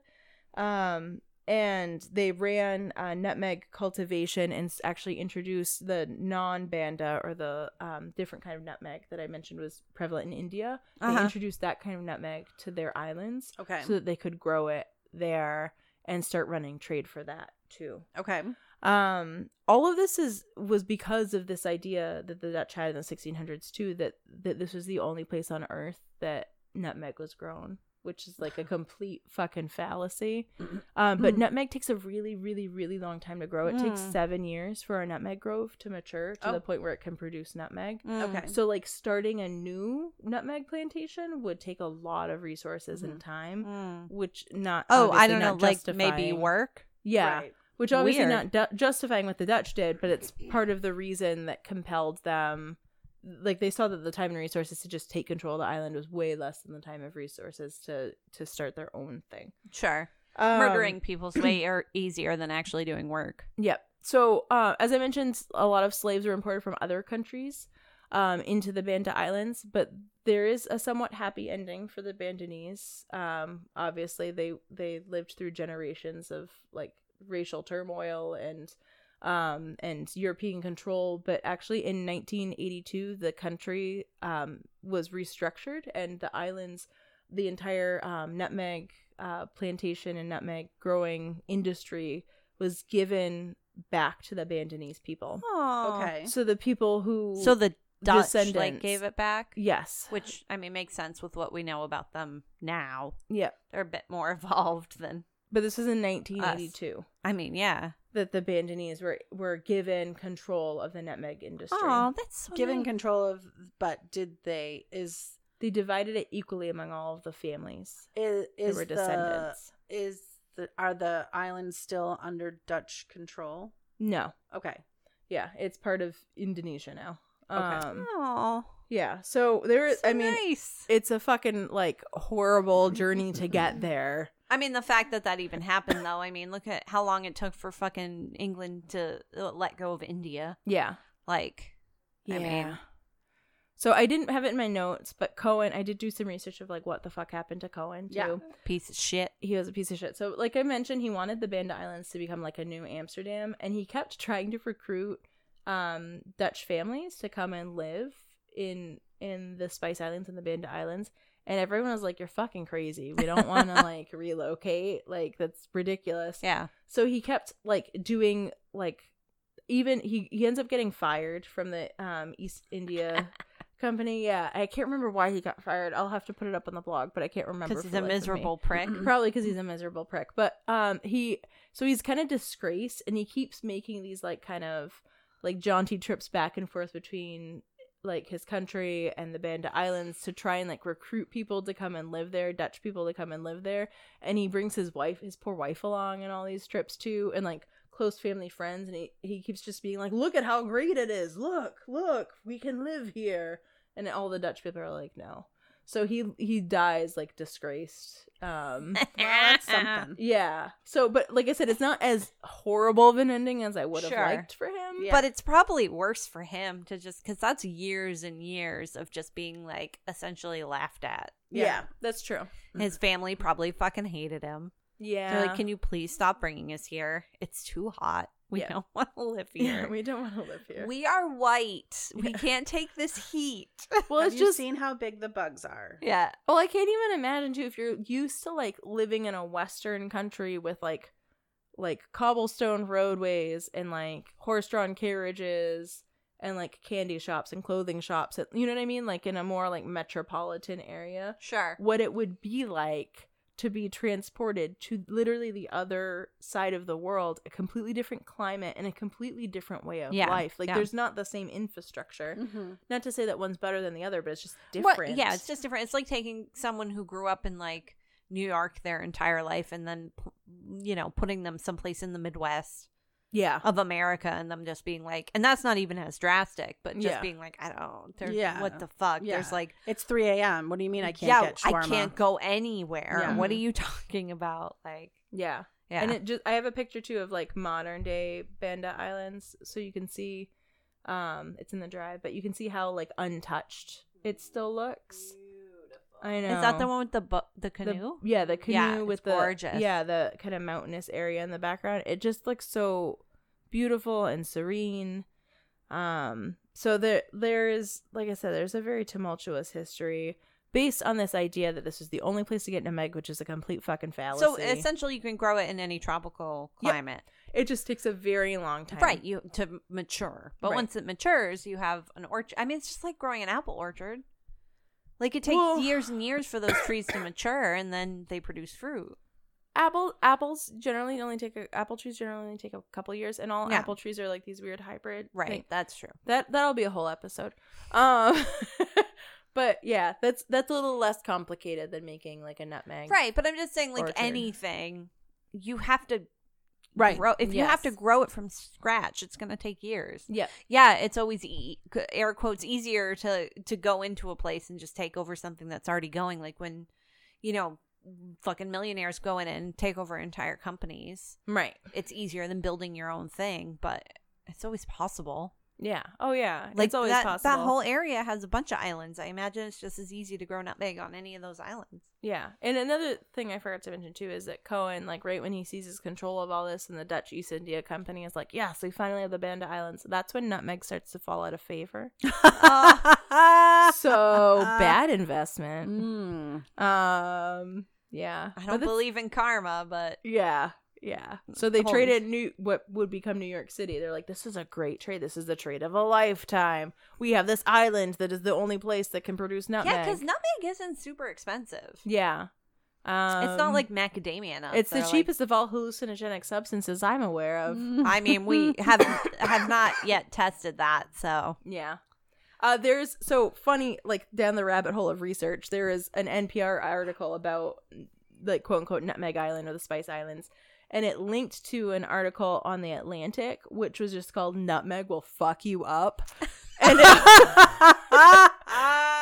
Speaker 2: Um, and they ran uh, nutmeg cultivation and s- actually introduced the non-banda or the um, different kind of nutmeg that I mentioned was prevalent in India. They
Speaker 1: Uh-huh.
Speaker 2: introduced that kind of nutmeg to their islands
Speaker 3: Okay.
Speaker 2: so that they could grow it there and start running trade for that too.
Speaker 3: okay.
Speaker 2: Um, all of this is was because of this idea that the Dutch had in the 1600s too that that this was the only place on Earth that nutmeg was grown, which
Speaker 3: (sighs)
Speaker 2: is like a complete fucking fallacy.
Speaker 3: Mm-hmm.
Speaker 2: Um, but nutmeg takes a really, really, really long time to grow. It takes
Speaker 1: Mm.
Speaker 2: seven years for a nutmeg grove to mature to
Speaker 3: Oh.
Speaker 2: the point where it can produce nutmeg.
Speaker 1: Mm.
Speaker 3: Okay.
Speaker 2: So, like starting a new nutmeg plantation would take a lot of resources and
Speaker 3: Mm-hmm.
Speaker 2: time,
Speaker 1: Mm.
Speaker 2: which not
Speaker 1: Oh, I
Speaker 2: obviously
Speaker 1: don't know,
Speaker 2: not
Speaker 1: like maybe
Speaker 2: justifying-
Speaker 1: work.
Speaker 2: yeah,
Speaker 3: Right.
Speaker 2: which obviously
Speaker 1: Weird.
Speaker 2: not du- justifying what the Dutch did, but it's part of the reason that compelled them. Like they saw that the time and resources to just take control of the island was way less than the time of resources to to start their own thing.
Speaker 1: Sure,
Speaker 2: Um,
Speaker 1: murdering people's (clears throat) way are easier than actually doing work.
Speaker 2: Yep. So, uh, as I mentioned, a lot of slaves were imported from other countries um, into the Banda Islands, but there is a somewhat happy ending for the Bandanese. Um, obviously, they they lived through generations of like racial turmoil and um, and European control, but actually in 1982, the country um, was restructured and the islands the entire um, nutmeg uh, plantation and nutmeg growing industry was given back to the Bandanese people.
Speaker 1: Oh,
Speaker 3: Okay.
Speaker 2: So the people who
Speaker 1: So the Dutch like
Speaker 2: Descendants.
Speaker 1: gave it back,
Speaker 2: yes,
Speaker 1: which I mean makes sense with what we know about them now.
Speaker 2: yeah,
Speaker 1: They're a bit more (laughs) evolved than
Speaker 2: but this was in 1982
Speaker 1: I mean, yeah.
Speaker 2: that the Bandanese were were given control of the nutmeg industry.
Speaker 1: Oh, that's so
Speaker 3: Given
Speaker 1: nice.
Speaker 3: control of, but did they is
Speaker 2: They divided it equally among all of the families.
Speaker 3: is,
Speaker 2: They
Speaker 3: is
Speaker 2: were
Speaker 3: the-
Speaker 2: descendants.
Speaker 3: is the are the islands still under Dutch control?
Speaker 2: No,
Speaker 3: Okay.
Speaker 2: yeah, it's part of Indonesia now.
Speaker 3: Okay.
Speaker 2: Um,
Speaker 1: Oh,
Speaker 2: yeah, so there.
Speaker 1: so
Speaker 2: I mean,
Speaker 1: nice.
Speaker 2: it's a fucking like horrible journey
Speaker 3: (clears throat)
Speaker 2: to get there.
Speaker 1: I mean, the fact that that even happened, though. I mean, look at how long it took for fucking England to uh, let go of India.
Speaker 2: Yeah.
Speaker 1: Like, I mean-
Speaker 2: so I didn't have it in my notes, but Cohen, I did do some research of like what the fuck happened to Cohen too.
Speaker 3: Yeah.
Speaker 1: piece of shit.
Speaker 2: He was a piece of shit. So like I mentioned, he wanted the Banda Islands to become like a new Amsterdam, and he kept trying to recruit um, Dutch families to come and live in in the Spice Islands and the Banda Islands. And everyone was like, "You're fucking crazy.
Speaker 1: (laughs)
Speaker 2: We don't want to like relocate. Like that's ridiculous."
Speaker 1: Yeah.
Speaker 2: so he kept like doing like even he, he ends up getting fired from the um east
Speaker 1: (laughs)
Speaker 2: india company yeah i can't remember why he got fired i'll have to put it up on the blog but i can't remember
Speaker 1: Because he's
Speaker 2: for
Speaker 1: a
Speaker 2: the life of
Speaker 1: (laughs)
Speaker 2: me.
Speaker 1: miserable prick.
Speaker 2: probably because he's a miserable prick but um he so he's kind of disgraced and he keeps making these like kind of like jaunty trips back and forth between like his country and the Banda Islands to try and like recruit people to come and live there, Dutch people to come and live there. And he brings his wife, his poor wife along and all these trips too, and like close family friends. And he, he keeps just being like, look at how great it is. Look, look, we can live here. And all the Dutch people are like, no. So he he dies like disgraced.
Speaker 1: (laughs)
Speaker 2: Um
Speaker 3: Well, that's something.
Speaker 2: yeah. So, but like I said, it's not as horrible of an ending as I would have
Speaker 1: Sure.
Speaker 2: liked for him.
Speaker 1: Yeah. But it's probably worse for him to just because that's years and years of just being like essentially laughed at.
Speaker 2: yeah, that's true.
Speaker 1: His family probably fucking hated him.
Speaker 2: Yeah.
Speaker 1: They're like, can you please stop bringing us here? It's too hot. We
Speaker 2: Yeah.
Speaker 1: don't (laughs) want to live
Speaker 2: yeah,
Speaker 1: here.
Speaker 2: we don't want to live here.
Speaker 1: we are white. We
Speaker 2: Yeah.
Speaker 1: can't take this heat.
Speaker 2: well,
Speaker 3: Have
Speaker 2: it's
Speaker 3: you
Speaker 2: just
Speaker 3: seen how big the bugs are?
Speaker 1: Yeah.
Speaker 2: Well, I can't even imagine too if you're used to like living in a western country with like like cobblestone roadways and like horse-drawn carriages and like candy shops and clothing shops, and, you know what I mean? Like in a more like metropolitan area,
Speaker 1: Sure.
Speaker 2: what it would be like to be transported to literally the other side of the world, a completely different climate and a completely different way of
Speaker 1: Yeah,
Speaker 2: life. Like
Speaker 1: yeah.
Speaker 2: there's not the same infrastructure.
Speaker 3: Mm-hmm.
Speaker 2: Not to say that one's better than the other, but it's just
Speaker 1: Well,
Speaker 2: different.
Speaker 1: yeah, it's just different. It's like taking someone who grew up in like New York their entire life and then, p- you know, putting them someplace in the Midwest
Speaker 2: yeah.
Speaker 1: of America and them just being like, and that's not even as drastic, but just
Speaker 2: Yeah.
Speaker 1: being like, I don't, there's,
Speaker 3: Yeah.
Speaker 1: what the fuck?
Speaker 3: Yeah.
Speaker 1: There's like,
Speaker 3: It's 3 a.m. What do you mean I can't
Speaker 1: yeah,
Speaker 3: get
Speaker 1: I
Speaker 3: shawarma?
Speaker 1: can't go anywhere.
Speaker 3: Yeah.
Speaker 1: What are you (laughs) talking about? Like,
Speaker 2: Yeah.
Speaker 1: yeah.
Speaker 2: And it just I have a picture too of like modern day Banda Islands so you can see um it's in the drive, but you can see how like untouched it still looks. I know.
Speaker 1: Is that the one with the bu- the
Speaker 2: The-
Speaker 1: canoe?
Speaker 2: yeah, the canoe
Speaker 1: Yeah,
Speaker 2: with
Speaker 1: it's
Speaker 2: the
Speaker 1: gorgeous.
Speaker 2: Yeah, the kind of mountainous area in the background. It just looks so beautiful and serene. Um so there there is like I said, there's a very tumultuous history based on this idea that this is the only place to get nutmeg, which is a complete fucking fallacy.
Speaker 1: so essentially, you can grow it in any tropical
Speaker 2: Yep.
Speaker 1: climate,
Speaker 2: it just takes a very long time.
Speaker 1: right? You to mature, but
Speaker 2: Right.
Speaker 1: once it matures, you have an orchard. I mean, it's just like growing an apple orchard. Like it takes
Speaker 2: Well-
Speaker 1: years and years for those trees
Speaker 2: (coughs)
Speaker 1: to mature, and then they produce fruit.
Speaker 2: apple apples generally only take a, apple trees generally only take a couple years and all
Speaker 1: Yeah.
Speaker 2: apple trees are like these weird hybrid
Speaker 1: Right,
Speaker 2: thing.
Speaker 1: that's true.
Speaker 2: that that'll be a whole episode um (laughs) but yeah that's that's a little less complicated than making like a nutmeg
Speaker 1: Right, but I'm just saying, like
Speaker 2: Orchard.
Speaker 1: anything, you have to
Speaker 3: Right.
Speaker 1: grow. If you have to
Speaker 2: Yes.
Speaker 1: grow it from scratch, it's going to take years.
Speaker 2: yeah
Speaker 1: yeah, it's always e- air quotes easier to to go into a place and just take over something that's already going. Like when, you know, fucking millionaires go in and take over entire companies.
Speaker 2: right
Speaker 1: It's easier than building your own thing, but it's always possible.
Speaker 2: yeah oh yeah
Speaker 1: Like
Speaker 2: it's always
Speaker 1: that,
Speaker 2: possible
Speaker 1: that whole area has a bunch of islands. I imagine it's just as easy to grow nutmeg on any of those islands.
Speaker 2: Yeah. And another thing I forgot to mention too is that Cohen, like right when he seizes control of all this and the Dutch East India Company is like, Yes, we finally have the Banda Islands. That's when nutmeg starts to fall out
Speaker 1: (laughs)
Speaker 2: of favor.
Speaker 3: Uh, (laughs)
Speaker 2: so bad investment.
Speaker 3: Mm.
Speaker 2: Um yeah.
Speaker 1: I
Speaker 2: But
Speaker 1: don't
Speaker 2: that's-
Speaker 1: believe in karma, but
Speaker 2: Yeah. Yeah. So they
Speaker 1: Hold.
Speaker 2: traded new what would become New York City. They're like, This is a great trade. This is the trade of a lifetime. We have this island that is the only place that can produce nutmeg.
Speaker 1: yeah, because nutmeg isn't super expensive.
Speaker 2: Yeah. Um,
Speaker 1: it's not like macadamia nuts.
Speaker 2: It's the
Speaker 1: They're like-
Speaker 2: cheapest of all hallucinogenic substances I'm aware of.
Speaker 3: Oh,
Speaker 1: I mean, we
Speaker 2: (laughs)
Speaker 1: have have not yet tested that, so
Speaker 2: Yeah. Uh, there's so funny, like down the rabbit hole of research, there is an NPR article about like quote unquote Nutmeg Island or the Spice Islands, and it linked to an article on the Atlantic, which was just called Nutmeg Will Fuck You Up. And it, (laughs)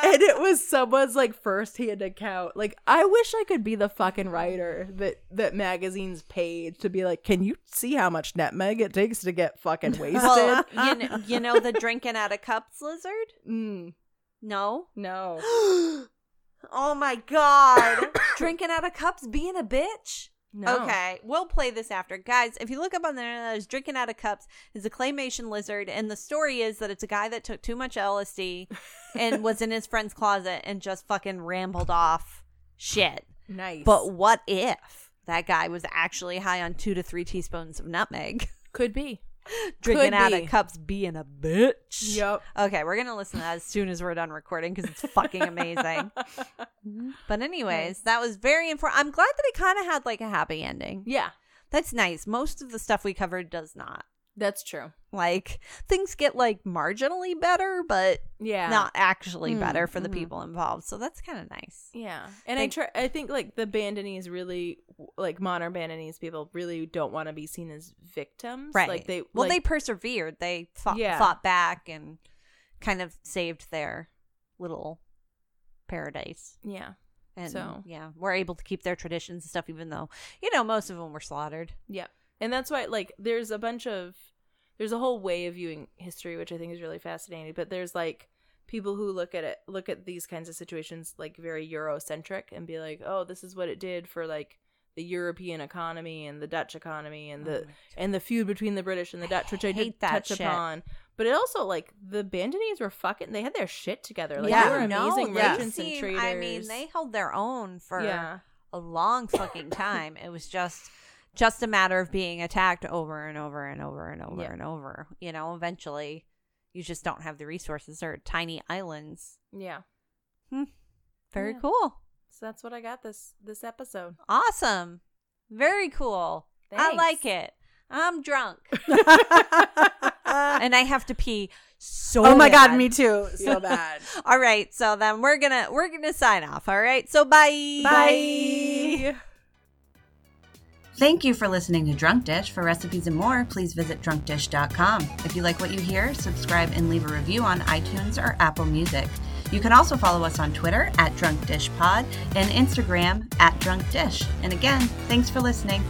Speaker 2: and it was someone's like first hand account. Like, I wish I could be the fucking writer that that magazine's paid to be like, can you see how much nutmeg it takes to get fucking wasted?
Speaker 1: well, you know, you know the drinking out of cups lizard?
Speaker 2: Mm,
Speaker 1: No.
Speaker 2: no.
Speaker 1: Oh my
Speaker 2: (coughs)
Speaker 1: god, drinking out of cups, being a bitch.
Speaker 2: No.
Speaker 1: Okay, we'll play this after, guys. If you look up on the internet, there's drinking out of cups is a claymation lizard, and the story is that it's a guy that took too much LSD
Speaker 2: (laughs)
Speaker 1: and was in his friend's closet and just fucking rambled off shit.
Speaker 2: Nice.
Speaker 1: But what if that guy was actually high on two to three teaspoons of nutmeg, (laughs)
Speaker 2: could be.
Speaker 1: drinking out
Speaker 2: be.
Speaker 1: of cups, being a bitch?
Speaker 2: Yep.
Speaker 1: Okay, we're gonna listen to that as soon as we're done recording because it's fucking
Speaker 2: (laughs)
Speaker 1: amazing. but anyways, that was very important. I'm glad that it kind of had like a happy ending.
Speaker 2: Yeah,
Speaker 1: That's nice. Most of the stuff we covered does not.
Speaker 2: that's true.
Speaker 1: Like things get like marginally better, but
Speaker 2: Yeah. mm-hmm.
Speaker 1: not actually
Speaker 3: Mm,
Speaker 1: better for the
Speaker 3: mhm.
Speaker 1: people involved. So that's kind of nice.
Speaker 2: Yeah. And
Speaker 1: Thank-
Speaker 2: I try I think like the Bandanese really like modern Bandanese people really don't want to be seen as victims.
Speaker 1: right
Speaker 2: Like they
Speaker 1: well they
Speaker 2: like-
Speaker 1: persevered they fought,
Speaker 2: Yeah.
Speaker 1: fought back and kind of saved their little paradise
Speaker 2: Yeah.
Speaker 1: and
Speaker 2: So-
Speaker 1: yeah were able to keep their traditions and stuff even though you know most of them were slaughtered
Speaker 2: Yep. And that's why like there's a bunch of there's a whole way of viewing history which I think is really fascinating. But there's like people who look at it look at these kinds of situations like very Eurocentric and be like, oh, this is what it did for like the European economy and the Dutch economy and the and the feud between the British and the Dutch, which I, did
Speaker 1: hate that
Speaker 2: touch
Speaker 1: shit.
Speaker 2: upon. But it also like the Bandinese were fucking. They had their shit together. Like
Speaker 1: yeah,
Speaker 2: they were amazing
Speaker 1: no,
Speaker 2: merchants
Speaker 1: they
Speaker 2: and
Speaker 1: seem-
Speaker 2: traders.
Speaker 1: I mean, they held their own for
Speaker 2: yeah.
Speaker 1: a long fucking time. It was just just a matter of being attacked over and over and over and over
Speaker 2: Yeah.
Speaker 1: and over. You know, eventually you just don't have the resources or tiny islands.
Speaker 2: Yeah.
Speaker 1: Very
Speaker 2: Yeah.
Speaker 1: cool.
Speaker 2: So that's what I got this this episode.
Speaker 1: Awesome. Very cool. I
Speaker 2: Thanks.
Speaker 1: like it. I'm drunk
Speaker 2: (laughs)
Speaker 1: and I have to pee so
Speaker 3: oh my god,
Speaker 1: bad.
Speaker 3: me too. So (laughs) bad.
Speaker 1: All right, so then we're going to we're going to sign off. All right. So bye.
Speaker 2: Bye.
Speaker 7: Thank you for listening to Drunk Dish. For recipes and more, please visit drunkdish.com. If you like what you hear, subscribe and leave a review on iTunes or Apple Music. You can also follow us on Twitter at Drunk Dish Pod and Instagram at Drunk Dish. And again, thanks for listening.